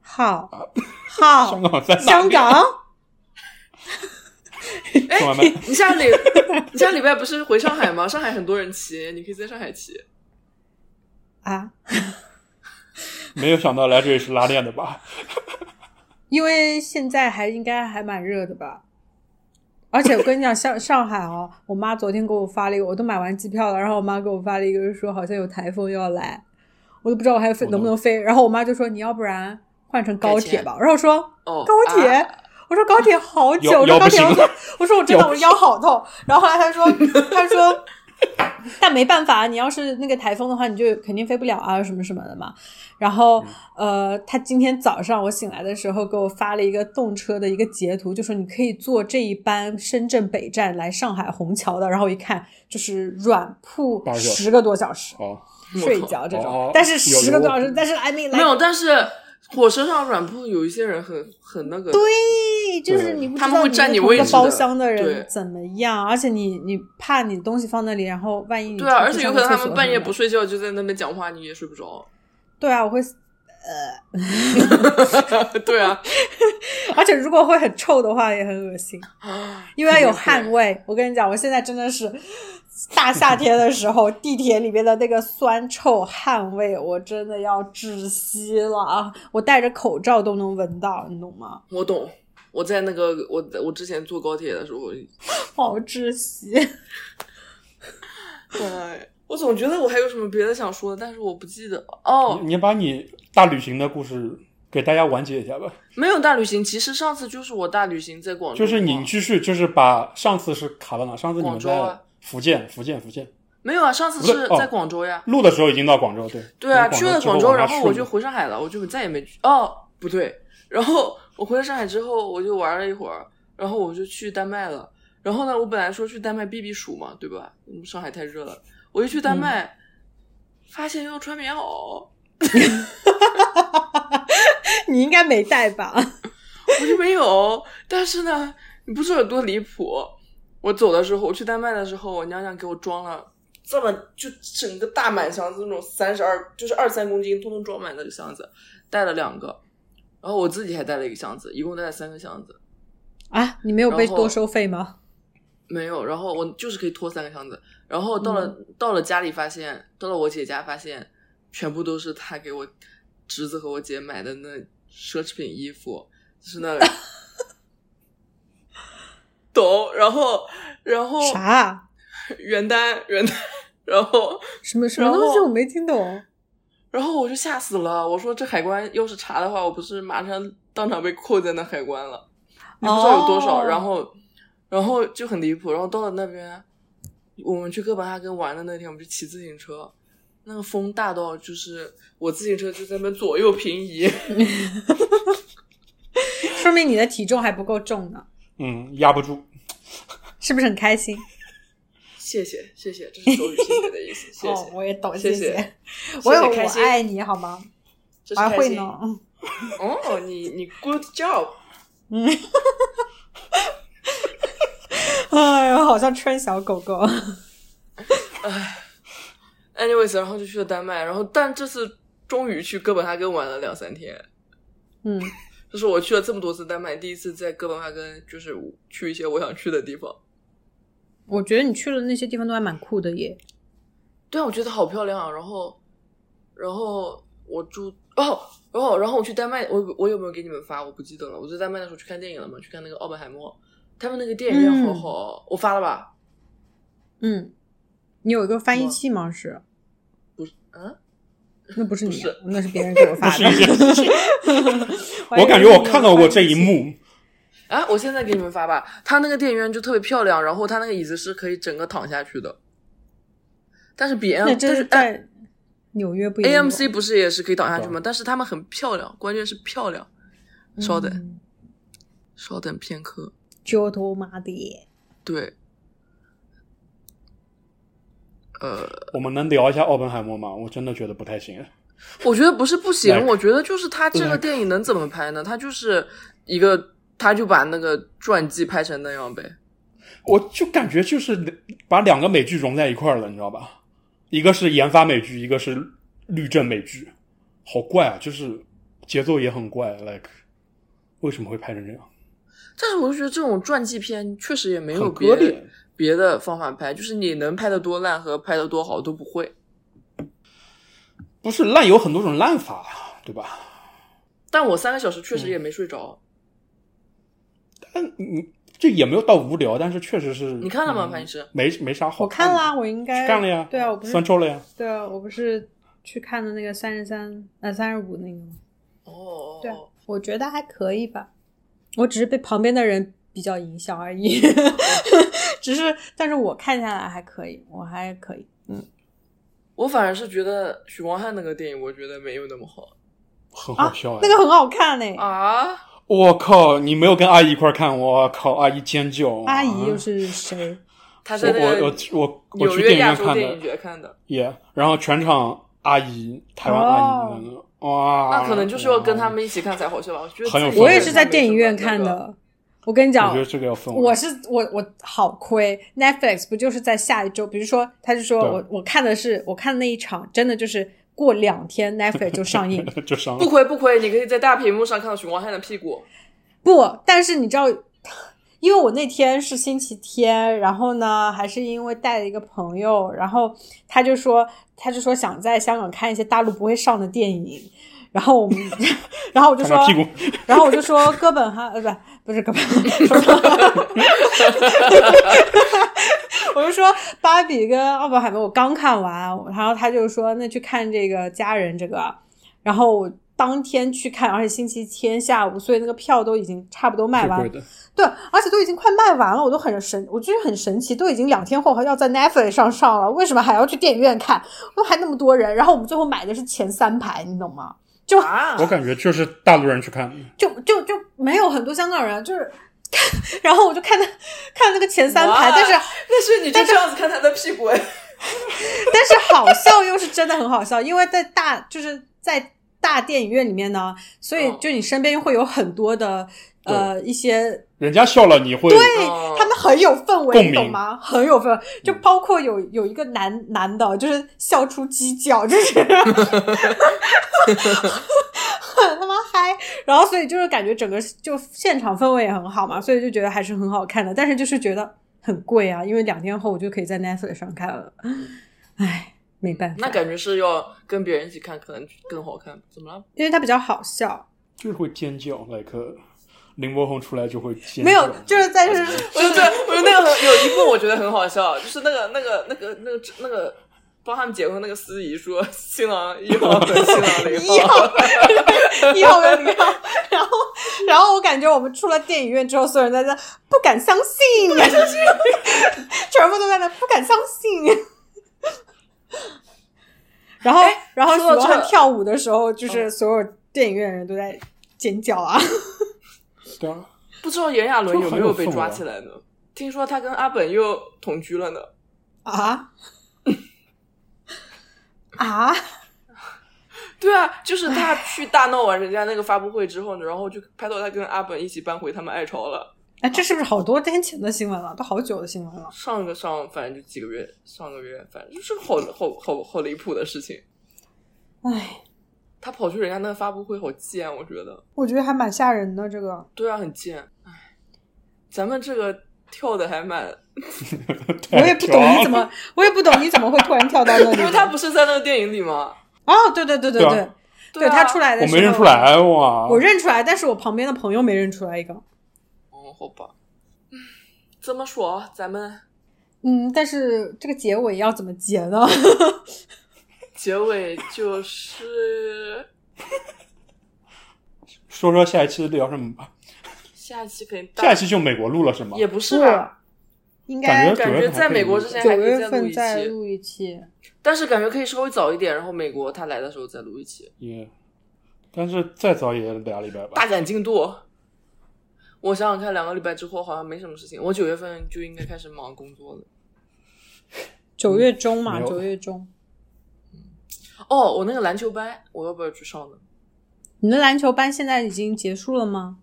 [SPEAKER 1] 好，
[SPEAKER 3] 哦
[SPEAKER 1] 好，
[SPEAKER 2] 香港在哪里
[SPEAKER 1] 香 港。
[SPEAKER 3] 哎
[SPEAKER 2] 送外卖，
[SPEAKER 3] 你下礼 你下礼拜不是回上海吗？上海很多人骑，你可以在上海骑。
[SPEAKER 1] 啊，
[SPEAKER 2] 没有想到来这里是拉练的吧？
[SPEAKER 1] 因为现在还应该还蛮热的吧。而且我跟你讲，上上海哦，我妈昨天给我发了一个，我都买完机票了，然后我妈给我发了一个说好像有台风要来，我都不知道我还飞
[SPEAKER 2] 我
[SPEAKER 1] 能不能飞。然后我妈就说你要不然换成高铁吧，然后我说
[SPEAKER 3] 哦，
[SPEAKER 1] 高铁。
[SPEAKER 3] 啊
[SPEAKER 1] 我说高铁好久，
[SPEAKER 2] 腰
[SPEAKER 1] 我说
[SPEAKER 2] 腰
[SPEAKER 1] 高
[SPEAKER 2] 不
[SPEAKER 1] 铁
[SPEAKER 2] 行
[SPEAKER 1] 要
[SPEAKER 2] 了
[SPEAKER 1] 我说我真的
[SPEAKER 2] 腰
[SPEAKER 1] 我腰好痛。然后后来他说，他说，但没办法，你要是那个台风的话，你就肯定飞不了啊，什么什么的嘛。然后
[SPEAKER 2] 嗯
[SPEAKER 1] 呃，他今天早上我醒来的时候给我发了一个动车的一个截图，就说你可以坐这一班深圳北站来上海虹桥的。然后一看就是软铺
[SPEAKER 2] 八个小时
[SPEAKER 1] 十个多小时
[SPEAKER 2] 好，
[SPEAKER 1] 睡觉这
[SPEAKER 2] 哦
[SPEAKER 1] 种，但是
[SPEAKER 2] 有
[SPEAKER 1] 十个多小
[SPEAKER 2] 有
[SPEAKER 1] 时，但是还没来
[SPEAKER 3] 没有，但是火车上软铺有一些人很很那个。对，
[SPEAKER 1] 对，哎就是你不知道
[SPEAKER 3] 他们会占你
[SPEAKER 1] 你跟同一个
[SPEAKER 3] 位置的
[SPEAKER 1] 包厢的
[SPEAKER 3] 对
[SPEAKER 1] 人怎么样，而且你你怕你东西放那里，然后万一你
[SPEAKER 3] 对啊，
[SPEAKER 1] 出去
[SPEAKER 3] 而
[SPEAKER 1] 上
[SPEAKER 3] 且有可
[SPEAKER 1] 个
[SPEAKER 3] 能他
[SPEAKER 1] 厕
[SPEAKER 3] 们
[SPEAKER 1] 所
[SPEAKER 3] 半夜
[SPEAKER 1] 什么
[SPEAKER 3] 不
[SPEAKER 1] 的
[SPEAKER 3] 睡觉就在那边讲话，你也睡不着。
[SPEAKER 1] 对啊，我会，
[SPEAKER 3] 对啊，
[SPEAKER 1] 而且如果会很臭的话也很恶心，因为有汗味。我跟你讲，我现在真的是大夏天的时候，地铁里面的那个酸臭汗味，我真的要窒息了啊！我戴着口罩都能闻到，你懂吗？
[SPEAKER 3] 我懂。我在那个我我之前坐高铁的时候，
[SPEAKER 1] 好窒息。
[SPEAKER 3] 对，我总觉得我还有什么别的想说的，但是我不记得了哦。
[SPEAKER 2] 你把你大旅行的故事给大家完结一下吧。
[SPEAKER 3] 没有大旅行，其实上次就是我大旅行在广州
[SPEAKER 2] 就
[SPEAKER 3] 嘛，
[SPEAKER 2] 是你继续，就是把上次是卡到哪？上次你们
[SPEAKER 3] 广州
[SPEAKER 2] 在
[SPEAKER 3] 啊
[SPEAKER 2] 福建，福建，福建
[SPEAKER 3] 没有啊，上次是
[SPEAKER 2] 不是哦
[SPEAKER 3] 在广州呀。
[SPEAKER 2] 录的时候已经到广州，对
[SPEAKER 3] 对啊，
[SPEAKER 2] 从
[SPEAKER 3] 去了
[SPEAKER 2] 广
[SPEAKER 3] 广
[SPEAKER 2] 州之
[SPEAKER 3] 州，
[SPEAKER 2] 往
[SPEAKER 3] 然
[SPEAKER 2] 下
[SPEAKER 3] 后我
[SPEAKER 2] 顺
[SPEAKER 3] 就回上海了，我就再也没去。哦，不对，然后我回了上海之后，我就玩了一会儿，然后我就去丹麦了。然后呢，我本来说去丹麦避避暑嘛，对吧？嗯上海太热了，我一去
[SPEAKER 2] 嗯
[SPEAKER 3] 丹麦，发现要穿棉袄，
[SPEAKER 1] 你应该没戴吧？
[SPEAKER 3] 我就没有。但是呢，你不知道有多离谱。我走的时候，我去丹麦的时候，我娘娘给我装了这么就整个大满箱子那种三十二，就是二三公斤，通通装满的箱子，带了两个，然后我自己还带了一个箱子，一共带了三个箱子，
[SPEAKER 1] 啊，你没有被
[SPEAKER 3] 然后
[SPEAKER 1] 多收费吗？
[SPEAKER 3] 没有。然后我就是可以拖三个箱子，然后到了、到了家里发现，到了我姐家发现，全部都是她给我侄子和我姐买的那奢侈品衣服，就是那懂。然后，然后
[SPEAKER 1] 啥？啊
[SPEAKER 3] 元旦元旦，然后
[SPEAKER 1] 什么什么
[SPEAKER 3] 然后
[SPEAKER 1] 东西？我没听懂。
[SPEAKER 3] 然后我就吓死了，我说这海关要是查的话，我不是马上当场被扣在那海关了，你不知道有多少。
[SPEAKER 1] 哦
[SPEAKER 3] 然后，然后就很离谱。然后到了那边，我们去哥本哈根玩的那天，我们就骑自行车，那个风大到就是我自行车就在那边左右平移，
[SPEAKER 1] 说明你的体重还不够重呢，
[SPEAKER 2] 嗯，压不住。
[SPEAKER 1] 是不是很开心？
[SPEAKER 3] 谢谢谢谢，这是手语谢谢的意思，谢
[SPEAKER 1] 哦，
[SPEAKER 3] 谢，
[SPEAKER 1] 我也懂，
[SPEAKER 3] 谢
[SPEAKER 1] 谢。
[SPEAKER 3] 谢
[SPEAKER 1] 我有
[SPEAKER 3] 谢谢开
[SPEAKER 1] 我
[SPEAKER 3] 心
[SPEAKER 1] 爱你好吗？
[SPEAKER 3] 这
[SPEAKER 1] 我
[SPEAKER 3] 是
[SPEAKER 1] 还
[SPEAKER 3] 开
[SPEAKER 1] 会
[SPEAKER 3] 心。
[SPEAKER 1] 呢。嗯
[SPEAKER 3] 哦，你你 good job，
[SPEAKER 1] 哎呦，好像春小狗狗。
[SPEAKER 3] Anyways，然后就去了丹麦，然后但这次终于去哥本哈根玩了两三天。
[SPEAKER 1] 嗯，
[SPEAKER 3] 这是我去了这么多次丹麦，第一次在哥本哈根就是去一些我想去的地方。
[SPEAKER 1] 我觉得你去了那些地方都还蛮酷的耶。
[SPEAKER 3] 对啊，我觉得好漂亮啊。然后，然后我住哦，然后然后我去丹麦，我我有没有给你们发？我不记得了。我在丹麦的时候去看电影了嘛，去看那个《奥本海默》，他们那个电影院好好，我发了吧？
[SPEAKER 1] 嗯，你有一个翻译器吗？是？
[SPEAKER 3] 不是，嗯，
[SPEAKER 1] 那不是你啊，
[SPEAKER 3] 不
[SPEAKER 1] 那是别人给我发
[SPEAKER 2] 啊 不
[SPEAKER 1] 的
[SPEAKER 2] 是一。件事情，
[SPEAKER 1] 还以
[SPEAKER 2] 我
[SPEAKER 1] 为
[SPEAKER 2] 感
[SPEAKER 1] 你
[SPEAKER 2] 觉
[SPEAKER 1] 有
[SPEAKER 2] 我看到过这一
[SPEAKER 1] 翻译器。
[SPEAKER 2] 幕。
[SPEAKER 3] 啊，我现在给你们发吧。他那个电影院就特别漂亮，然后他那个椅子是可以整个躺下去的，但是比 M
[SPEAKER 2] 嗯
[SPEAKER 1] 那
[SPEAKER 3] 但
[SPEAKER 1] 真是
[SPEAKER 3] 是
[SPEAKER 2] 啊
[SPEAKER 1] 在纽约不一
[SPEAKER 3] AMC 不是也是可以倒下去
[SPEAKER 2] 对
[SPEAKER 1] 啊
[SPEAKER 3] 吗？但是他们很漂亮，关键是漂亮。稍等，
[SPEAKER 1] 嗯，
[SPEAKER 3] 稍等片刻。
[SPEAKER 1] 就他妈的耶！
[SPEAKER 3] 对，呃，
[SPEAKER 2] 我们能聊一下奥本海默吗？我真的觉得不太行。
[SPEAKER 3] 我觉得不是不行，
[SPEAKER 2] Like-
[SPEAKER 3] 我觉得就是他这个
[SPEAKER 2] Like-
[SPEAKER 3] 电影能怎么拍呢？他就是一个，他就把那个传记拍成那样呗。
[SPEAKER 2] 我就感觉就是把两个美剧融在一块儿了，你知道吧？一个是研发美剧，一个是律政美剧，好怪啊！就是节奏也很怪，like 为什么会拍成这样？
[SPEAKER 3] 但是我就觉得这种传记片确实也没有
[SPEAKER 2] 很割
[SPEAKER 3] 别的
[SPEAKER 2] 裂。
[SPEAKER 3] 别的方法拍，就是你能拍的多烂和拍的多好都不会。
[SPEAKER 2] 不是烂有很多种烂法，对吧？
[SPEAKER 3] 但我三个小时确
[SPEAKER 2] 嗯
[SPEAKER 3] 实也没睡着，
[SPEAKER 2] 但你这也没有到无聊，但是确实是
[SPEAKER 3] 你看了吗
[SPEAKER 2] 嗯
[SPEAKER 3] 潘医师
[SPEAKER 2] 没没啥好
[SPEAKER 1] 我看
[SPEAKER 2] 的
[SPEAKER 1] 啦，我应该
[SPEAKER 2] 干了呀，
[SPEAKER 1] 对啊，我不是
[SPEAKER 2] 酸臭了呀。
[SPEAKER 1] 对啊，我不是去看的那个三十三呃三十五那个吗？
[SPEAKER 3] 哦，
[SPEAKER 1] 对啊，我觉得还可以吧。我只是被旁边的人比较影响而已，
[SPEAKER 2] 哦
[SPEAKER 1] 只是但是我看下来还可以，我还可以。
[SPEAKER 2] 嗯
[SPEAKER 3] 我反而是觉得许光汉那个电影，我觉得没有那么好
[SPEAKER 2] 很好笑、哎
[SPEAKER 1] 啊那个很好看呢、
[SPEAKER 2] 哦
[SPEAKER 3] 啊。
[SPEAKER 2] 我靠，你没有跟阿姨一块儿看，我靠，阿姨尖叫。
[SPEAKER 1] 阿姨又
[SPEAKER 2] 啊
[SPEAKER 1] 是谁？
[SPEAKER 3] 他在那
[SPEAKER 2] 我
[SPEAKER 3] 个
[SPEAKER 2] 我我我我
[SPEAKER 3] 纽
[SPEAKER 2] 去电
[SPEAKER 3] 约
[SPEAKER 2] 影
[SPEAKER 3] 亚
[SPEAKER 2] 院
[SPEAKER 3] 洲
[SPEAKER 2] 看
[SPEAKER 3] 电影
[SPEAKER 2] 的，
[SPEAKER 3] 节看的，
[SPEAKER 2] 也、然后全场阿姨，台湾阿姨，
[SPEAKER 1] 哦
[SPEAKER 2] 哇，
[SPEAKER 3] 那可能就是要跟他们一起看才好笑吧。我觉得
[SPEAKER 2] 很有
[SPEAKER 3] 自己
[SPEAKER 2] 氛围
[SPEAKER 1] 我也是在电影院看
[SPEAKER 3] 看那个
[SPEAKER 1] 的。我跟你
[SPEAKER 2] 哇。
[SPEAKER 1] 讲
[SPEAKER 2] 我觉，得这个要分
[SPEAKER 1] 我是我我好亏，Netflix 不就是在下一周？比如说，他就说
[SPEAKER 2] 对
[SPEAKER 1] 我我看的是我看的那一场，真的就是过两天 Netflix 就上映。
[SPEAKER 2] 就伤了
[SPEAKER 3] 不。亏不亏，你可以在大屏幕上看到许光汉的屁股。
[SPEAKER 1] 不，但是你知道，因为我那天是星期天，然后呢，还是因为带了一个朋友，然后他就说，他就说想在香港看一些大陆不会上的电影，然后我们， 然后我就说
[SPEAKER 2] 看他，屁股，
[SPEAKER 1] 然后我就说哥本哈，呃，不，不是哥本哈， 说错了我就说芭比跟哦奥本海默我刚看完，然后他就说那去看这个家人这个，然后我当天去看，而且星期天下午，所以那个票都已经差不多卖
[SPEAKER 2] 挺
[SPEAKER 1] 完
[SPEAKER 2] 贵
[SPEAKER 1] 了，
[SPEAKER 2] 的。
[SPEAKER 1] 对，而且都已经快卖完了，我都很神，我就是很神奇，都已经两天后要在 Netflix 上上了，为什么还要去电影院看？我还那么多人，然后我们最后买的是前三排，你懂吗？就
[SPEAKER 3] 啊
[SPEAKER 2] 我感觉就是大陆人去看，
[SPEAKER 1] 就就就没有很多香港人，就是看，然后我就看他看那个前三排，
[SPEAKER 3] 哇哦
[SPEAKER 1] 但是
[SPEAKER 3] 但是你就这样子看他的屁股，哎
[SPEAKER 1] 但是好笑又是真的很好笑，因为在大就是在大电影院里面呢，所以
[SPEAKER 3] 嗯
[SPEAKER 1] 就你身边会有很多的呃一些
[SPEAKER 2] 人家笑了你会
[SPEAKER 1] 对
[SPEAKER 3] 哦
[SPEAKER 1] 他们很有氛
[SPEAKER 2] 共
[SPEAKER 1] 围，
[SPEAKER 2] 鸣嗯
[SPEAKER 1] 你懂吗？很有氛围，就包括有有一个男男的，就是笑出鸡叫，就是 很他妈嗨。然后所以就是感觉整个就现场氛围也很好嘛，所以就觉得还是很好看的。但是就是觉得很贵啊，因为两天后我就可以在 Netflix 上看了。唉，没办
[SPEAKER 3] 那
[SPEAKER 1] 法，
[SPEAKER 3] 感觉是要跟别人一起看，可能更好看。怎么了？
[SPEAKER 1] 因为它比较好笑，
[SPEAKER 2] 就是会尖叫，like 林柏宏出来就会尖叫。
[SPEAKER 1] 没有就是在是
[SPEAKER 3] 我就对，我就那个很有一部我觉得很好笑，就是那个那个那个那个那个帮他们结婚那个司仪说新郎一号和新郎零
[SPEAKER 1] 一
[SPEAKER 3] 号，
[SPEAKER 1] 号， 一号跟零号，然后，然后我感觉我们出了电影院之后，所有人在那不敢相信， 全部都在那不敢相 信。然后，然后
[SPEAKER 3] 说到
[SPEAKER 1] 罗汉
[SPEAKER 3] 这
[SPEAKER 1] 跳舞的时候，就是所有电影院人都在尖叫啊！
[SPEAKER 2] 对啊，
[SPEAKER 3] 不知道炎亚纶有没有被
[SPEAKER 2] 就很有氛围啊
[SPEAKER 3] 抓起来呢？听说他跟阿本又同居了呢。
[SPEAKER 1] 啊 啊！
[SPEAKER 3] 对啊，就是他去大闹完人家那个发布会之后呢，然后就拍到他跟阿本一起搬回他们爱巢了。
[SPEAKER 1] 哎，这是不是好多天前的新闻了？都好久的新闻了。
[SPEAKER 3] 上个上反正就几个月，上个月反正就是好好好好离谱的事情。
[SPEAKER 1] 哎，
[SPEAKER 3] 他跑去人家那个发布会，好贱，我觉得。
[SPEAKER 1] 我觉得还蛮吓人的这个。
[SPEAKER 3] 对啊，很贱。唉，咱们这个跳的还蛮，
[SPEAKER 1] 我也不懂你怎
[SPEAKER 2] 么。
[SPEAKER 1] 么，我也不懂你怎么会突然跳到那里。
[SPEAKER 3] 因 为他不是在那个电影里吗？
[SPEAKER 1] 哦，对对对对
[SPEAKER 2] 对啊
[SPEAKER 1] 对，
[SPEAKER 3] 对啊
[SPEAKER 1] 他出来的
[SPEAKER 2] 我
[SPEAKER 1] 时候
[SPEAKER 2] 没认出，来啊哇！
[SPEAKER 1] 我认出来，但是我旁边的朋友没认出来一个。
[SPEAKER 3] 哦，好吧。嗯，怎么说？咱们
[SPEAKER 1] 嗯，但是这个结尾要怎么结呢？
[SPEAKER 3] 结尾就是
[SPEAKER 2] 说说下一期聊什么吧。
[SPEAKER 3] 下一期肯定大
[SPEAKER 2] 下一期就美国录了是吗？
[SPEAKER 3] 也不是
[SPEAKER 1] 啊
[SPEAKER 3] 吧？
[SPEAKER 1] 应该
[SPEAKER 2] 感觉嗯
[SPEAKER 3] 感觉在美国之前
[SPEAKER 1] 九
[SPEAKER 3] 还可以
[SPEAKER 1] 月
[SPEAKER 3] 再录
[SPEAKER 1] 份
[SPEAKER 3] 一
[SPEAKER 1] 再
[SPEAKER 3] 期，
[SPEAKER 1] 录一期。
[SPEAKER 3] 但是感觉可以稍微早一点，然后美国他来的时候再录一期，
[SPEAKER 2] 也，但是再早也俩礼拜吧
[SPEAKER 3] 大。赶进度。我想想看，两个礼拜之后好像没什么事情，我九月份就应该开始忙工作了。
[SPEAKER 1] 九月中嘛，
[SPEAKER 2] 没有
[SPEAKER 1] 九月中。
[SPEAKER 3] 哦，我那个篮球班，我要不要去上呢？
[SPEAKER 1] 你的篮球班现在已经结束了吗？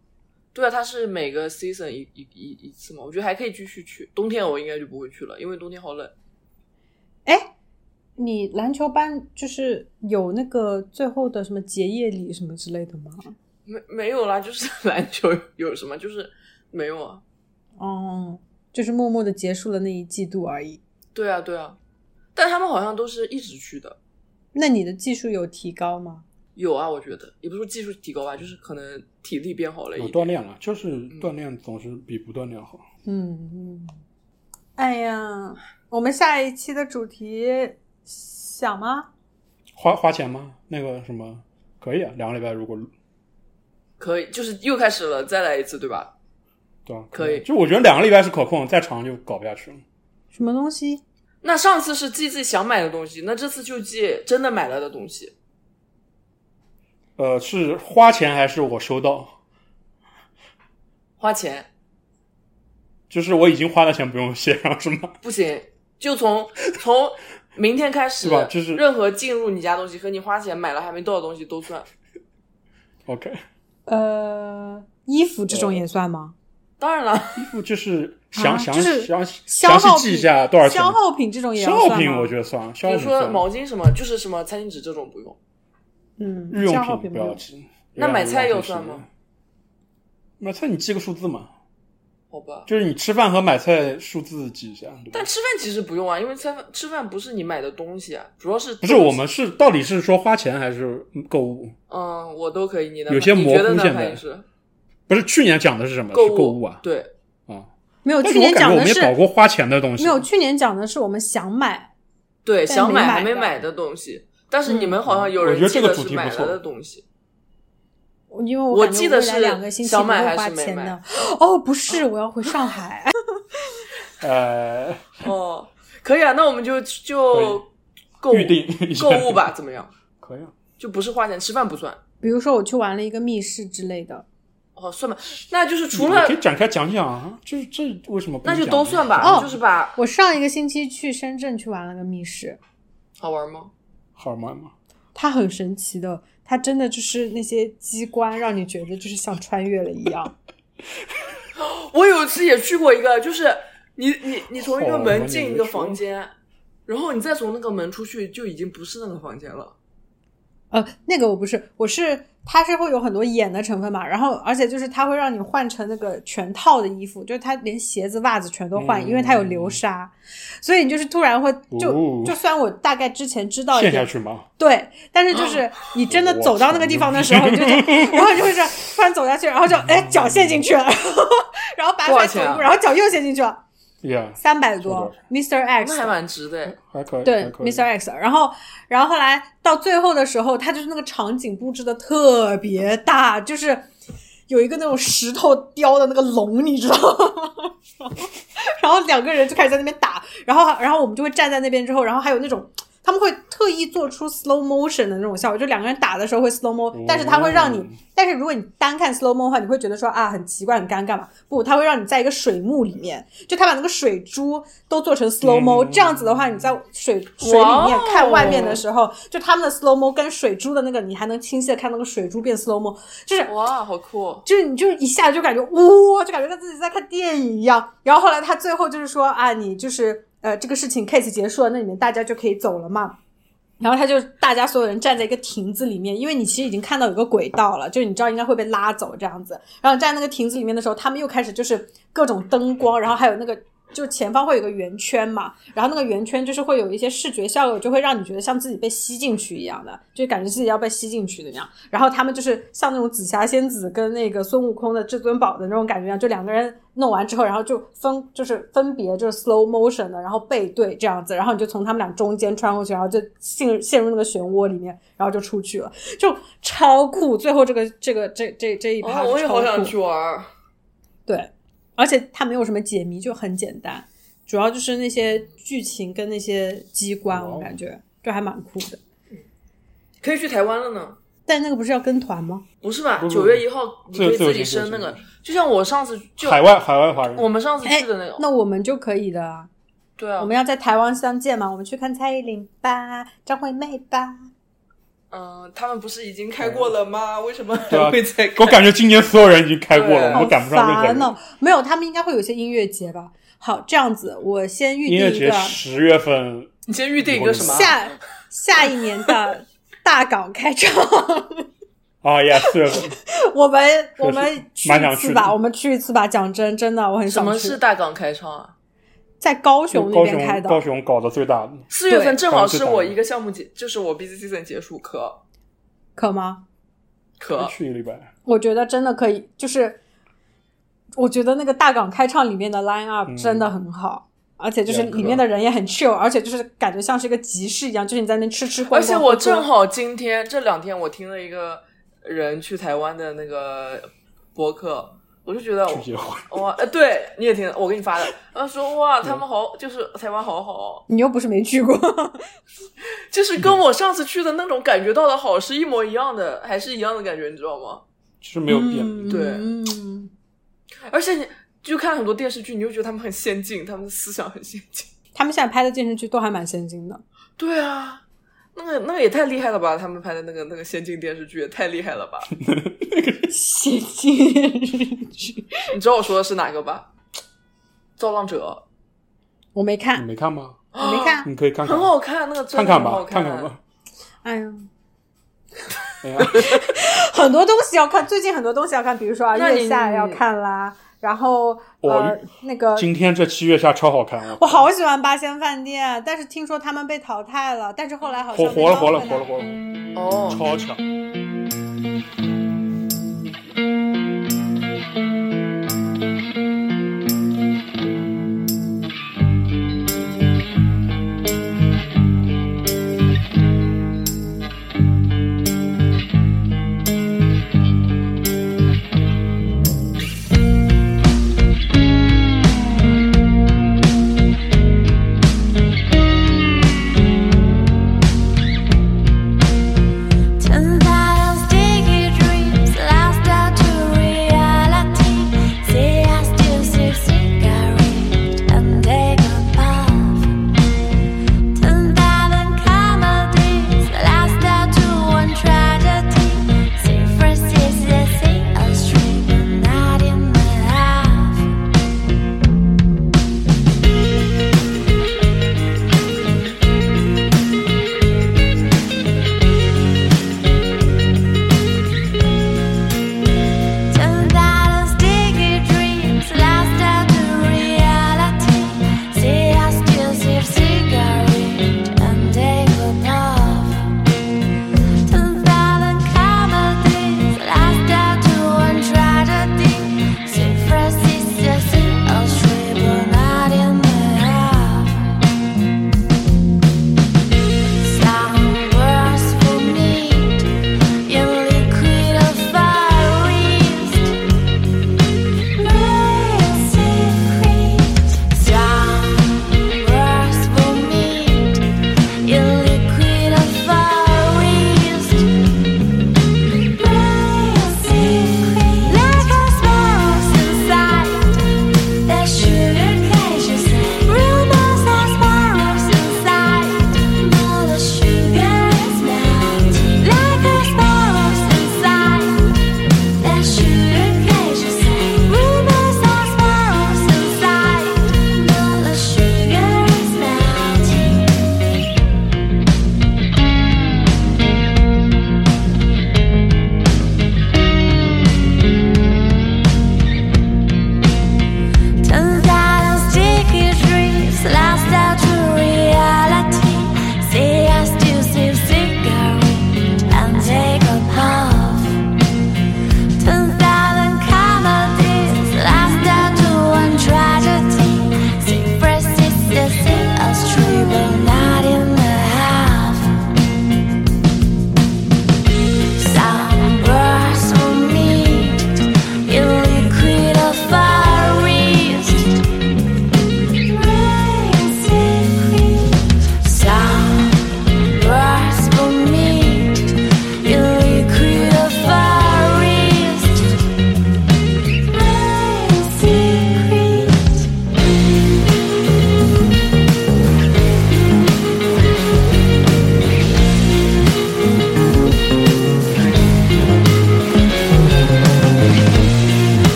[SPEAKER 3] 对啊，它是每个 season 一一一一次嘛，我觉得还可以继续去。冬天我应该就不会去了，因为冬天好冷。
[SPEAKER 1] 哎，你篮球班就是有那个最后的什么结业礼什么之类的吗？
[SPEAKER 3] 没没有啦，就是 篮球有什么？就是没有啊。
[SPEAKER 1] 哦，就是默默的结束了那一季度而已。
[SPEAKER 3] 对啊，对啊，但他们好像都是一直去的。
[SPEAKER 1] 那你的技术有提高吗？
[SPEAKER 3] 有啊，我觉得也不是说技术提高吧，就是可能体力变好了
[SPEAKER 2] 有
[SPEAKER 3] 一
[SPEAKER 2] 锻
[SPEAKER 3] 点。
[SPEAKER 2] 炼了，就是锻炼总是比不锻炼好。
[SPEAKER 1] 嗯，嗯，哎呀，我们下一期的主题想吗？
[SPEAKER 2] 花花钱吗？那个什么可以啊，两个礼拜如果录
[SPEAKER 3] 可以，就是又开始了，再来一次，对吧？
[SPEAKER 2] 对啊，
[SPEAKER 3] 可以
[SPEAKER 2] 就我觉得两个礼拜是可控，再长就搞不下去了。
[SPEAKER 1] 什么东西？
[SPEAKER 3] 那上次是记自己想买的东西，那这次就记真的买了的东西。
[SPEAKER 2] 呃，是花钱还是我收到？
[SPEAKER 3] 花钱
[SPEAKER 2] 就是我已经花的钱不用写上是吗？
[SPEAKER 3] 不行，就从从明天开始，
[SPEAKER 2] 对吧就是
[SPEAKER 3] 任何进入你家的东西和你花钱买了还没到的东西都算。
[SPEAKER 2] OK，
[SPEAKER 1] 呃，衣服这种也算吗？
[SPEAKER 3] 当然了，
[SPEAKER 2] 衣服就是详
[SPEAKER 1] 啊
[SPEAKER 2] 详
[SPEAKER 1] 就是
[SPEAKER 2] 详
[SPEAKER 1] 消
[SPEAKER 2] 详细
[SPEAKER 1] 耗品
[SPEAKER 2] 记一下多少钱
[SPEAKER 1] 消。耗品这种也要
[SPEAKER 2] 消
[SPEAKER 1] 算吗？
[SPEAKER 2] 耗品我觉得算，消
[SPEAKER 3] 比
[SPEAKER 2] 耗
[SPEAKER 3] 如
[SPEAKER 2] 品
[SPEAKER 3] 说
[SPEAKER 2] 算。
[SPEAKER 3] 毛巾什么，就是什么餐巾纸这种不用。
[SPEAKER 1] 嗯，
[SPEAKER 2] 日
[SPEAKER 1] 消
[SPEAKER 2] 用
[SPEAKER 1] 耗
[SPEAKER 2] 品不
[SPEAKER 1] 没有
[SPEAKER 2] 要记。
[SPEAKER 3] 那买菜
[SPEAKER 2] 有
[SPEAKER 3] 又算吗？
[SPEAKER 2] 买菜你记个数字嘛，
[SPEAKER 3] 好吧。
[SPEAKER 2] 就是你吃饭和买菜数字记一下，对吧
[SPEAKER 3] 但吃饭其实不用啊，因为吃饭吃饭不是你买的东西啊，主要是
[SPEAKER 2] 不是我们是到底是说花钱还是购物？
[SPEAKER 3] 嗯，我都可以。你的
[SPEAKER 2] 有些
[SPEAKER 3] 你
[SPEAKER 2] 模
[SPEAKER 3] 觉得
[SPEAKER 2] 糊
[SPEAKER 3] 呢
[SPEAKER 2] 现
[SPEAKER 3] 潘
[SPEAKER 2] 在
[SPEAKER 3] 女士
[SPEAKER 2] 不是去年讲的是什么？
[SPEAKER 3] 购哦
[SPEAKER 2] 是购物啊
[SPEAKER 3] 对，
[SPEAKER 2] 啊！
[SPEAKER 1] 没有，
[SPEAKER 2] 但
[SPEAKER 1] 去
[SPEAKER 2] 是我
[SPEAKER 1] 年
[SPEAKER 2] 感
[SPEAKER 1] 讲
[SPEAKER 2] 觉我
[SPEAKER 1] 的
[SPEAKER 2] 们也
[SPEAKER 1] 是
[SPEAKER 2] 搞过花钱的东西，
[SPEAKER 1] 没有，去年讲的是我们想买，
[SPEAKER 3] 对，
[SPEAKER 1] 但
[SPEAKER 3] 想
[SPEAKER 1] 没
[SPEAKER 3] 买
[SPEAKER 1] 买
[SPEAKER 3] 还没
[SPEAKER 1] 的
[SPEAKER 3] 买的东西，但是你们好像有
[SPEAKER 2] 嗯我
[SPEAKER 3] 人
[SPEAKER 2] 觉得
[SPEAKER 3] 记
[SPEAKER 2] 这个
[SPEAKER 3] 得
[SPEAKER 2] 主题不
[SPEAKER 3] 是买
[SPEAKER 2] 错
[SPEAKER 3] 了的东 西，
[SPEAKER 1] 因为
[SPEAKER 3] 我
[SPEAKER 1] 感觉
[SPEAKER 3] 记得
[SPEAKER 1] 未来
[SPEAKER 3] 是
[SPEAKER 1] 两个星期
[SPEAKER 3] 想
[SPEAKER 1] 不
[SPEAKER 3] 买
[SPEAKER 1] 会
[SPEAKER 3] 还
[SPEAKER 1] 花
[SPEAKER 3] 是没
[SPEAKER 1] 钱
[SPEAKER 3] 买
[SPEAKER 1] 的。哦，不是，我要回上海。
[SPEAKER 2] 呃，
[SPEAKER 3] 哦， 可以啊，那我们就就购物
[SPEAKER 2] 预定一下
[SPEAKER 3] 购物吧，怎么样？
[SPEAKER 2] 可以啊。
[SPEAKER 3] 就不是花钱，吃饭不算。
[SPEAKER 1] 比如说我去玩了一个密室之类的，
[SPEAKER 3] 哦，算吧，那就是除
[SPEAKER 2] 你
[SPEAKER 3] 了
[SPEAKER 2] 可以展开讲讲啊，这这为什么不
[SPEAKER 3] 那
[SPEAKER 2] 能
[SPEAKER 3] 就
[SPEAKER 2] 讲
[SPEAKER 3] 都
[SPEAKER 2] 呢
[SPEAKER 3] 算吧，
[SPEAKER 1] 哦
[SPEAKER 3] 就是把
[SPEAKER 1] 我上一个星期去深圳去玩了个密室，
[SPEAKER 3] 好玩吗？
[SPEAKER 2] 好玩吗？
[SPEAKER 1] 它很神奇的，它真的就是那些机关让你觉得就是像穿越了一样。
[SPEAKER 3] 我有一次也去过一个，就是你你你从一个
[SPEAKER 2] 好
[SPEAKER 3] 门
[SPEAKER 2] 你
[SPEAKER 3] 进
[SPEAKER 2] 没
[SPEAKER 3] 一个
[SPEAKER 2] 去
[SPEAKER 3] 房间，然后你再从那个门出去，就已经不是那个房间了。
[SPEAKER 1] 呃，那个我不是，我是它是会有很多演的成分嘛，然后而且就是它会让你换成那个全套的衣服，就是它连鞋子、袜子全都换，
[SPEAKER 2] 嗯
[SPEAKER 1] 因为它有流沙，所以你就是突然会就、
[SPEAKER 2] 哦
[SPEAKER 1] 就算我大概之前知道一
[SPEAKER 2] 陷下
[SPEAKER 1] 点，
[SPEAKER 2] 去吗？
[SPEAKER 1] 对，但是就是你真的
[SPEAKER 2] 我
[SPEAKER 1] 走到那
[SPEAKER 2] 操
[SPEAKER 1] 个地方的时候，你就 这样然后你就会这样突然走下去，然后就哎脚陷进去了，然后拔出
[SPEAKER 3] 多少
[SPEAKER 1] 来
[SPEAKER 3] 钱
[SPEAKER 1] 走
[SPEAKER 3] 啊
[SPEAKER 1] 一步，然后脚又陷进去了，
[SPEAKER 2] 呀，
[SPEAKER 1] 三百
[SPEAKER 2] 多少
[SPEAKER 1] 多
[SPEAKER 2] 钱
[SPEAKER 1] ，Mr. X
[SPEAKER 3] 那还蛮值的诶，
[SPEAKER 2] 还可以，
[SPEAKER 1] 对
[SPEAKER 2] 还可以
[SPEAKER 1] ，Mr. X，然后，然后后来到最后的时候，他就是那个场景布置的特别大，就是有一个那种石头雕的那个龙，你知道吗？然后两个人就开始在那边打，然后，然后我们就会站在那边之后，然后还有那种他们会特意做出 slow motion 的那种效果，就两个人打的时候会 slow mo，但是它会让你
[SPEAKER 2] 哦，
[SPEAKER 1] 但是如果你单看 slow mo 的话，你会觉得说啊很奇怪很尴尬嘛，不，它会让你在一个水幕里面，就它把那个水珠都做成 slow mo，、
[SPEAKER 2] 嗯
[SPEAKER 1] 这样子的话，你在水水里面
[SPEAKER 3] 哇哦
[SPEAKER 1] 看外面的时候，就他们的 slow mo 跟水珠的那个，你还能清晰的看那个水珠变 slow mo，就是
[SPEAKER 3] 哇，好酷哦！
[SPEAKER 1] 就是你就是一下就感觉哇，就感觉他自己在看电影一样。然后后来他最后就是说啊，你就是呃这个事情 case 结束了，那你们大家就可以走了嘛。然后他就大家所有人站在一个亭子里面，因为你其实已经看到有个轨道了，就是你知道应该会被拉走这样子。然后站在那个亭子里面的时候，他们又开始就是各种灯光，然后还有那个就前方会有个圆圈嘛，然后那个圆圈就是会有一些视觉效果，就会让你觉得像自己被吸进去一样的，就感觉自己要被吸进去的那样。然后他们就是像那种紫霞仙子跟那个孙悟空的至尊宝的那种感觉一样，就两个人弄完之后，然后就分就是分别就是 slow motion 的，然后背对这样子，然后你就从他们俩中间穿过去，然后就陷入陷入那个漩涡里面，然后就出去了，就超酷。最后这个这个这这这一趴、
[SPEAKER 3] 哦我也好想去，玩儿。
[SPEAKER 1] 对，而且它没有什么解谜，就很简单，主要就是那些剧情跟那些机关，
[SPEAKER 2] 哇哦
[SPEAKER 1] 我感觉就还蛮酷的。
[SPEAKER 3] 可以去台湾了呢，
[SPEAKER 1] 但那个不是要跟团吗？
[SPEAKER 3] 不是吧
[SPEAKER 2] 不？不
[SPEAKER 3] 九月一号你
[SPEAKER 2] 自
[SPEAKER 3] 可
[SPEAKER 2] 由
[SPEAKER 3] 以
[SPEAKER 2] 自由
[SPEAKER 3] 自己
[SPEAKER 2] 行
[SPEAKER 3] 申那
[SPEAKER 2] 自由
[SPEAKER 3] 个
[SPEAKER 2] 行，
[SPEAKER 3] 就像我上次就
[SPEAKER 2] 海外海外华人
[SPEAKER 3] 我们上次
[SPEAKER 1] 哎
[SPEAKER 3] 去的那个，
[SPEAKER 1] 那我们就可以的啊。
[SPEAKER 3] 对啊
[SPEAKER 1] 我，们要在台湾相见嘛？我们去看蔡依林吧，张惠妹吧。
[SPEAKER 3] 嗯，他们不是已经开过了吗？为什么
[SPEAKER 2] 对啊
[SPEAKER 3] 还会再
[SPEAKER 2] 我
[SPEAKER 3] 开？
[SPEAKER 2] 感觉今年所有人已经开过了，
[SPEAKER 3] 啊
[SPEAKER 2] 我
[SPEAKER 1] 好
[SPEAKER 2] 们赶不上日本
[SPEAKER 1] 烦
[SPEAKER 2] 人。
[SPEAKER 1] 哦！没有，他们应该会有一些音乐节吧？好，这样子，我先预
[SPEAKER 2] 音乐
[SPEAKER 1] 定一
[SPEAKER 2] 节
[SPEAKER 1] 个
[SPEAKER 2] 十月份，
[SPEAKER 3] 你先预定一个什么？啊
[SPEAKER 1] 下下一年的大港开唱。
[SPEAKER 2] 啊呀，四月 份
[SPEAKER 1] 我们我
[SPEAKER 2] 确
[SPEAKER 1] 们
[SPEAKER 2] 实
[SPEAKER 1] 去
[SPEAKER 2] 蛮
[SPEAKER 1] 一
[SPEAKER 2] 想
[SPEAKER 1] 次
[SPEAKER 2] 去
[SPEAKER 1] 吧，
[SPEAKER 2] 的
[SPEAKER 1] 我们去一次吧。讲真，真的我很
[SPEAKER 3] 什
[SPEAKER 1] 想
[SPEAKER 3] 么
[SPEAKER 1] 去
[SPEAKER 3] 是。大港开唱啊？
[SPEAKER 1] 在高雄那
[SPEAKER 2] 高
[SPEAKER 1] 边开
[SPEAKER 2] 雄
[SPEAKER 1] 的，
[SPEAKER 2] 高雄搞得最大的，
[SPEAKER 3] 四月份
[SPEAKER 1] 对
[SPEAKER 3] 正好是
[SPEAKER 2] 刚知道
[SPEAKER 3] 我一个项目结，就是我 busy season 结束，可
[SPEAKER 1] 可吗？
[SPEAKER 3] 可
[SPEAKER 2] 去一个礼拜。
[SPEAKER 1] 我觉得真的可以，就是我觉得那个大港开唱里面的 line up
[SPEAKER 2] 嗯
[SPEAKER 1] 真的很好。而且就是
[SPEAKER 2] 也可
[SPEAKER 1] 里面的人也很 chill，而且就是感觉像是一个集市一样，就是你在那边吃吃逛逛。
[SPEAKER 3] 而且我
[SPEAKER 1] 喝喝
[SPEAKER 3] 正好今天这两天我听了一个人去台湾的那个博客，我就觉得
[SPEAKER 2] 去结婚，
[SPEAKER 3] 哇，呃，对，你也听，我给你发的，他说哇，他们好，就是台湾好好，
[SPEAKER 1] 你又不是没去过，
[SPEAKER 3] 就是跟我上次去的那种感觉到的好是一模一样的，还是一样的感觉，你知道吗？
[SPEAKER 2] 其实没有变。
[SPEAKER 3] 对
[SPEAKER 1] 嗯
[SPEAKER 3] 而且你就看很多电视剧，你就觉得他们很先进，他们的思想很先进。
[SPEAKER 1] 他们现在拍的电视剧都还蛮先 进的。
[SPEAKER 3] 对啊，那个那个也太厉害了吧！他们拍的那个那个先进电视剧也太厉害了吧！
[SPEAKER 1] 先进电视剧
[SPEAKER 3] 你知道我说的是哪个吧？《造浪者
[SPEAKER 1] 我没
[SPEAKER 2] 你
[SPEAKER 1] 看，
[SPEAKER 2] 没看吗？》
[SPEAKER 1] 我没，看。
[SPEAKER 2] 你可以看看
[SPEAKER 3] 很，好看，那个
[SPEAKER 2] 看
[SPEAKER 3] 真的
[SPEAKER 2] 看
[SPEAKER 3] 很
[SPEAKER 2] 吧
[SPEAKER 3] 好，
[SPEAKER 2] 看
[SPEAKER 3] 看
[SPEAKER 2] 看吧。
[SPEAKER 1] 哎呀，
[SPEAKER 2] 哎呀，
[SPEAKER 1] 很多东西要看，最近很多东西要看，比如说啊，
[SPEAKER 3] 那你
[SPEAKER 1] 月下要看啦，然后呃
[SPEAKER 2] 哦
[SPEAKER 1] 那个
[SPEAKER 2] 今天这七月下超好看，啊我
[SPEAKER 1] 我好喜欢八仙饭店，但是听说他们被淘汰了，但是后来好像
[SPEAKER 2] 活活了活了
[SPEAKER 1] 被捞回来
[SPEAKER 2] 活了活了，
[SPEAKER 3] 哦，
[SPEAKER 2] 超强。
[SPEAKER 3] 嗯